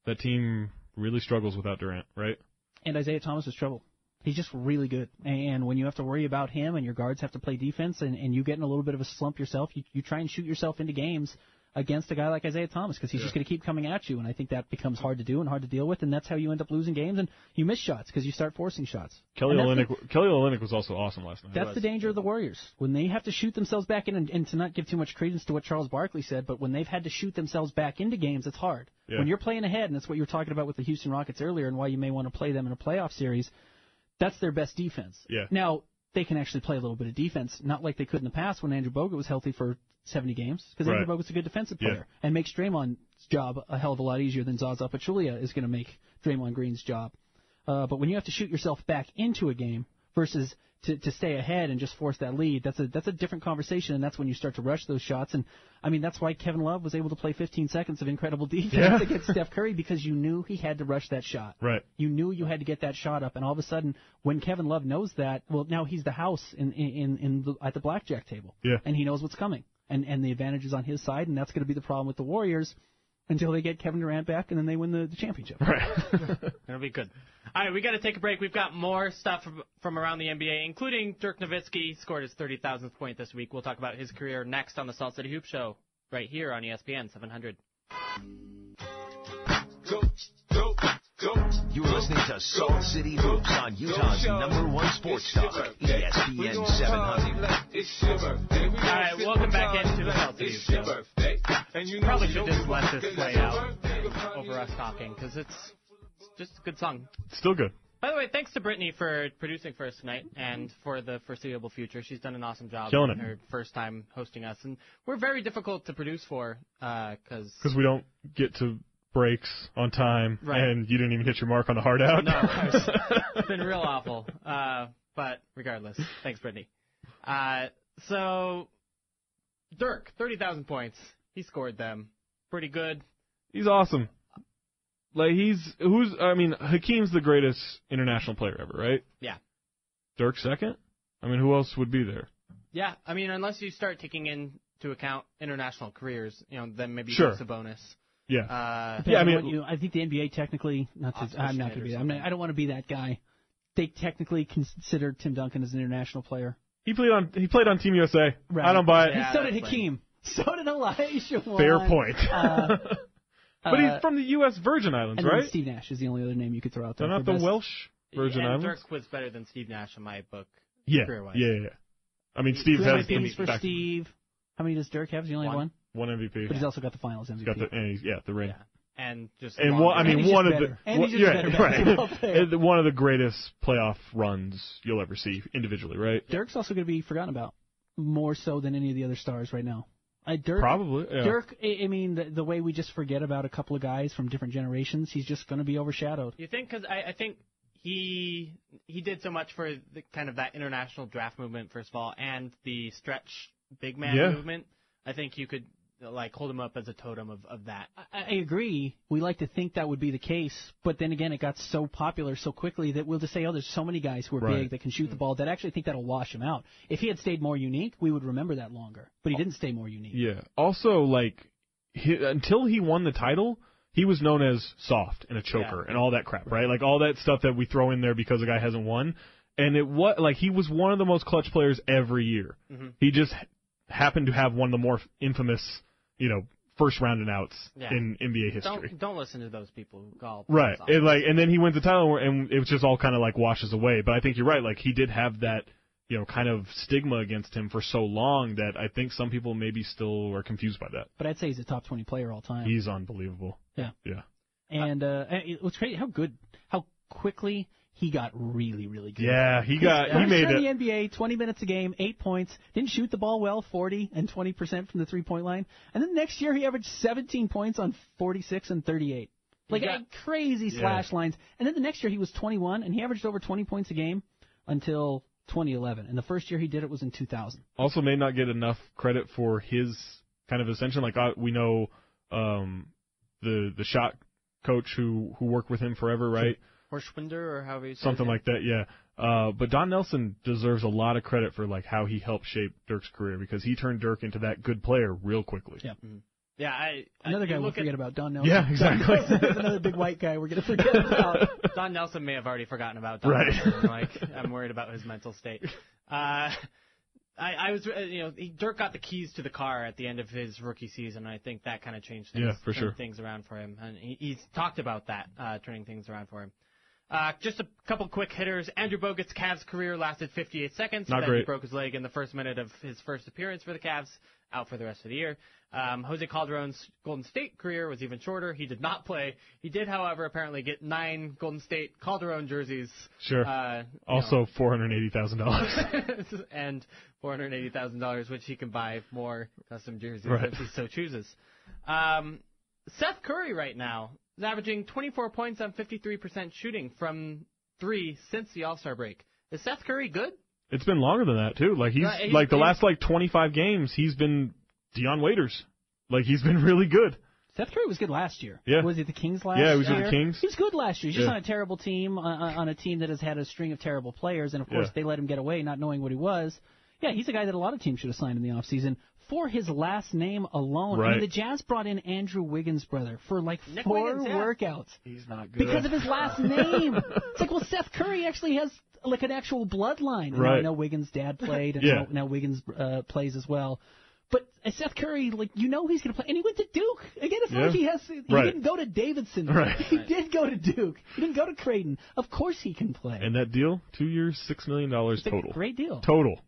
C: that team really struggles without Durant, right?
D: and Isaiah Thomas was trouble. He's just really good. And when you have to worry about him and your guards have to play defense and, and you get in a little bit of a slump yourself, you, you try and shoot yourself into games against a guy like Isaiah Thomas because he's just going to keep coming at you. And I think that becomes hard to do and hard to deal with. And that's how you end up losing games and you miss shots because you start forcing shots.
C: Kelly
D: And that's the-
C: Olynyk, Kelly Olynyk was also awesome last night.
D: that's the danger of the Warriors when they have to shoot themselves back in, and, and to not give too much credence to what Charles Barkley said, but when they've had to shoot themselves back into games, it's hard.
C: Yeah.
D: When you're playing ahead, and that's what you were talking about with the Houston Rockets earlier, and why you may want to play them in a playoff series. That's their best defense.
C: Yeah.
D: Now they can actually play a little bit of defense, not like they could in the past when Andrew Bogut was healthy for 70 games, because
C: Right.
D: Andrew Bogut's a good defensive
C: Yeah.
D: player and makes Draymond's job a hell of a lot easier than Zaza Pachulia is going to make Draymond Green's job. Uh, but when you have to shoot yourself back into a game versus to, to stay ahead and just force that lead, that's a that's a different conversation, and that's when you start to rush those shots. And I mean, that's why Kevin Love was able to play 15 seconds of incredible defense
C: Yeah.
D: against Steph Curry because you knew he had to rush that shot.
C: Right.
D: You knew you had to get that shot up, and all of a sudden, when Kevin Love knows that, well, now he's the house in in in the, at the blackjack table.
C: Yeah.
D: And he knows what's coming, and and the advantage is on his side, and that's going to be the problem with the Warriors until they get Kevin Durant back, and then they win the, the championship.
B: It'll be good. All right, we got to take a break. We've got more stuff from, from around the NBA, including Dirk Nowitzki scored his 30,000th point this week. We'll talk about his career next on the Salt City Hoop Show, right here on E ESPN 700.
A: You're listening to Salt City Hoops on Utah's number one sports talk, E ESPN 700.
B: All right, welcome back into the Salt City Hoop Show. Probably should just let this play out over us talking because it's just a good song.
C: Still good.
B: By the way, thanks to Brittany for producing for us tonight and for the foreseeable future. She's done an awesome job.
C: Killing
B: in
C: it.
B: Her first time hosting us, and we're very difficult to produce for uh, because
C: Because we don't get to breaks on time,
B: Right.
C: and you didn't even hit your mark on the hard out.
B: No, of course. it's been real awful. Uh, but regardless, thanks, Brittany. Uh, so, Dirk, 30,000 points. He scored them. Pretty good.
C: He's awesome. Like he's who's I mean Hakeem's the greatest international player ever, right?
B: Yeah.
C: Dirk second. I mean, who else would be there?
B: Yeah, I mean, unless you start taking into account international careers, you know, then maybe
C: Sure.
B: it's a bonus.
C: Yeah.
B: Uh,
C: Yeah, I mean-
D: What you- I think the NBA technically, not to, I'm not going to be, I'm not, I don't want to be that guy. They technically consider Tim Duncan as an international player.
C: he played on he played on Team USA.
D: Right.
C: I don't buy it.
B: Yeah,
D: so did
B: that's
D: Hakeem. So did Elijah.
C: Fair
D: Wan.
C: point.
D: Uh,
C: but
D: uh,
C: he's from the U.S. Virgin Islands,
D: and
C: right?
D: then Steve Nash is the only other name you could throw out
C: They're
D: there.
C: not
D: for
C: the
D: best.
C: Welsh Virgin
B: and
C: Islands.
B: Dirk was better than Steve Nash in my book.
C: Yeah.
B: career-wise.
C: yeah, yeah, yeah. I mean, Steve
D: Three
C: has
D: MVPs
C: the
D: for
C: back-
D: Steve. How many does Dirk have? Is he only
B: One.
D: one?
C: one MVP.
D: But he's also got the Finals MVP.
C: He's got the and he's, yeah the ring.
B: Yeah. And just
C: And
B: longer.
C: one, I
D: And
C: mean,
D: he's
C: one
D: just
C: of
D: better.
C: the
D: And he's
C: one-
D: just better basketball
C: yeah,
D: player.
C: right. And one of the greatest playoff runs you'll ever see individually, right?
D: Dirk's also going to be forgotten about more so than any of the other stars right now. I Dirk
C: Probably. Yeah.
D: Dirk, I I mean, the, the way we just forget about a couple of guys from different generations, he's just going to be overshadowed.
B: You think? Because I, I think he he did so much for the kind of that international draft movement first of all, and the stretch big man
C: Yeah.
B: movement. I think you could like hold him up as a totem of of that.
D: I, I agree. We like to think that would be the case, but then again, it got so popular so quickly that we'll just say, oh, there's so many guys who are
C: Right.
D: big that can shoot the ball that I actually think that'll wash him out. If he had stayed more unique, we would remember that longer. But he didn't stay more unique.
C: Yeah. Also, like he, until he won the title, he was known as soft and a choker and all that crap, right? Like all that stuff that we throw in there because a guy hasn't won. And it what like he was one of the most clutch players every year.
B: Mm-hmm.
C: He just h- happened to have one of the more infamous, you know, first round and outs
B: Yeah.
C: in NBA history.
B: Don't don't listen to those people who call
C: Right.
B: themselves-
C: And like and then he wins the title and it was just all kind of like washes away. But I think you're right. Like he did have that, you know, kind of stigma against him for so long that I think some people maybe still are confused by that.
D: But I'd say he's a top 20 player all time.
C: He's unbelievable.
D: Yeah.
C: Yeah.
D: and uh, it was crazy how good, how quickly he got really, really good.
C: Yeah, he got he
D: First
C: made
D: in the
C: it.
D: NBA, 20 minutes a game, eight points. Didn't shoot the ball well, 40 and 20 percent from the three point line. And then next year he averaged 17 points on 46 and 38. Like
B: got-
D: crazy slash lines. And then the next year he was 21 and he averaged over 20 points a game until 2011. And the first year he did it was in 2000.
C: Also may not get enough credit for his kind of ascension. Like I, we know um the the shot coach who who worked with him forever, right?
B: Horschwinder or however you say
C: Something
B: his
C: like that, yeah. Uh, but Don Nelson deserves a lot of credit for like how he helped shape Dirk's career because he turned Dirk into that good player real quickly.
D: Yeah.
B: Yeah, I
D: Another
B: I, you
D: guy we'll
B: look at-
D: forget about, Don Nelson.
C: Yeah, exactly.
D: There's another big white guy we're going to forget about.
B: Don Nelson may have already forgotten about Don
C: Right.
B: Nelson. Like I'm worried about his mental state. Uh, I, I was, uh, you know, he, Dirk got the keys to the car at the end of his rookie season. And I think that kind of changed things,
C: Yeah, for
B: turned
C: sure.
B: things around for him, and he, he's talked about that uh, turning things around for him. Uh, just a couple quick hitters. Andrew Bogut's Cavs career lasted 58 seconds.
C: Not
B: then He
C: great.
B: broke his leg in the first minute of his first appearance for the Cavs, out for the rest of the year. Um, Jose Calderon's Golden State career was even shorter. He did not play. He did, however, apparently get nine Golden State Calderon jerseys.
C: Sure.
B: Uh, you
C: also, four hundred eighty thousand dollars.
B: and four hundred eighty thousand dollars, which he can buy more custom jerseys
C: Right.
B: if he so chooses. Um, Seth Curry right now is averaging twenty four points on fifty three percent shooting from three since the All Star break. Is Seth Curry good?
C: It's been longer than that too. Like he's
B: Right, he's-
C: like the
B: he's-
C: last like twenty five games, he's been Dion Waiters. Like he's been really good.
D: Seth Curry was good last year.
C: Yeah.
D: Was he the Kings last year?
C: Yeah, he was with the Kings.
D: He was good last year. He's just
C: Yeah.
D: on a terrible team, uh, on a team that has had a string of terrible players, and of course
C: Yeah.
D: they let him get away not knowing what he was. Yeah, he's a guy that a lot of teams should have signed in the offseason for his last name alone. I mean,
C: Right.
D: the Jazz brought in Andrew Wiggins' brother for like
B: Nick
D: four
B: Wiggins, yeah.
D: workouts
C: He's not good.
D: because of his last name. It's like, well, Seth Curry actually has like an actual bloodline. You know, I
C: Right.
D: know Wiggins' dad played, and
C: Yeah.
D: now, now Wiggins uh, plays as well. But uh, Seth Curry, like you know, he's gonna play, and he went to Duke again. It's not like
C: Yeah.
D: he has. He
C: Right.
D: didn't go to Davidson.
C: Right.
D: He did go to Duke. He didn't go to Creighton. Of course, he can play.
C: and that deal, two years, six million dollars
D: it's a
C: total.
D: great deal.
C: Total,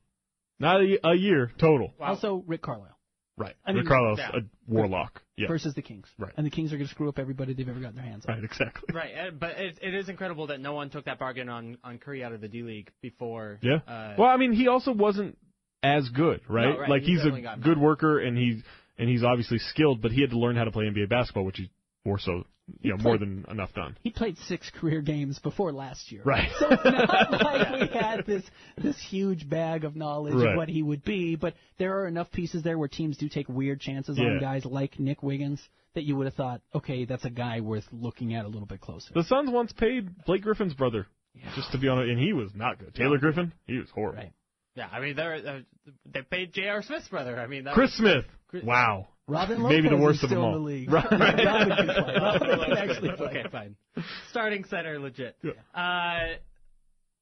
C: not a, a year total.
D: Also, Rick Carlisle
C: Right.
D: I mean,
C: Rick Carlisle's
B: yeah.
C: a warlock. Yeah.
D: versus the Kings,
C: Right.
D: and the Kings are gonna screw up everybody they've ever gotten their hands on.
C: Right. Exactly.
B: Right, uh, but it, it is incredible that no one took that bargain on, on Curry out of the D League before.
C: Yeah.
B: Uh,
C: well, I mean, he also wasn't as good, right?
B: No, right,
C: Like
B: he's
C: he's,
B: definitely
C: a
B: gotten
C: good
B: better.
C: worker and he's and he's obviously skilled, but he had to learn how to play NBA basketball, which he's more so, you know, more
D: played-
C: than enough done.
D: he played six career games before last year.
C: Right.
D: So it's not like we had this this huge bag of knowledge of
C: Right.
D: what he would be, but there are enough pieces there where teams do take weird chances on
C: Yeah.
D: guys like Nick Wiggins that you would have thought, okay, that's a guy worth looking at a little bit closer.
C: The Suns once paid Blake Griffin's brother just to be on it, and he was not good. Taylor Griffin, he was horrible.
D: Right.
B: Yeah, I mean, they're, uh, they paid J.R. Smith's brother. I mean, that
C: Chris Smith,
B: Chris-
C: wow.
D: Robin Lopez
C: Maybe the worst
D: is
C: of them
D: still in
C: all.
D: the league.
C: Right.
D: Robin can play. Robin can actually play.
B: okay, fine. Starting center, legit. Uh,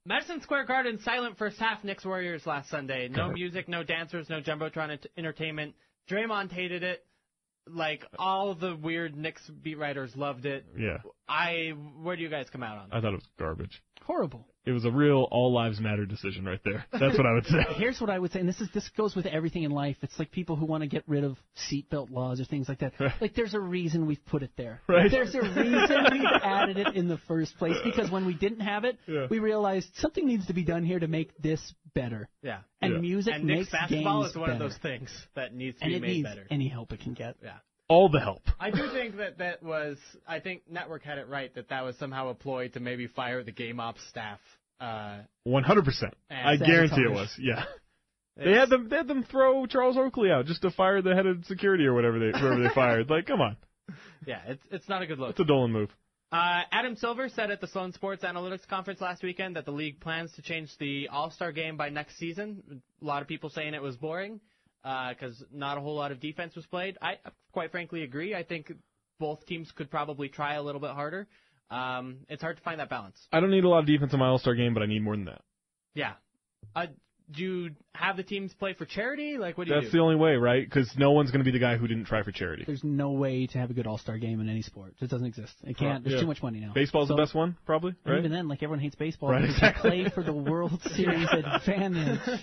B: Madison Square Garden, silent first half, Knicks Warriors last Sunday. No music, no dancers, no Jumbotron ent- entertainment. Draymond hated it. Like, all the weird Knicks beat writers loved it.
C: Yeah,
B: I, where do you guys come out on?
C: I thought it was garbage.
D: Horrible.
C: It was a real all lives matter decision right there. That's what I would say.
D: Here's what I would say, and this is this goes with everything in life. It's like people who want to get rid of seatbelt laws or things like that. Like there's a reason we've put it there.
C: Right.
D: There's a reason we added it in the first place because when we didn't have it,
C: Yeah.
D: we realized something needs to be done here to make this better.
B: Yeah.
D: And
C: Yeah.
D: music
B: And
D: makes
B: Knicks basketball
D: games
B: is one of
D: better.
B: those things that needs to
D: and
B: be
D: it
B: made
D: needs
B: better.
D: any help it can get.
B: Yeah.
C: All the help.
B: I do think that that was. I think Network had it right that that was somehow a ploy to maybe fire the game ops staff. Uh,
C: 100%.
B: And
C: I guarantee it
D: sabotage.
C: was. Yeah. They
B: it's-
C: had them. They had them throw Charles Oakley out just to fire the head of security or whatever they whoever they fired. Like, come on,
B: Yeah, it's it's not a good look.
C: it's a Dolan move.
B: Uh, Adam Silver said at the Sloan Sports Analytics Conference last weekend that the league plans to change the All Star game by next season. A lot of people saying it was boring because not a whole lot of defense was played. I quite frankly agree. I think both teams could probably try a little bit harder. Um, it's hard to find that balance.
C: I don't need a lot of defense in my All Star game, but I need more than that.
B: Yeah. Uh, do you have the teams play for charity? Like, what do you
C: That's
B: do?
C: the only way, right? Because no one's going to be the guy who didn't try for charity.
D: There's no way to have a good All Star game in any sport. It just doesn't exist. It can't. There's
C: yeah.
D: too much money now.
C: Baseball's
D: So-
C: the best one, probably,
D: and
C: right?
D: Even then, like everyone hates baseball.
C: Right,
D: but they
C: exactly.
D: Play for the World Series advantage.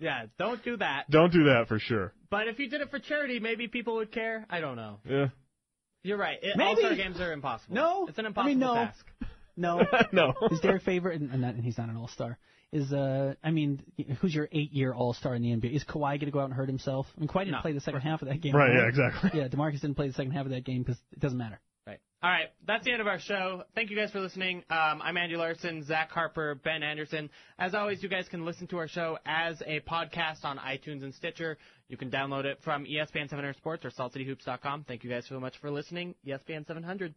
B: yeah, don't do that.
C: Don't do that for sure.
B: But if you did it for charity, maybe people would care. I don't know.
C: Yeah.
B: You're right. It,
D: Maybe.
B: All-star games are impossible.
D: No.
B: It's an
D: I mean,
B: impossible
D: no.
B: task.
D: No.
C: no.
D: Is there a favorite? And, and, that, and he's not an all star. Is uh, I mean, who's your eight-year all-star in the NBA? Is Kawhi going to go out and hurt himself? I mean, Kawhi didn't
B: No.
D: play the second half of that game.
C: Right? Yeah. Exactly.
D: Yeah, Demarcus didn't play the second half of that game because it doesn't matter.
B: Right. All right. That's the end of our show. Thank you guys for listening. Um, I'm Andy Larson, Zach Harper, Ben Anderson. As always, you guys can listen to our show as a podcast on iTunes and Stitcher. You can E E download it from ESPN 700 Sports or saltcityhoops.com. Thank you guys so much for listening. ESPN 700.